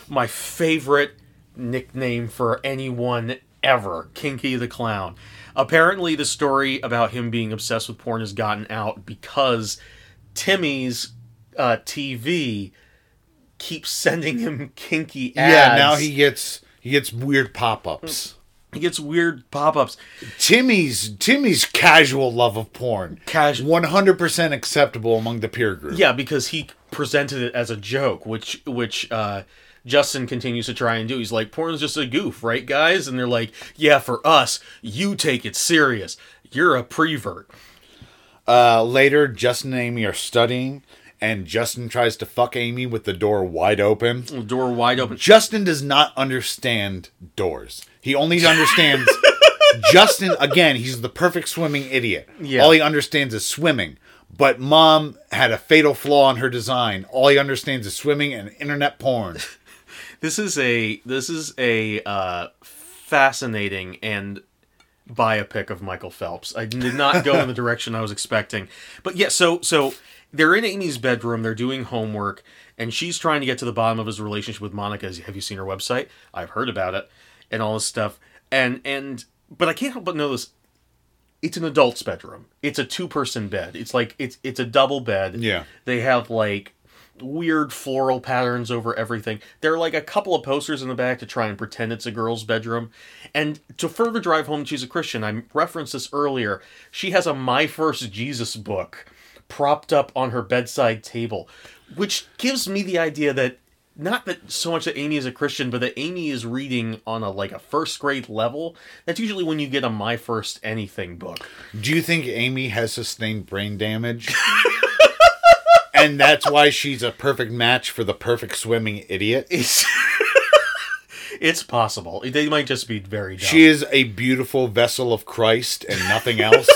My favorite nickname for anyone ever, Kinky the Clown. Apparently, the story about him being obsessed with porn has gotten out because Timmy's uh, TV keeps sending him kinky ads.
Yeah, now he gets he gets weird pop ups.
he gets weird pop ups.
Timmy's Timmy's casual love of porn,
Casu-
one hundred percent acceptable among the peer group.
Yeah, because he presented it as a joke, which which uh, Justin continues to try and do. He's like, "Porn's just a goof, right, guys?" And they're like, "Yeah, for us, you take it serious. You're a prevert."
Uh, later, Justin and Amy are studying, and Justin tries to fuck Amy with the door wide open.
The door wide open.
Justin does not understand doors. He only understands Justin again, he's the perfect swimming idiot.
Yeah.
All he understands is swimming. But mom had a fatal flaw in her design. All he understands is swimming and internet porn.
This is a this is a uh, fascinating and biopic of Michael Phelps. I did not go in the direction I was expecting, but yeah. So so they're in Amy's bedroom. They're doing homework, and she's trying to get to the bottom of his relationship with Monica. Is- Have you seen her website? I've heard about it, and all this stuff. And and but I can't help but notice it's an adult's bedroom. It's a two person bed. It's like it's it's a double bed.
Yeah.
They have like weird floral patterns over everything. There are like a couple of posters in the back to try and pretend it's a girl's bedroom. And to further drive home that she's a Christian, I referenced this earlier. She has a My First Jesus book propped up on her bedside table, which gives me the idea that not that so much that Amy is a Christian, but that Amy is reading on a like a first grade level. That's usually when you get a My First Anything book.
Do you think Amy has sustained brain damage? and that's why she's a perfect match for the perfect swimming idiot?
It's it's possible. They might just be very dumb.
She is a beautiful vessel of Christ and nothing else.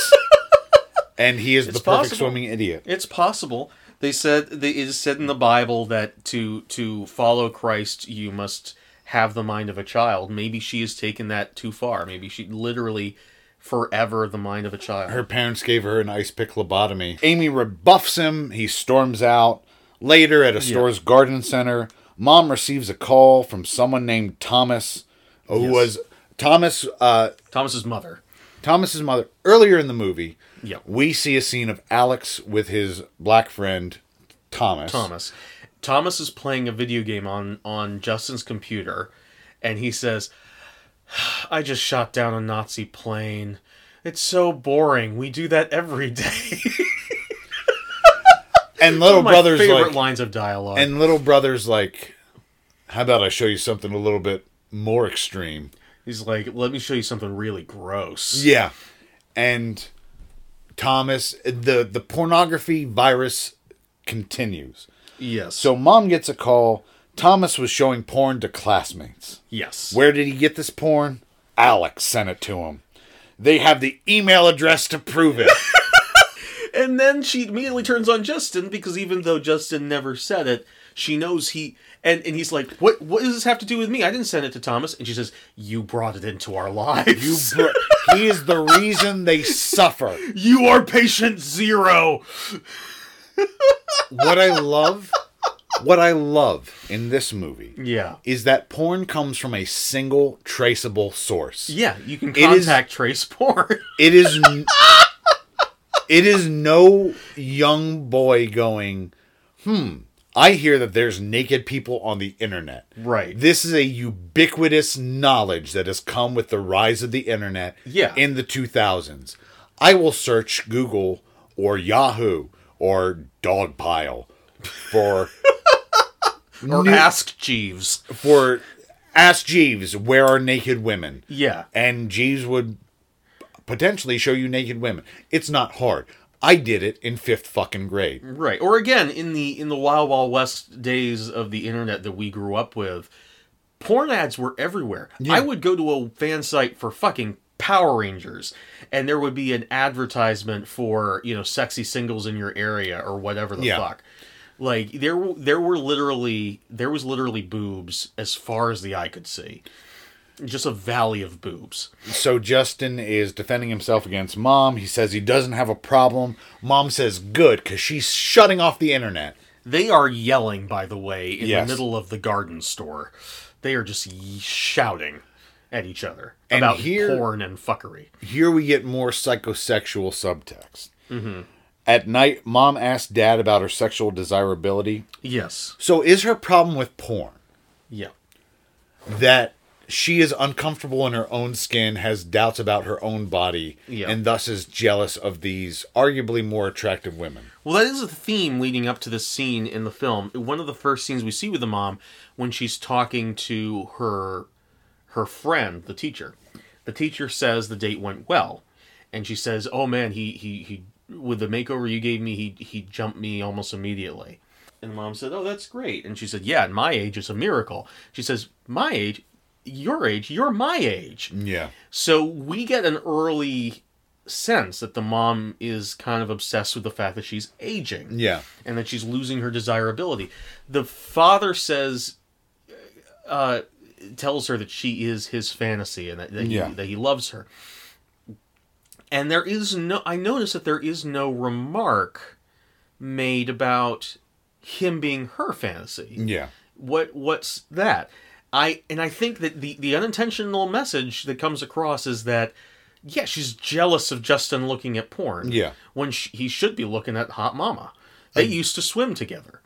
and he is the perfect
possible.
swimming idiot.
It's possible. They said they, it is said in the Bible that to to follow Christ you must have the mind of a child. Maybe she has taken that too far. Maybe she literally forever the mind of a child.
her parents gave her an ice pick lobotomy. Amy rebuffs him. He storms out. Later, at a store's garden center, mom receives a call from someone named Thomas, who was Thomas. Uh,
Thomas's mother.
Thomas's mother. Earlier in the movie,
Yep.
we see a scene of Alex with his black friend Thomas.
Thomas. Thomas is playing a video game on on Justin's computer, and he says, "I just shot down a Nazi plane. It's so boring. We do that every day."
and little
My
brother's
favorite
like,
lines of dialogue.
and little brother's like, how about I show you something a little bit more extreme?
He's like, "Let me show you something really gross."
Yeah. And Thomas the the pornography virus continues.
Yes.
So mom gets a call. Thomas was showing porn to classmates.
yes.
Where did he get this porn? Alex sent it to him. They have the email address to prove it.
and then she immediately turns on Justin because even though Justin never said it, she knows he and and he's like, "What what does this have to do with me? I didn't send it to Thomas." And she says, "You brought it into our lives.
you br- he is the reason they suffer.
You are patient zero.
What I love, what I love in this movie
Yeah.
is that porn comes from a single traceable source.
Yeah, you can
It is-
contact Trace Porn.
It is. n- it is no young boy going. Hmm. I hear that there's naked people on the internet.
Right.
This is a ubiquitous knowledge that has come with the rise of the internet.
Yeah.
In the 2000s, I will search Google or Yahoo or Dogpile for
or ask Jeeves.
for ask Jeeves where are naked women
Yeah.
and Jeeves would potentially show you naked women. It's not hard. I did it in fifth fucking grade.
Right. Or again, in the in the Wild Wild West days of the internet that we grew up with, porn ads were everywhere. I would go to a fan site for fucking Power Rangers, and there would be an advertisement for you know sexy singles in your area or whatever the
Yeah.
fuck. Like there, w- there were literally there was literally boobs as far as the eye could see, just a valley of boobs.
So Justin is defending himself against mom. He says he doesn't have a problem. Mom says good because she's shutting off the internet.
They are yelling, by the way, in
Yes.
the middle of the garden store. They are just ye- shouting at each other
And
about
here-
porn and fuckery.
Here we get more psychosexual subtext. At night, mom asks dad about her sexual desirability.
Yes.
So is her problem with porn
Yeah.
that she is uncomfortable in her own skin, has doubts about her own body,
Yeah.
and thus is jealous of these arguably more attractive women?
Well, that is a theme leading up to this scene in the film. One of the first scenes we see with the mom when she's talking to her her friend, the teacher. The teacher says the date went well, and she says, "Oh man, he he he with the makeover you gave me, he he jumped me almost immediately." And mom said, "Oh, that's great." And she said, "Yeah, at my age, it's a miracle." She says, "My age, your age, you're my age."
Yeah.
So we get an early sense that the mom is kind of obsessed with the fact that she's aging
Yeah.
and that she's losing her desirability. The father says, uh, tells her that she is his fantasy and that, that,
Yeah.
he, that he loves her. And there is no, I notice that there is no remark made about him being her fantasy
Yeah.
what what's that i and i think that the the unintentional message that comes across is that yeah she's jealous of justin looking at porn
Yeah.
when sh he should be looking at hot mama they used to swim together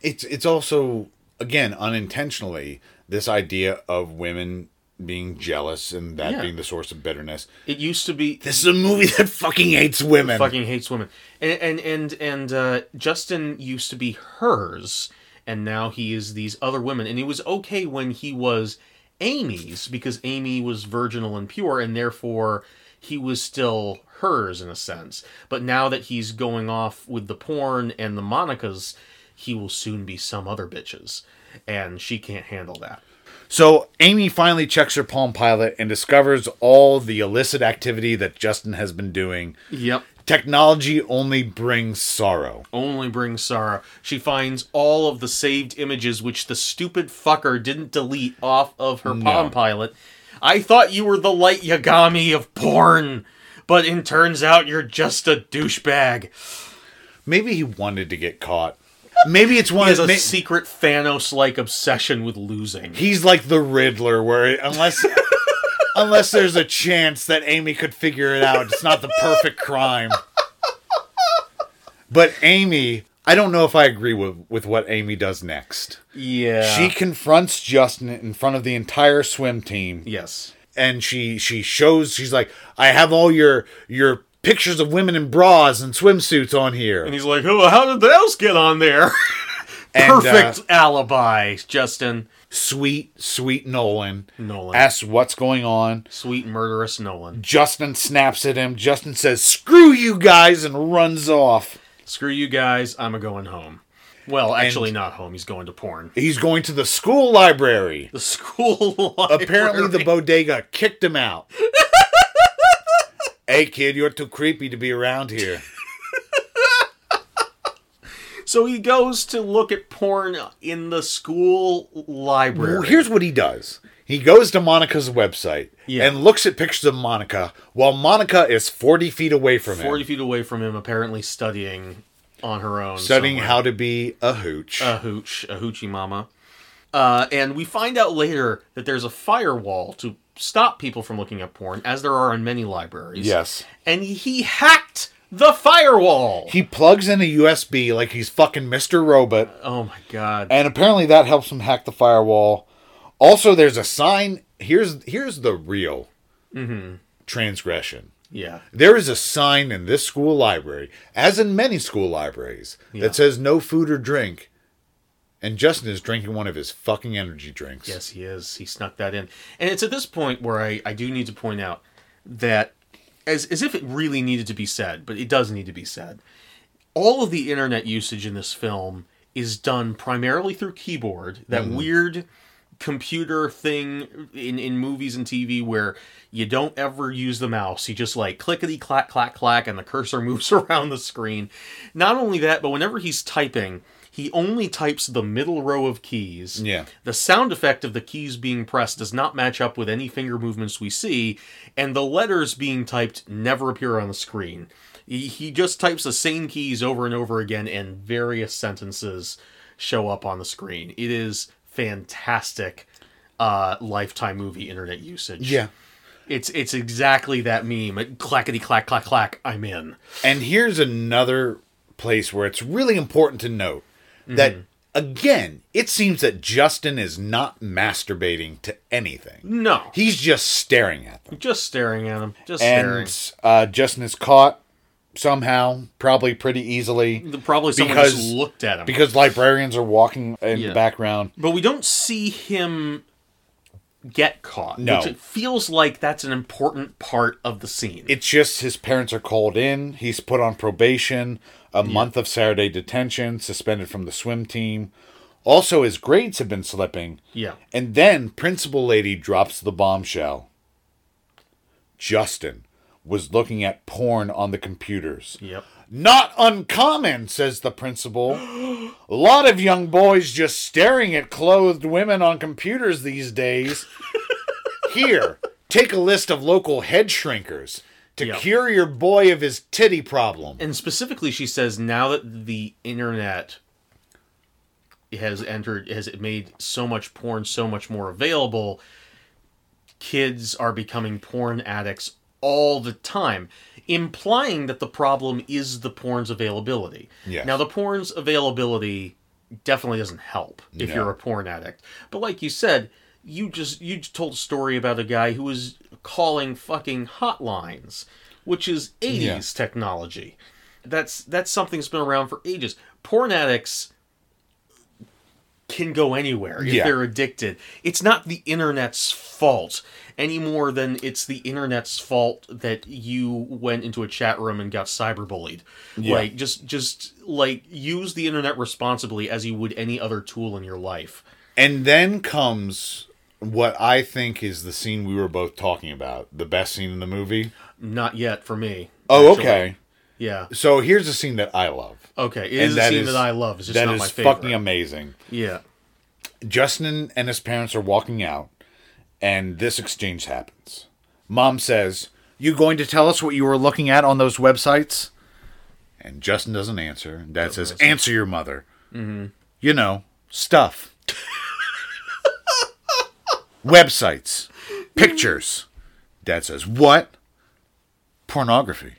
it's it's also again unintentionally this idea of women being jealous and that
Yeah.
being the source of bitterness.
it used to be
This is a movie that fucking hates women.
fucking hates women and and and, and uh, justin used to be hers and now he is these other women and it was okay when he was amy's because amy was virginal and pure and therefore he was still hers in a sense but now that he's going off with the porn and the monicas he will soon be some other bitches and she can't handle that
So Amy finally checks her Palm Pilot and discovers all the illicit activity that Justin has been doing.
yep
Technology only brings sorrow.
only brings sorrow. She finds all of the saved images which the stupid fucker didn't delete off of her Palm Pilot. I thought you were the light Yagami of porn, but it turns out you're just a douchebag.
Maybe he wanted to get caught. Maybe it's one
He
of
has a
the.
secret Thanos-like obsession with losing.
he's like the Riddler, where it, unless unless there's a chance that Amy could figure it out, it's not the perfect crime. But Amy, I don't know if I agree with with what Amy does next.
Yeah.
She confronts Justin in front of the entire swim team,
yes.
and she she shows she's like, "I have all your your pictures of women in bras and swimsuits on here."
And he's like, "Who? How did the else get on there?"
And, uh,
Perfect alibi, Justin.
sweet sweet Nolan,
Nolan.
asks what's going on.
Sweet murderous Nolan.
Justin snaps at him. Justin says, "Screw you guys," and runs off.
Screw you guys. I'm a going home. Well, actually, not home. He's going to porn.
He's going to the school library.
The school library.
Apparently, the bodega kicked him out. hey, kid, you're too creepy to be around here.
so he goes to look at porn in the school library.
Well, here's what he does. He goes to Monica's website
Yeah.
and looks at pictures of Monica while Monica is 40 feet away from him,
forty feet away from him, apparently studying on her own,
studying
somewhere. Uh,
how to be a hooch.
a hooch, a hoochie mama. Uh, and we find out later that there's a firewall to stop people from looking at porn, as there are in many libraries.
yes.
And he hacked the firewall.
He plugs in a USB like he's fucking Mr. Robot.
oh my god.
and apparently that helps him hack the firewall. Also, there's a sign. Here's here's the real transgression.
yeah.
There is a sign in this school library, as in many school libraries, that says no food or drink. And Justin is drinking one of his fucking energy drinks.
Yes, he is. He snuck that in. And it's at this point where I, I do need to point out that as as if it really needed to be said, but it does need to be said. All of the internet usage in this film is done primarily through keyboard, that weird computer thing in in movies and TV where you don't ever use the mouse. You just like clickety clack clack clack and the cursor moves around the screen. Not only that, but whenever he's typing, he only types the middle row of keys.
Yeah.
The sound effect of the keys being pressed does not match up with any finger movements we see, and the letters being typed never appear on the screen. He, he just types the same keys over and over again, and various sentences show up on the screen. It is fantastic uh, lifetime movie internet usage.
Yeah.
It's it's exactly that meme. Clackety clack clack clack. I'm in.
And here's another place where it's really important to note that again, it seems that Justin is not masturbating to anything.
No.
He's just staring at them.
Just staring at him. Just staring.
And uh, Justin is caught somehow, probably pretty easily,
Probably someone
because-
just looked at him.
because librarians are walking in
Yeah.
the background.
But we don't see him get caught.
No.
Which it feels like that's an important part of the scene.
It's just his parents are called in. He's put on probation, a month of Saturday detention, suspended from the swim team. Also, his grades have been slipping.
yeah.
And then Principal Lady drops the bombshell. Justin was looking at porn on the computers.
Yep.
Not uncommon, says the principal. a lot of young boys just staring at clothed women on computers these days. Here, take a list of local head shrinkers to
Yep.
cure your boy of his titty problem.
And specifically she says now that the internet has entered has made so much porn so much more available, kids are becoming porn addicts all the time, implying that the problem is the porn's availability.
Yes.
Now the porn's availability definitely doesn't help if
No.
you're a porn addict. But like you said, you just you just told a story about a guy who was calling fucking hotlines, which is 80s
Yeah.
technology. That's that's something that's been around for ages. Porn addicts can go anywhere if
Yeah.
they're addicted. It's not the internet's fault any more than it's the internet's fault that you went into a chat room and got cyberbullied. Like just just like use the internet responsibly as you would any other tool in your life.
And then comes what I think is the scene we were both talking about the best scene in the movie.
Not yet for me.
Oh,
actually.
okay.
Yeah.
So here's a scene that I love.
Okay. It is a scene that I love. It's just
that
not
is
my favorite.
fucking amazing.
yeah.
Justin and his parents are walking out, and this exchange happens. Mom says, "You going to tell us what you were looking at on those websites?" And Justin doesn't answer. And Dad says, "Answer your mother." Mm-hmm. You know, stuff, websites, pictures. Dad says, "What?" Pornography.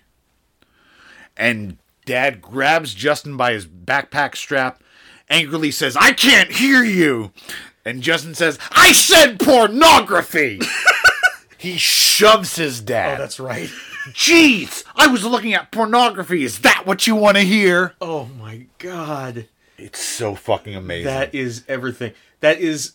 And Dad grabs Justin by his backpack strap, angrily says, I can't hear you. And Justin says, I said pornography. he shoves his dad.
right.
Jeez, I was looking at pornography. Is that what you want to hear?
Oh my god.
It's so fucking amazing.
That is everything. That is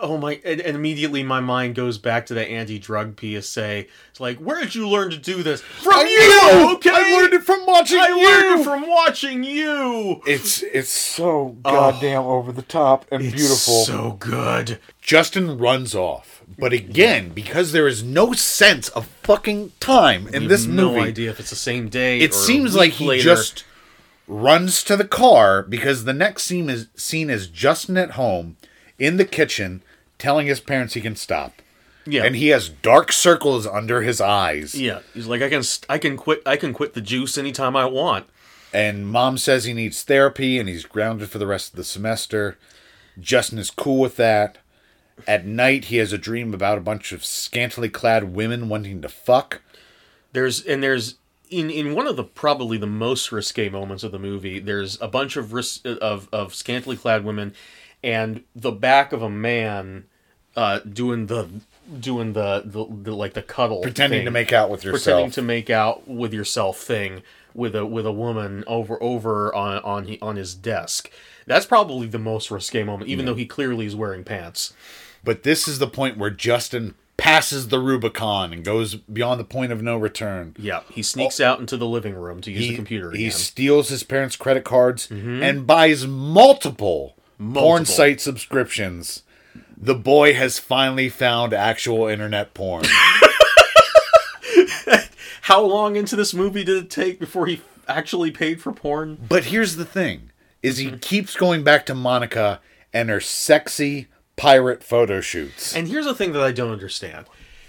oh my and, and immediately my mind goes back to the anti-drug PSA. It's like, where did you learn to do this? From
I
you,
know!
okay?
I learned it from watching
I learned
you!
it from watching you.
It's it's so goddamn over the top and beautiful.
So good.
Justin runs off. But again, because there is no sense of fucking time in this
No
movie,
idea if it's the same day.
it
or a
seems
week
like he
later.
just runs to the car because the next scene is scene is Justin at home in the kitchen telling his parents he can stop.
yeah.
And he has dark circles under his eyes.
yeah, he's like, I can st- I can quit I can quit the juice anytime I want.
And mom says he needs therapy and he's grounded for the rest of the semester. Justin is cool with that. At night, he has a dream about a bunch of scantily clad women wanting to fuck.
There's and there's in in one of the probably the most risque moments of the movie. There's a bunch of ris- of of scantily clad women, and the back of a man uh, doing the doing the, the, the like the cuddle
Pretending
thing.
to make out with
pretending
yourself.
to make out with yourself thing with a with a woman over over on on he, on his desk. That's probably the most risque moment, even though he clearly is wearing pants.
But this is the point where Justin passes the Rubicon and goes beyond the point of no return.
Yeah, he sneaks out into the living room to use the computer
he
again. Mm-hmm.
steals his parents' credit cards and buys multiple, porn
Multiple.
site subscriptions. The boy has finally found actual internet porn.
How long into this movie did it take before he actually paid for porn?
but here's the thing is
Mm-hmm.
he keeps going back to Monica and her sexy pirate photo shoots.
And here's the thing that I don't understand.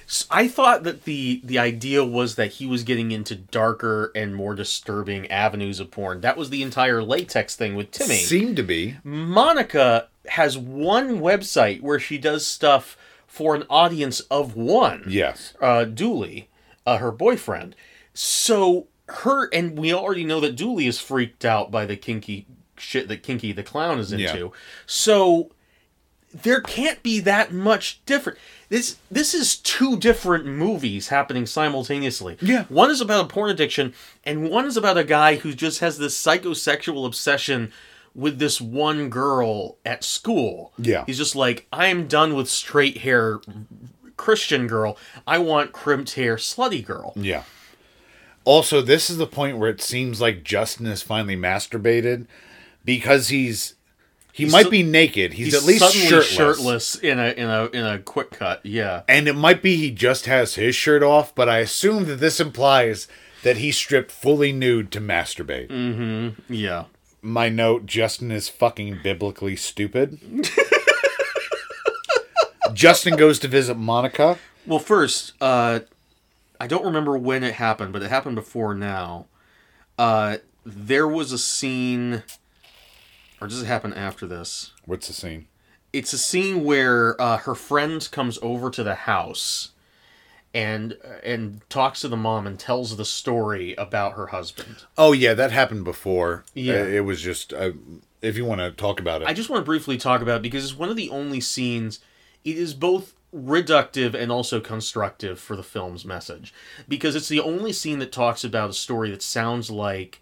S- I thought that the the idea was that he was getting into darker and more disturbing avenues of porn. That was the entire latex thing with Timmy.
Seemed to be.
Mm. Monica has one website where she does stuff for an audience of one.
Yes.
uh, Dooley, uh, her boyfriend. So her and we already know that Dooley is freaked out by the kinky shit that Kinky the clown is into.
Yeah.
So there can't be that much different. This this is two different movies happening simultaneously.
Yeah.
One is about a porn addiction, and one is about a guy who just has this psychosexual obsession with this one girl at school.
Yeah.
He's just like, I'm done with straight hair Christian girl. I want crimped hair slutty girl.
Yeah. Also, this is the point where it seems like Justin has finally masturbated because he's he might
su-
be naked. He's, at least
suddenly
shirtless.
in a in a in a quick cut. Yeah.
And it might be he just has his shirt off, but I assume that this implies that he stripped fully nude to masturbate.
Yeah.
My note Justin is fucking biblically stupid. Justin goes to visit Monica.
Well, first, uh, I don't remember when it happened, but it happened before now. Uh, there was a scene, or does it happen after this?
What's the scene?
It's a scene where uh, her friend comes over to the house, and and talks to the mom and tells the story about her husband.
Oh, yeah, that happened before.
Yeah.
Uh, It was just, uh, if you want to talk about it.
I just want to briefly talk about it because it's one of the only scenes. It is both reductive and also constructive for the film's message because it's the only scene that talks about a story that sounds like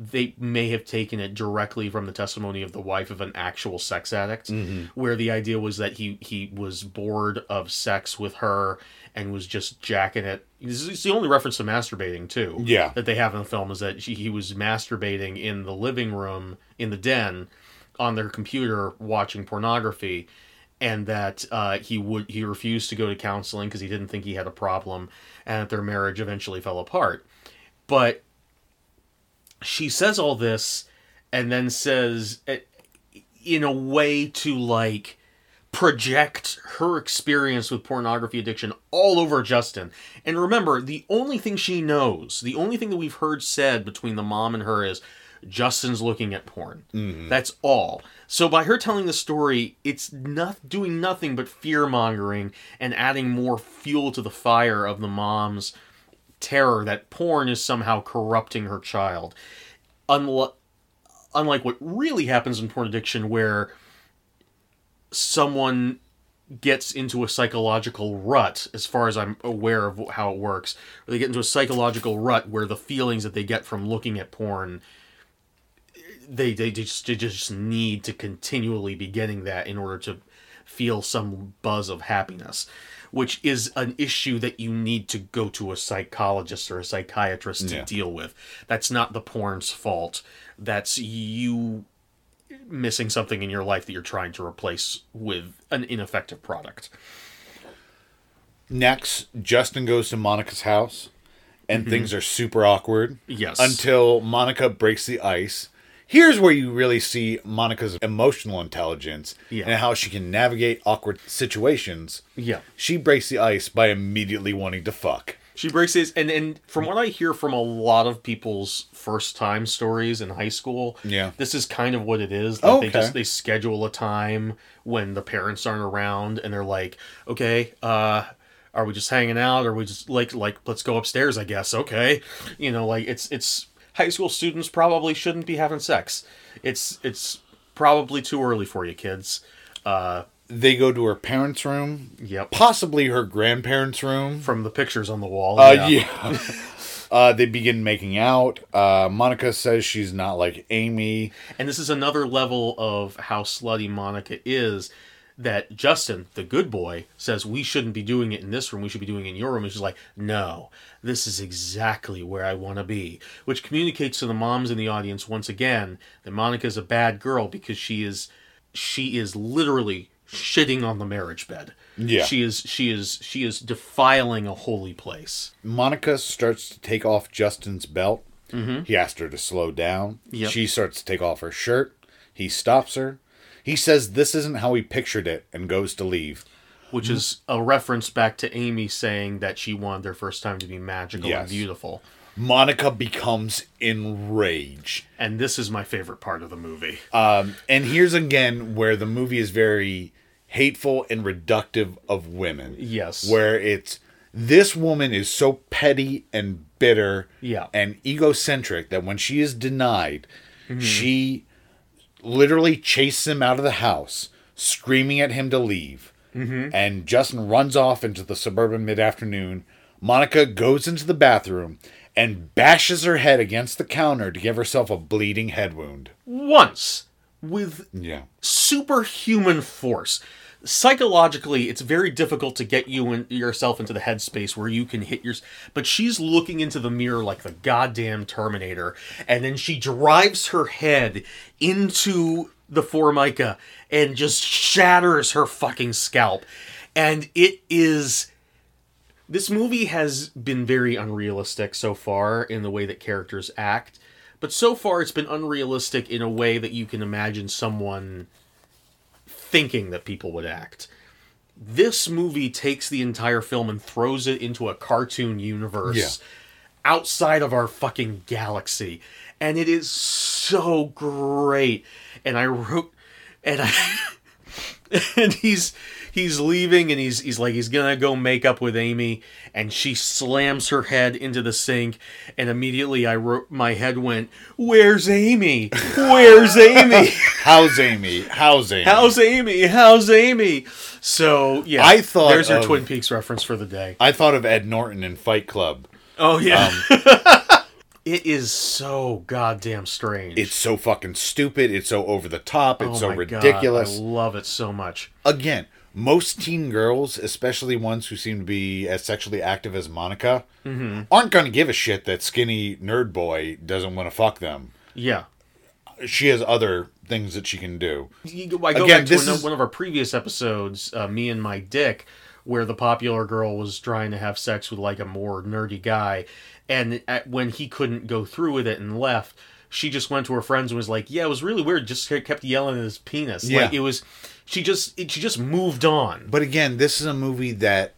they may have taken it directly from the testimony of the wife of an actual sex addict where the idea was that he he was bored of sex with her and was just jacking it This is- it's the only reference to masturbating too
Yeah.
that they have in the film is that she, he was masturbating in the living room in the den on their computer watching pornography and that uh, he would he refused to go to counseling because he didn't think he had a problem and that their marriage eventually fell apart but she says all this and then says eh, in a way to like project her experience with pornography addiction all over Justin. And remember, the only thing she knows, the only thing that we've heard said between the mom and her is Justin's looking at porn. That's all. So by her telling the story, it's not doing nothing but fear mongering and adding more fuel to the fire of the mom's terror that porn is somehow corrupting her child. Unlike unlike what really happens in porn addiction where someone gets into a psychological rut as far as i'm aware of how it works where they get into a psychological rut where the feelings that they get from looking at porn they they just they just need to continually be getting that in order to feel some buzz of happiness which is an issue that you need to go to a psychologist or a psychiatrist to
Yeah.
deal with that's not the porn's fault that's you missing something in your life that you're trying to replace with an ineffective product
Next, Justin goes to Monica's house, and things are super awkward.
Mm-hmm. Yes.
Until Monica breaks the ice. Here's where you really see Monica's emotional intelligence
Yeah.
and how she can navigate awkward situations.
yeah
She breaks the ice by immediately wanting to fuck.
She breaks his and and from what I hear from a lot of people's first time stories in high school,
Yeah.
this is kind of what it is. Like they
Okay.
just they schedule a time when the parents aren't around and they're like, okay, uh, are we just hanging out? Or we just like like let's go upstairs? I guess okay, you know like it's it's high school students probably shouldn't be having sex. It's it's probably too early for you kids. Uh,
They go to her parents' room,
yep.
possibly her grandparents' room.
From the pictures on the wall.
Uh, yeah. uh, they begin making out. Uh, Monica says she's not like Amy.
And this is another level of how slutty Monica is. that Justin, the good boy, says we shouldn't be doing it in this room. We should be doing it in your room. And she's like, no, this is exactly where I want to be, which communicates to the moms in the audience once again that Monica's a bad girl because she is she is literally shitting on the marriage bed.
Yeah.
She is she is she is defiling a holy place.
Monica starts to take off Justin's belt. He asks her to slow down.
Yep.
She starts to take off her shirt. He stops her. He says this isn't how he pictured it and goes to leave.
Which is a reference back to Amy saying that she wanted their first time to be magical and
Yes.
beautiful.
Monica becomes enraged.
And this is my favorite part of the movie.
And here's again where the movie is very hateful and reductive of women.
Yes.
Where it's this woman is so petty and bitter
Yeah.
and egocentric that when she is denied,
Mm-hmm.
she literally chases him out of the house, screaming at him to leave.
Mm-hmm.
And Justin runs off into the suburban mid afternoon. Monica goes into the bathroom and bashes her head against the counter to give herself a bleeding head wound.
Once with
Yeah.
superhuman force. Psychologically, it's very difficult to get you and yourself into the headspace where you can hit your. But she's looking into the mirror like the goddamn Terminator, and then she drives her head into the formica and just shatters her fucking scalp. And it is. This movie has been very unrealistic so far in the way that characters act, but so far it's been unrealistic in a way that you can imagine someone thinking that people would act. This movie takes the entire film and throws it into a cartoon universe
Yeah.
outside of our fucking galaxy. And it is so great. And I wrote and I and he's he's leaving and he's he's like he's gonna go make up with Amy and she slams her head into the sink and immediately I wrote my head went where's Amy where's Amy
How's Amy? How's Amy?
how's Amy how's Amy so yeah
I thought
there's your
of-
Twin Peaks reference for the day
I thought of Ed Norton in Fight Club.
oh yeah Um, it is so goddamn strange
It's so fucking stupid. It's so over the top. It's
Oh
so
my God,
ridiculous.
I love it so much
Again, most teen girls, especially ones who seem to be as sexually active as Monica,
Mm-hmm.
aren't going to give a shit that skinny nerd boy doesn't want to fuck them.
yeah
She has other things that she can do.
you go- I go
Again,
back to
this
one,
is-
one of our previous episodes, uh, me and my dick, where the popular girl was trying to have sex with like a more nerdy guy, and at, when he couldn't go through with it and left, she just went to her friends and was like, "Yeah, it was really weird." Just kept yelling at his penis. Like
Yeah.
it was, she just it, she just moved on.
But again, this is a movie that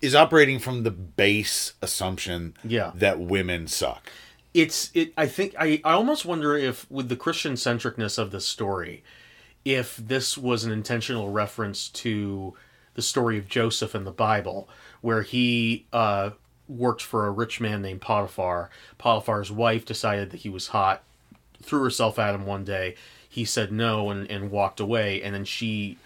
is operating from the base assumption
Yeah.
that women suck.
it's it i think i i almost wonder if with the christian centricness of this story if this was an intentional reference to the story of joseph in the bible where he uh worked for a rich man named potiphar potiphar's wife decided that he was hot threw herself at him one day he said no and and walked away and then she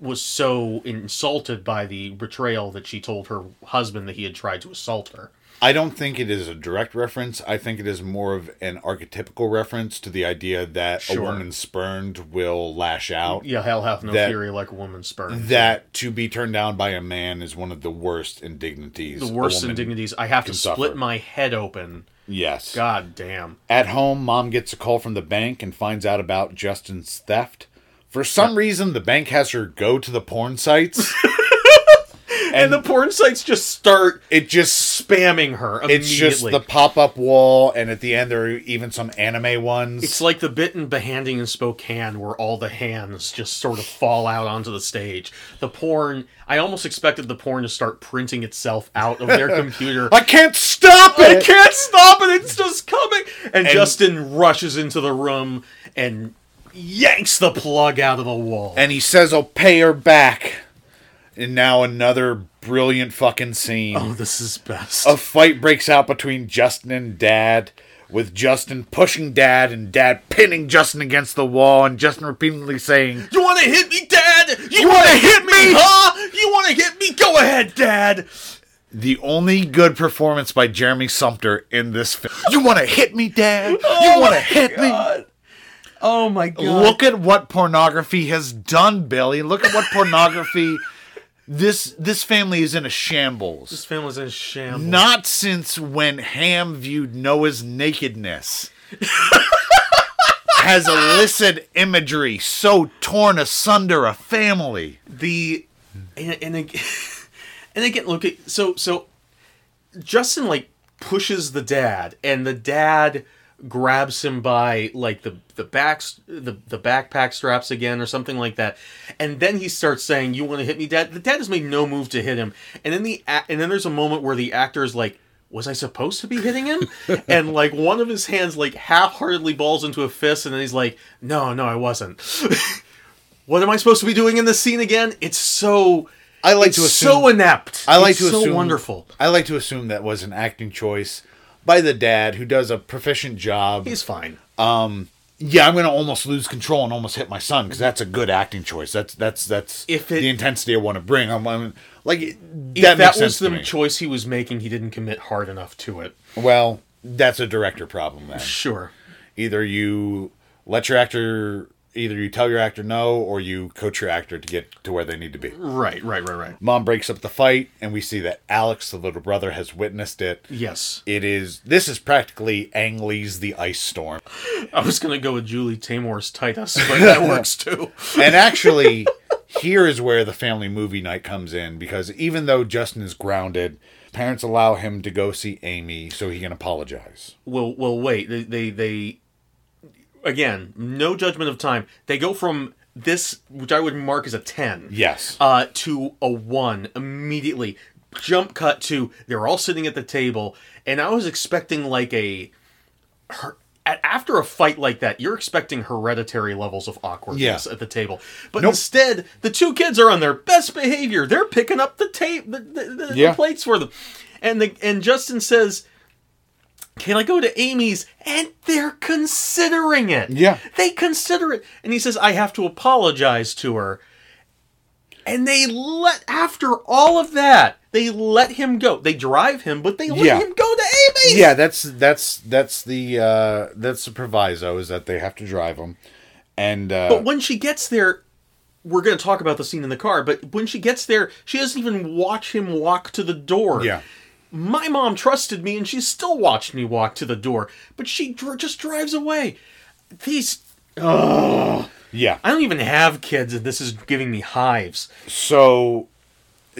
was so insulted by the betrayal that she told her husband that he had tried to assault her
I don't think it is a direct reference. I think it is more of an archetypical reference to the idea that
Sure.
a woman spurned will lash out.
Yeah, hell hath no
That-
fury like a woman's sperm.
That to be turned down by a man is one of the worst indignities.
the
a
worst
woman-
indignities. I have to
can
split
suffer.
my head open.
Yes.
God damn.
At home, mom gets a call from the bank and finds out about Justin's theft. For some reason, the bank has her go to the porn sites.
And the porn sites just start
It just
spamming her immediately.
it's just the pop up wall, and at the end there are even some anime ones.
It's like the bit in Behanding in Spokane where all the hands just sort of fall out onto the stage. The porn, I almost expected the porn to start printing itself out of their computer.
I can't stop
I
it.
can't stop it. It's just coming. And, Justin rushes into the room and yanks the plug out of the wall.
and he says I'll pay her back. And now another brilliant fucking scene.
oh, this is best.
A fight breaks out between Justin and Dad, with Justin pushing Dad and Dad pinning Justin against the wall, and Justin repeatedly saying,
You want to hit me, Dad? You,
wanna hit me?
huh? You want to hit me? Go ahead, Dad.
"The only good performance by Jeremy Sumter in this film." you want to hit me, Dad? you want to hit me?
Oh my god.
Look at what pornography has done, Billy. Look at what pornography this this family is in a
this
shambles.
family's in shambles.
Not since when Ham viewed Noah's nakedness has illicit imagery so torn asunder a family.
the and and again, and again look at so so Justin like pushes the dad and the dad grabs him by like the the back the, the backpack straps again or something like that and then he starts saying you want to hit me dad the dad has made no move to hit him and then the a- and then there's a moment where the actor is like was i supposed to be hitting him and like one of his hands like half-heartedly balls into a fist and then he's like no no i wasn't what am I supposed to be doing in this scene again? It's so
I like
it's
to assume
so inept.
I like
It's
to
so
assume
wonderful.
I like to assume that was an acting choice by the dad who does a proficient job.
He's fine.
yeah, I'm gonna almost lose control and almost hit my son because that's a good acting choice. That's that's that's
If it-
the intensity I want to bring. I'm, I'm like it- that, makes
If that,
sense
was
to
the
me.
choice he was making, he didn't commit hard enough to it.
well, that's a director problem then.
Sure.
Either you let your actor, either you tell your actor no, or you coach your actor to get to where they need to be.
Right, right, right, right.
Mom breaks up the fight, and we see that Alex, the little brother, has witnessed it.
Yes.
It is this is practically Ang Lee's The Ice Storm.
I was gonna go with Julie Taymor's Titus, but that works too.
And actually, here is where the family movie night comes in because even though Justin is grounded, parents allow him to go see Amy so he can apologize.
Well well wait. They they, they again, no judgment of time. They go from this which I would mark as a ten.
Yes.
uh, to a one immediately. Jump cut to they're all sitting at the table, and I was expecting like a her, a- after a fight like that, you're expecting hereditary levels of awkwardness
Yeah.
at the table. But
Nope.
instead, the two kids are on their best behavior. They're picking up the tape, the, the, the, the
Yeah.
plates for them, and the and Justin says. Can I go to Amy's? And they're considering it.
Yeah.
They consider it. And he says, I have to apologize to her. And they let, after all of that, they let him go. They drive him, but they let
Yeah.
him go to Amy's.
yeah, that's that's that's the uh, that's the proviso is that they have to drive him, and uh,
But when she gets there, we're going to talk about the scene in the car, but when she gets there, she doesn't even watch him walk to the door.
yeah,
My mom trusted me and she still watched me walk to the door, but she dr- just drives away. These.
yeah.
I don't even have kids, and this is giving me hives.
So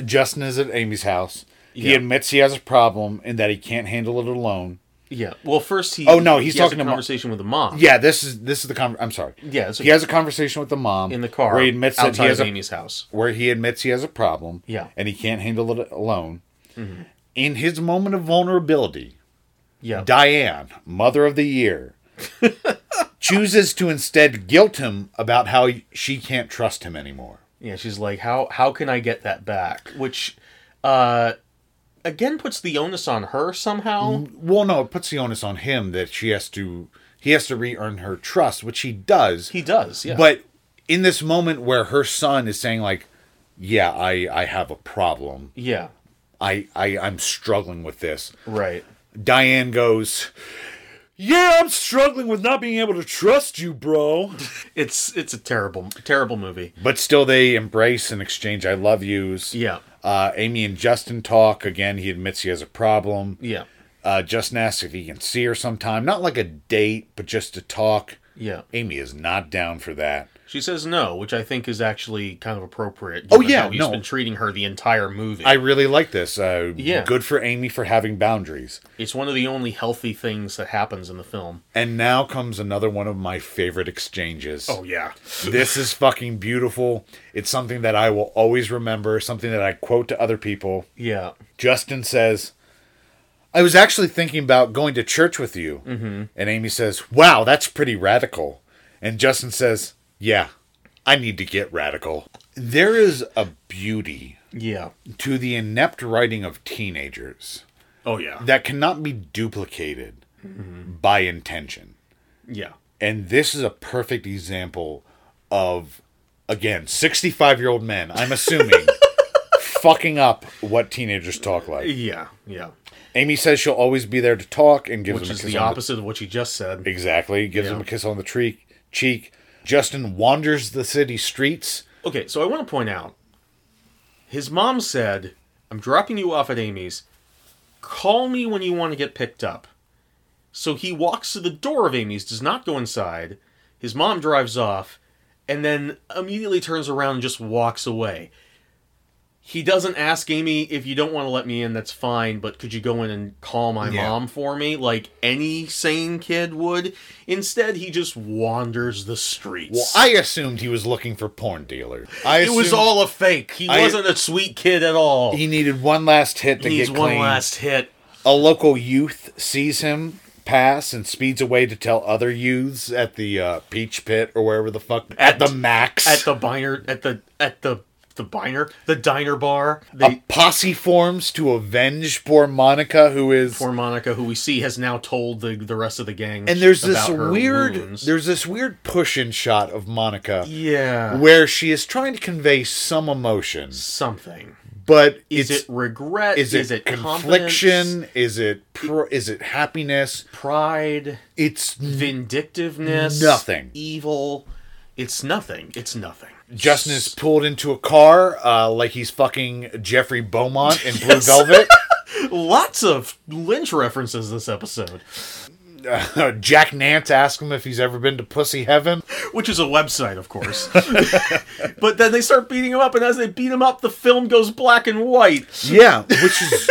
Justin is at Amy's house. He
Yeah.
admits he has a problem and that he can't handle it alone.
Yeah. Well, first he.
Oh, no, he's
he has
talking
a
to mom.
conversation with the mom.
Yeah, this is this is the con- I'm sorry.
Yeah, it's
he has a conversation with the mom
in the car
where he admits
outside
that he has
of
a
Amy's house.
where he admits he has a problem
Yeah. Mm-hmm.
and he can't handle it alone. In his moment of vulnerability,
Yeah.
Diane, mother of the year, chooses to instead guilt him about how she can't trust him anymore.
yeah, she's like, "How how can I get that back?" Which uh again puts the onus on her somehow.
Well, no, it puts the onus on him that she has to he has to re-earn her trust, which he does.
He does. Yeah.
But in this moment where her son is saying like, "Yeah, I I have a problem.
yeah.
I I I'm struggling with this."
Right.
Diane goes, Yeah, I'm struggling with not being able to trust you, bro.
It's it's a terrible terrible movie.
But still, they embrace and exchange I love yous.
Yeah.
Uh, Amy and Justin talk. Again, he admits he has a problem.
Yeah.
Uh, Justin asks if he can see her sometime. Not like a date, but just to talk.
Yeah.
Amy is not down for that.
She says no, which I think is actually kind of appropriate.
Oh,
given
yeah,
how he's
no.
been treating her the entire movie.
I really like this. Uh,
Yeah.
Good for Amy for having boundaries.
it's one of the only healthy things that happens in the film.
And now comes another one of my favorite exchanges.
Oh, yeah.
this is fucking beautiful. It's something that I will always remember, something that I quote to other people.
Yeah.
Justin says, I was actually thinking about going to church with you. Mm-hmm. And Amy says, Wow, that's pretty radical. And Justin says, Yeah, I need to get radical. There is a beauty
Yeah.
to the inept writing of teenagers
Oh yeah.
that cannot be duplicated
Mm-hmm.
by intention.
Yeah.
And this is a perfect example of, again, 65 year old men, I'm assuming, fucking up what teenagers talk like.
Yeah. Yeah.
Amy says she'll always be there to talk and gives
Which
him a
is
kiss.
the
on
opposite of what you just said.
exactly. Gives
Yeah.
him a kiss on the tree, cheek. Justin wanders the city streets.
Okay, so I want to point out his mom said, I'm dropping you off at Amy's. Call me when you want to get picked up. So he walks to the door of Amy's, does not go inside. His mom drives off and then immediately turns around and just walks away. He doesn't ask Amy if you don't want to let me in, that's fine, but could you go in and call my
Yeah.
mom for me like any sane kid would? Instead, he just wanders the streets
Well, I assumed he was looking for porn dealers. I
it was
assumed
all a fake. He
I-
wasn't a sweet kid at all.
He needed one last hit to
He needs
get
one
clean.
last hit.
A local youth sees him pass and speeds away to tell other youths at the uh, peach pit or wherever the fuck at, the max
at the biner at the at the the biner the diner bar.
a
They
posse forms to avenge poor Monica, who is.
poor Monica, who we see, has now told the the rest of the gang.
and there's
about
this
her
weird,
wounds.
there's this weird push-in shot of Monica,
yeah
where she is trying to convey some emotions,
something.
but
Is
it's,
it regret?
is it, confliction?
confliction?
Is it pro- is it happiness?
Pride,
It's
vindictiveness,
Nothing.
evil. It's nothing. It's nothing.
Justin is pulled into a car uh, like he's fucking Jeffrey Beaumont in Blue
Yes.
Velvet.
Lots of Lynch references this episode.
Uh, Jack Nance asks him if he's ever been to Pussy Heaven.
which is a website, of course. but then they start beating him up, and as they beat him up, the film goes black and white.
Yeah, which is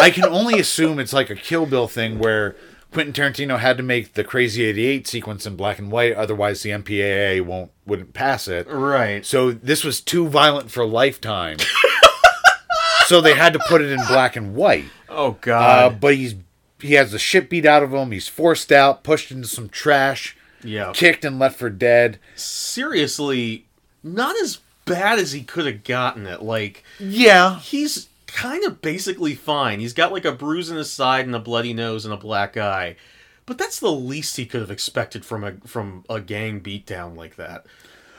I can only assume it's like a Kill Bill thing where Quentin Tarantino had to make the Crazy 88 sequence in black and white otherwise the MPAA won't wouldn't pass it.
Right.
So this was too violent for lifetime. so they had to put it in black and white.
Oh
Uh,
God.
but he's he has the shit beat out of him. He's forced out, pushed into some trash,
yeah.
kicked and left for dead.
Seriously, not as bad as he could have gotten it. Like
Yeah,
he's kind of basically fine. He's got like a bruise in his side and a bloody nose and a black eye. But that's the least he could have expected from a from a gang beatdown like that.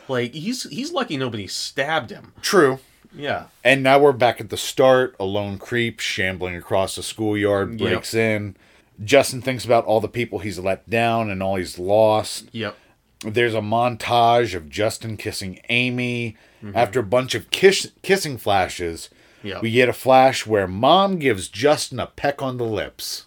Like he's he's lucky nobody stabbed him.
true.
Yeah.
And now we're back at the start. A lone creep shambling across the schoolyard breaks in. Justin thinks about all the people he's let down and all he's lost.
Yep.
There's a montage of Justin kissing Amy. After a bunch of kiss- kissing flashes,
Yeah.
we get a flash where mom gives Justin a peck on the lips.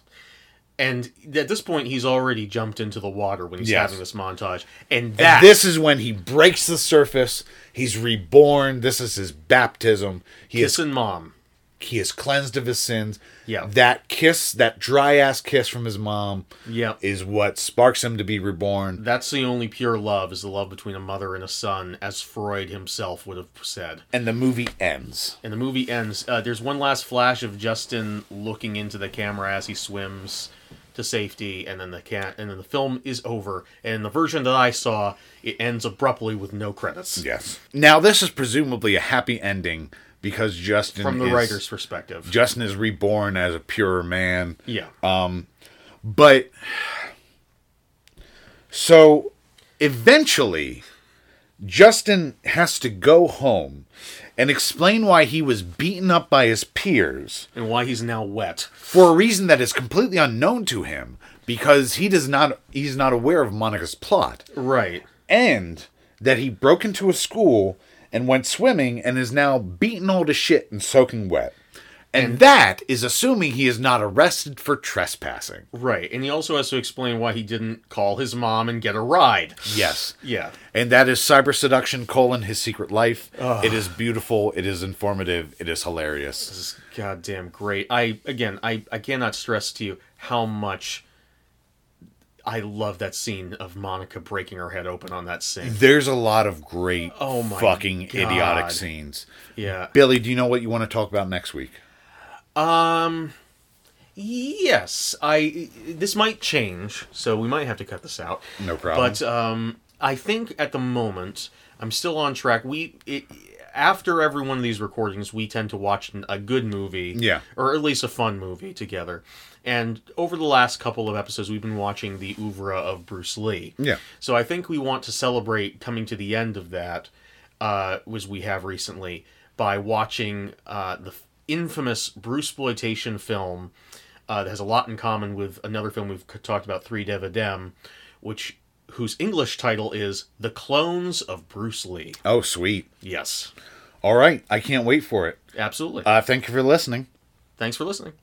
And at this point, he's already jumped into the water when he's
Yes.
having this montage. And
And
that
this is when he breaks the surface. He's reborn. This is his baptism. He is
kissing mom.
he is cleansed of his sins.
Yeah.
That kiss, that dry ass kiss from his mom,
Yep.
is what sparks him to be reborn.
That's the only pure love is the love between a mother and a son, as Freud himself would have said.
And the movie ends.
And the movie ends. Uh, there's one last flash of Justin looking into the camera as he swims to safety, and then the cat, and then the film is over. And the version that I saw, it ends abruptly with no credits
Yes. Now this is presumably a happy ending because Justin
from the
is-
writer's perspective.
Justin is reborn as a purer man.
yeah.
um, But so eventually, Justin has to go home and explain why he was beaten up by his peers
and why he's now wet.
for a reason that is completely unknown to him because he does not he's not aware of Monica's plot
Right.
and that he broke into a school and went swimming and is now beaten all to shit and soaking wet. And, that is assuming he is not arrested for trespassing.
Right, and he also has to explain why he didn't call his mom and get a ride.
Yes.
Yeah.
And that is Cyber Seduction colon his secret life. It is beautiful. It is informative. It is hilarious.
This is goddamn great. I again I, I cannot stress to you how much I love that scene of Monica breaking her head open on that sink.
There's a lot of great
Oh my
fucking idiotic
God.
scenes.
Yeah.
Billy, do you know what you want to talk about next week?
Um yes, I this might change, so we might have to cut this out.
No problem.
But um I think at the moment I'm still on track. We it, after every one of these recordings, we tend to watch an- a good movie.
Yeah.
Or at least a fun movie together. And over the last couple of episodes, we've been watching the oeuvre of Bruce Lee.
Yeah.
So I think we want to celebrate coming to the end of that, uh, was we have recently by watching uh, the infamous Bruce exploitation film uh, that has a lot in common with another film we've c- talked about, Three Dev a Dem, which whose English title is The Clones of Bruce Lee.
Oh, sweet.
Yes,
All right. I can't wait for it.
absolutely.
Uh, thank you for listening.
Thanks for listening.